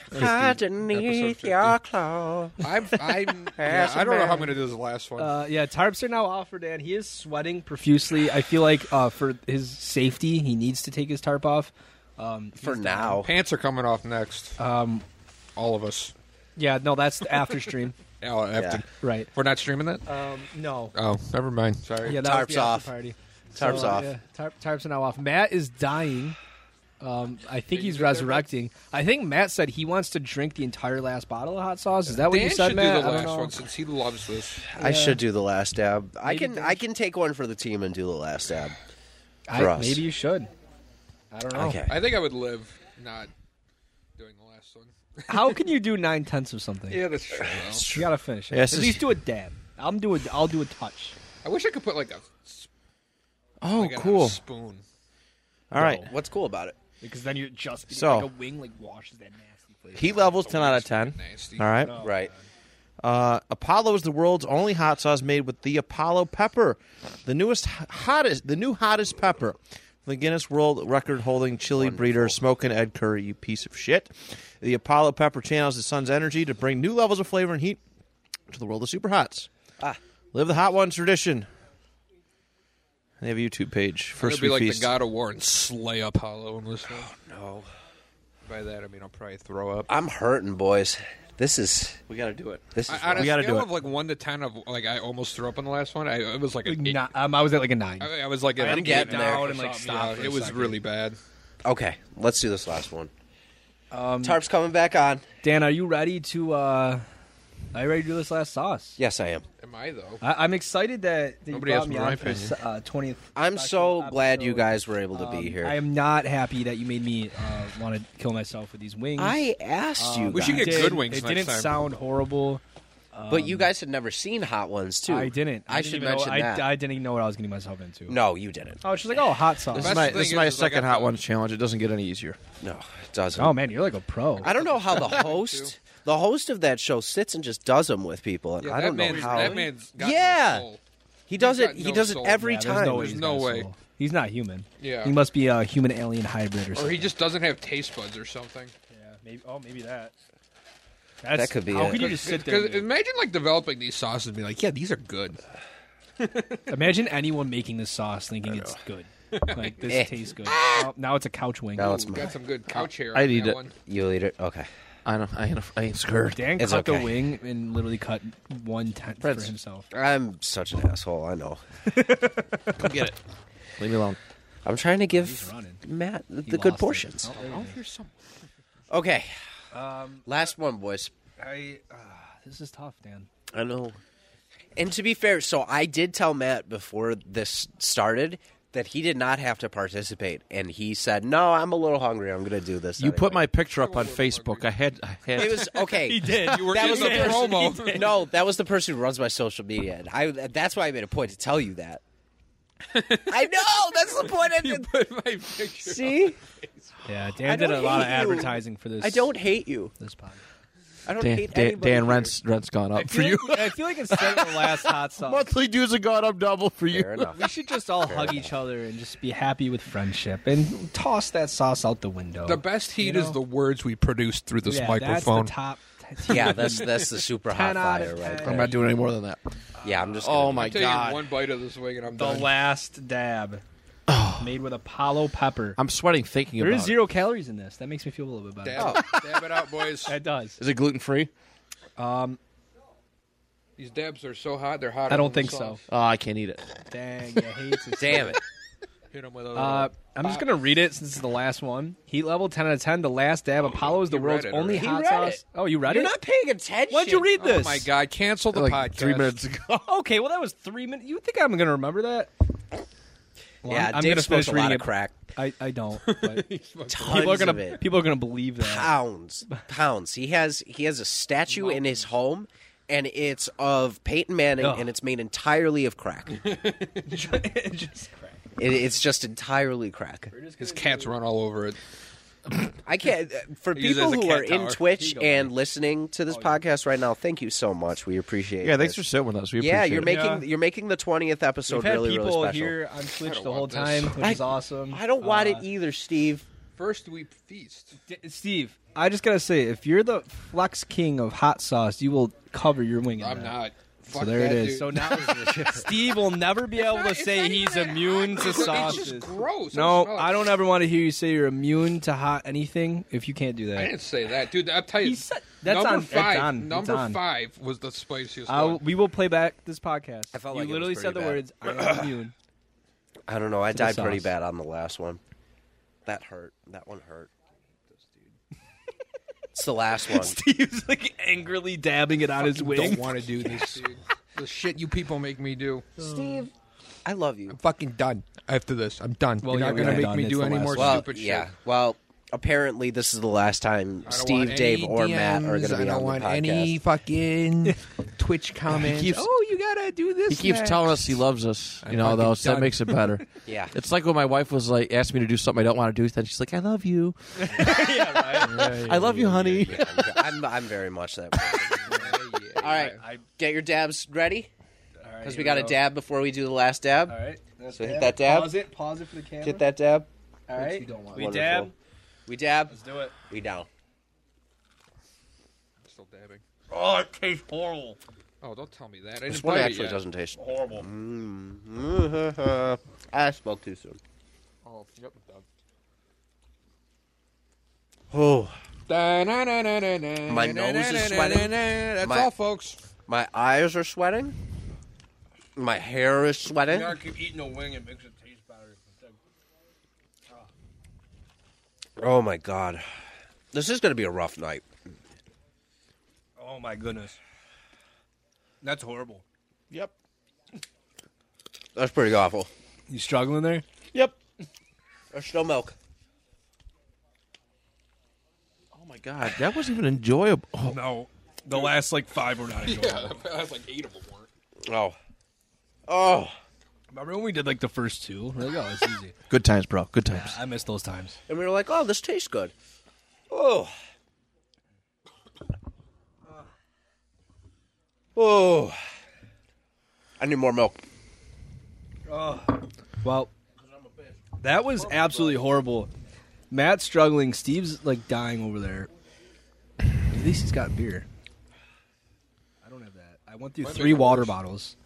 Underneath your clothes. I'm, I'm, yeah, I don't know how I'm going to do this last one. Uh, yeah, tarps are now off for Dan. He is sweating profusely. I feel like uh, for his safety, he needs to take his tarp off. Um, For now. Pants are coming off next. um, all of us. yeah, no, that's the after stream, Oh, I have to- right? We're not streaming that. Um, no, Oh, never mind. Sorry. yeah, that was the Tarps after off. Party. Tarps So, off. yeah, tarp, tarps are now off. Matt is dying. Um, I think he's resurrecting. I think Matt said he wants to drink the entire last bottle of hot sauce. Is that what Dan you said, should Matt? do the I don't last know. one since he loves this. I should do the last dab. I Maybe can they I can take one for the team and do the last dab. I- for us. Maybe you should. I don't know. Okay. I think I would live not doing the last one. How can you do nine tenths of something? that's true. though. You gotta finish it. Yes, At it's- least do a dab. I'm doing. I'll do a touch. I wish I could put like a, sp- Oh, like a cool. spoon. All right. What's cool about it? Because then you're just So- like a wing like washes that nasty flavor. Heat levels 10 out of 10. Nasty. All right. Oh. Right. Uh, Apollo is the world's only hot sauce made with the Apollo pepper, the newest hottest, the new hottest pepper. The Guinness World Record holding chili breeder smoking Ed Curry, you piece of shit. The Apollo pepper channels the sun's energy to bring new levels of flavor and heat to the world of super hots. Ah. Live the hot ones tradition. They have a YouTube page. It'll First be we like feast. the God of War and slay up Hollow in this one. no. By that I mean I'll probably throw up. I'm hurting, boys. This is we got to do it. this is I, on a We gotta scale do it. of like one to ten of like I almost threw up on the last one. I it was like an eight. Nah, um, I was at like a nine. I, I was like had an to get eight or down something. and, like, Yeah, stop for a it was second. really bad. okay. Let's do this last one. Um, Tarp's coming back on. Dan, are you ready to? uh Are you ready to do this last sauce? Yes, I am. Am I though? I, I'm excited that, that you Nobody brought asked me for my on for opinion. uh, 20th. I'm special so glad you episode. guys were able to be Um, here. I am not happy that you made me uh, want to kill myself with these wings. I asked you, We should You guys, get did. good wings It next didn't time. sound horrible. but you guys had never seen hot ones too. Um, I didn't. I, didn't should even know- mention I, that. I didn't even know what I was getting myself into. no, you didn't. I was just like, oh, hot This sauce. is Best my, thing this is is- my is I second got hot the- ones challenge. It doesn't get any easier. No, it doesn't. Oh man, you're like a pro. I don't know how the host, the host of that show, sits and just does them with people, and Yeah, I that don't know man's, how. That man's got Yeah. no soul. he does he's it. got He no does it soul. every Yeah, there's time. no way There's he's no got way. soul. He's not human. Yeah. He must be a human alien hybrid or Or something. he just doesn't have taste buds or something. Yeah, maybe. Oh, maybe that. That's, that could be How it. could you just sit there? and Because do imagine like developing these sauces and be like, yeah, these are good. it? Imagine anyone making this sauce thinking it's good. Like this Eh. tastes good. Oh, now it's a couch wing. Now it's Ooh, mine. got some good couch hair. I'd on eat that it. One. You'll eat it. Okay. I don't. I ain't, I ain't scared. Dan It's cut the okay. wing and literally cut one tenth for himself. I'm such an asshole. I know. Come get it. Leave me alone. I'm trying to give Matt the good lost it. Oh, portions. Okay. Last one, boys. I uh, This is tough, Dan. I know. And to be fair, so I did tell Matt before this started that he did not have to participate, and he said, "No, I'm a little hungry. I'm going to do this." You put my anyway." picture up on Facebook. I had. I had. It was okay. he did. You were that in was the person- promo. He did. No, that was the person who runs my social media, and I. That's why I made a point to tell you that. I know. That's the point. I You did. put my picture. See, Yeah, I Dan did don't a lot of hate you. advertising for this. I don't hate you. This podcast. I don't Dan, hate Dan, anybody Dan here. rent's rent's gone up for you. I feel like instead of the last hot sauce, Monthly dues have gone up double for you. Fair enough. we should just all hug each other and just be happy with friendship and toss that sauce out the window. The best heat You is know? the words we produce through this yeah, microphone. That's the top. That's Yeah, that's that's the super hot 10 out of fire right 10. there. I'm not doing any more than that. Yeah, I'm just. Oh gonna- my I'm taking god! one bite of this wing and I'm the done. last dab, made with Apollo pepper. I'm sweating thinking There about is zero calories in this. That makes me feel a little bit better. Dab, dab it out, boys. That does. it. Is it gluten free? These dabs are so hot, they're hot. I don't think so. Oh, I can't eat it. Dang, I hate it. Damn it. Hit them with a Uh, I'm just gonna read it since it's the last one. Heat level 10 out of 10. The last dab. Apollo is the you world's read it only already. hot Oh, read sauce. it. Oh, you read You're it? not paying attention. When'd you read this? Oh my god! Cancel the Like podcast. three minutes ago. Okay, well that was three minutes. You think I'm gonna remember that? Well, yeah, I'm, I'm Dave gonna smokes finish a reading lot of it. crack. I, I don't. But Tons people are of gonna it. people are gonna believe that. pounds, pounds. He has he has a statue in his home, and it's of Peyton Manning, Ugh. and it's made entirely of crack. it, Just- it's just entirely crack. His cats run all over it. I can't. uh, For Use it as people a who cat are in tower. Twitch and listening to this Oh, podcast right now, thank you so much. We appreciate. Yeah, thanks for this. sitting with us. We yeah, appreciate you're it. making Yeah. you're making the twentieth We've episode had really really people special. here on Twitch don't the whole want this. time, which is awesome. I don't want Uh, it e- either, Steve. First we feast. D- Uh, Steve, I just gotta say, if you're the flex king of hot sauce, you will cover your wing. In I'm that. not. Fuck So there it that is. Dude. So now Steve will never be able to It's not say even he's that hot. immune to It's just sauces. gross. I No, smell it. I don't ever want to hear you say you're immune to hot anything if you can't do I that. didn't say that, dude. I'll tell you. He said- that's number on- it's five. on, it's number on. five was the spiciest I will- one. we will play back this podcast. I felt you like it was literally pretty said the bad. words "I am immune." I don't know. I died pretty sauce. bad on the last one. That hurt. That one hurt. It's the last one. Steve's like angrily dabbing it on his Don't wing. want to do this, dude. The shit you people make me do. Steve, I love you. Fucking done after this. I'm done. Well, You're yeah, not we gonna are make done. me It's do the any last more one. Well, stupid yeah. shit. Well, apparently this is the last time I don't Steve, want Dave, any or Matt are going DMs. to I be don't on want the podcast. any fucking Twitch comments. keeps- oh, you gotta do this. He keeps next. telling us he loves us, you know. fucking Though so that done. makes it better. Yeah. it's like when my wife was like, asked me to do something I don't want to do. Then she's like, "I love you, I love you, honey." Yeah, I'm, I'm, I'm very much that. Way. Yeah, All right, get your dabs ready because we got a dab before we do the last dab. all right. So hit that dab. Pause it. Pause it for the camera. Get that dab. All right. we Wonderful. dab. We dab. Let's do it. We down. Still dabbing. Oh, it tastes horrible. Oh, don't tell me that. I This didn't one bite it actually yet. doesn't taste. Horrible. Mm-hmm. I spoke too soon. Oh, yep, I'm done. Oh, My nose is sweating. That's My- all, folks. my eyes are sweating. My hair is sweating. gotta keep eating a wing. It makes it taste better. Oh my god, this is going to be a rough night. Oh my goodness. That's horrible. That's pretty awful. You struggling there? There's still milk. Oh my god, that wasn't even enjoyable. Oh, No, the last like five were not enjoyable. That's like eight of them. weren't. Oh, oh, Remember when we did like the first two? We're like, oh, it's easy. good times, bro. Good times. I miss those times. and we were like, oh, this tastes good. Oh, oh, I need more milk. Well, That was absolutely horrible. Matt's struggling. Steve's like dying over there. At least he's got beer. I don't have that. I went through three water bottles.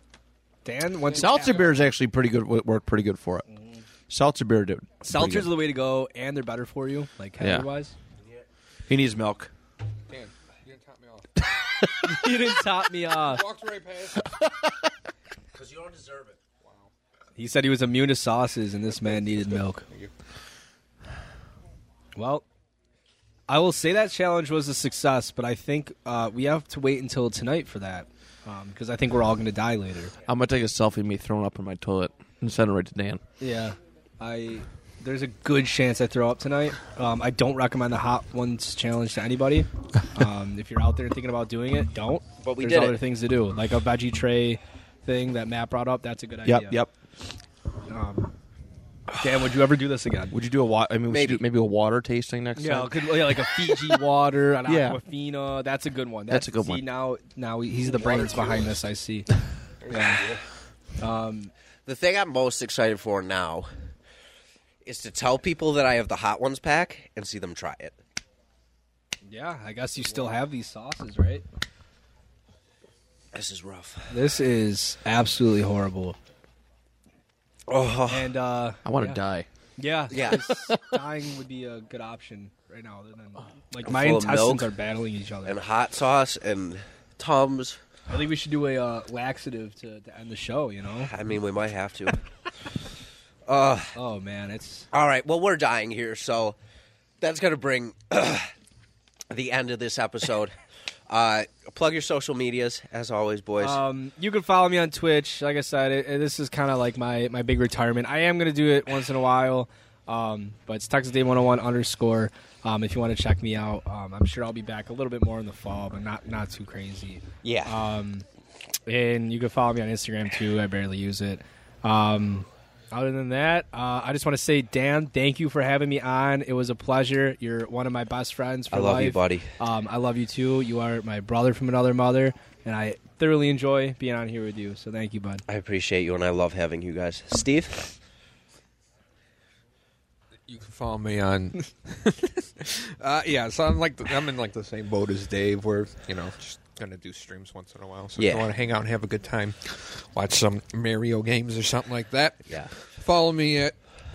Dan went through Seltzer beer is actually pretty good. would Work pretty good for it. Seltzer beer, dude. Seltzers are the way to go, and they're better for you, like Yeah. health wise. He needs milk. Dan, you didn't top me off. you didn't top me off. Walked right past. it. Because you don't deserve it. He said he was immune to sauces, and this man needed milk. Well, I will say that challenge was a success, but I think uh, we have to wait until tonight for that because I think we're all going to die later. I'm gonna take a selfie of me thrown up in my toilet and send it right to Dan. Yeah, I. There's a good chance I throw up tonight. Um, I don't recommend the hot ones challenge to anybody. Um, if you're out there thinking about doing it, don't. But we There's did other it. things to do, like a veggie tray thing that Matt brought up. That's a good idea. Um, Dan, would you ever do this again? Would you do a water? I mean, we should Maybe. do maybe a water tasting next Yeah, time. could- yeah, like a Fiji water, an Yeah. Aquafina. That's a good one. That's a good see, one. Now, now he's the brains behind this. I see. The thing I'm most excited for now is to tell people that I have the Hot Ones pack and see them try it. Yeah, I guess you still have these sauces, right? This is rough. This is absolutely horrible. Oh, And uh I want to yeah. die. Yeah, Yeah. just dying would be a good option right now. other than- like my Full of milk. intestines are battling each other. and hot sauce and tums. I think we should do a uh, laxative to, to end the show. You know? I mean, we might have to. Oh man, it's All right. Well, we're dying here, so that's going to bring the end of this episode. Uh, plug your social medias, as always, boys. Um, you can follow me on Twitch. Like I said, it, it- this is kind of like my, my big retirement. I am going to do it once in a while, um, but it's Texas Day 101 underscore. Um, if you want to check me out, um, I'm sure I'll be back a little bit more in the fall, but not not too crazy. yeah. Um, and you can follow me on Instagram too. I barely use it. Um, other than that, uh, I just want to say, Dan, thank you for having me on. It was a pleasure. You're one of my best friends. For I love you, life. buddy. Um, I love you too. You are my brother from another mother, and I thoroughly enjoy being on here with you. So thank you, bud. I appreciate you, and I love having you guys. Steve, You can follow me on. uh, yeah, so I'm like the, I'm in like the same boat as Dave. We're you know just gonna do streams once in a while. So if Yeah. you want to hang out and have a good time, watch some Mario games or something like that. Yeah. Follow me at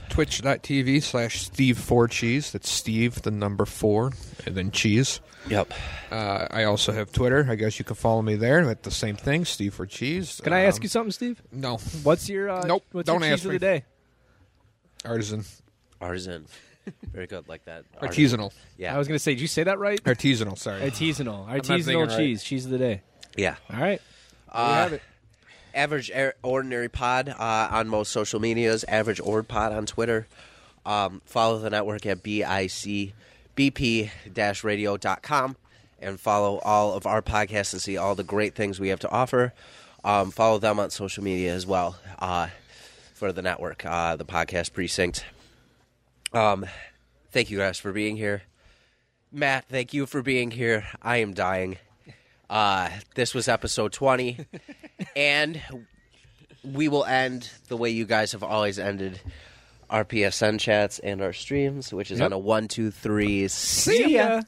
twitch.tv slash Steve Four Cheese. That's Steve the number four and then cheese. yep. Uh, I also have Twitter. I guess you can follow me there at the same thing, Steve for Cheese. Can I ask you something, Steve? No, What's your uh, Um, Nope, What's don't your cheese ask of me. the day? artisan, Artisan. Very good, like that. artisanal, Yeah. I was gonna say, did you say that right? artisanal. Sorry. Artisanal, thinking artisanal right. cheese, cheese of the day. yeah. All right. Uh, Average Air- Ordinary Pod uh, on most social medias, Average Ord Pod on Twitter. Um, follow the network at bicbp radio.com and follow all of our podcasts and see all the great things we have to offer. Um, follow them on social media as well uh, for the network, uh, the podcast precinct. Um, thank you guys for being here. Matt, thank you for being here. I am dying. Uh, this was episode 20. and we will end the way you guys have always ended our PSN chats and our streams, which is on a one, two, three. See ya.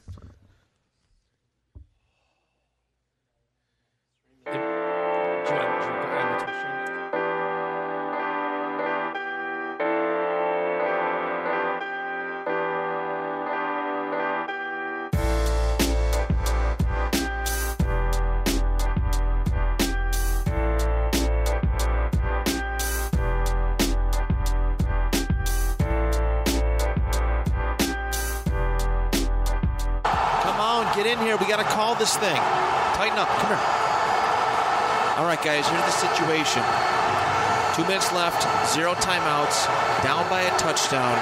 Come on, get in here. We got to call this thing. Tighten up. Come here. All right, guys, here's the situation. Two minutes left, zero timeouts, down by a touchdown.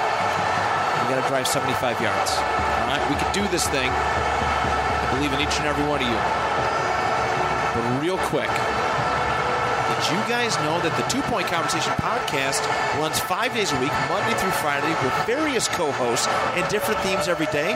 We got to drive 75 yards. All right, we can do this thing. I believe in each and every one of you. But real quick, did you guys know that the Two Point Conversation podcast runs five days a week, Monday through Friday, with various co hosts and different themes every day?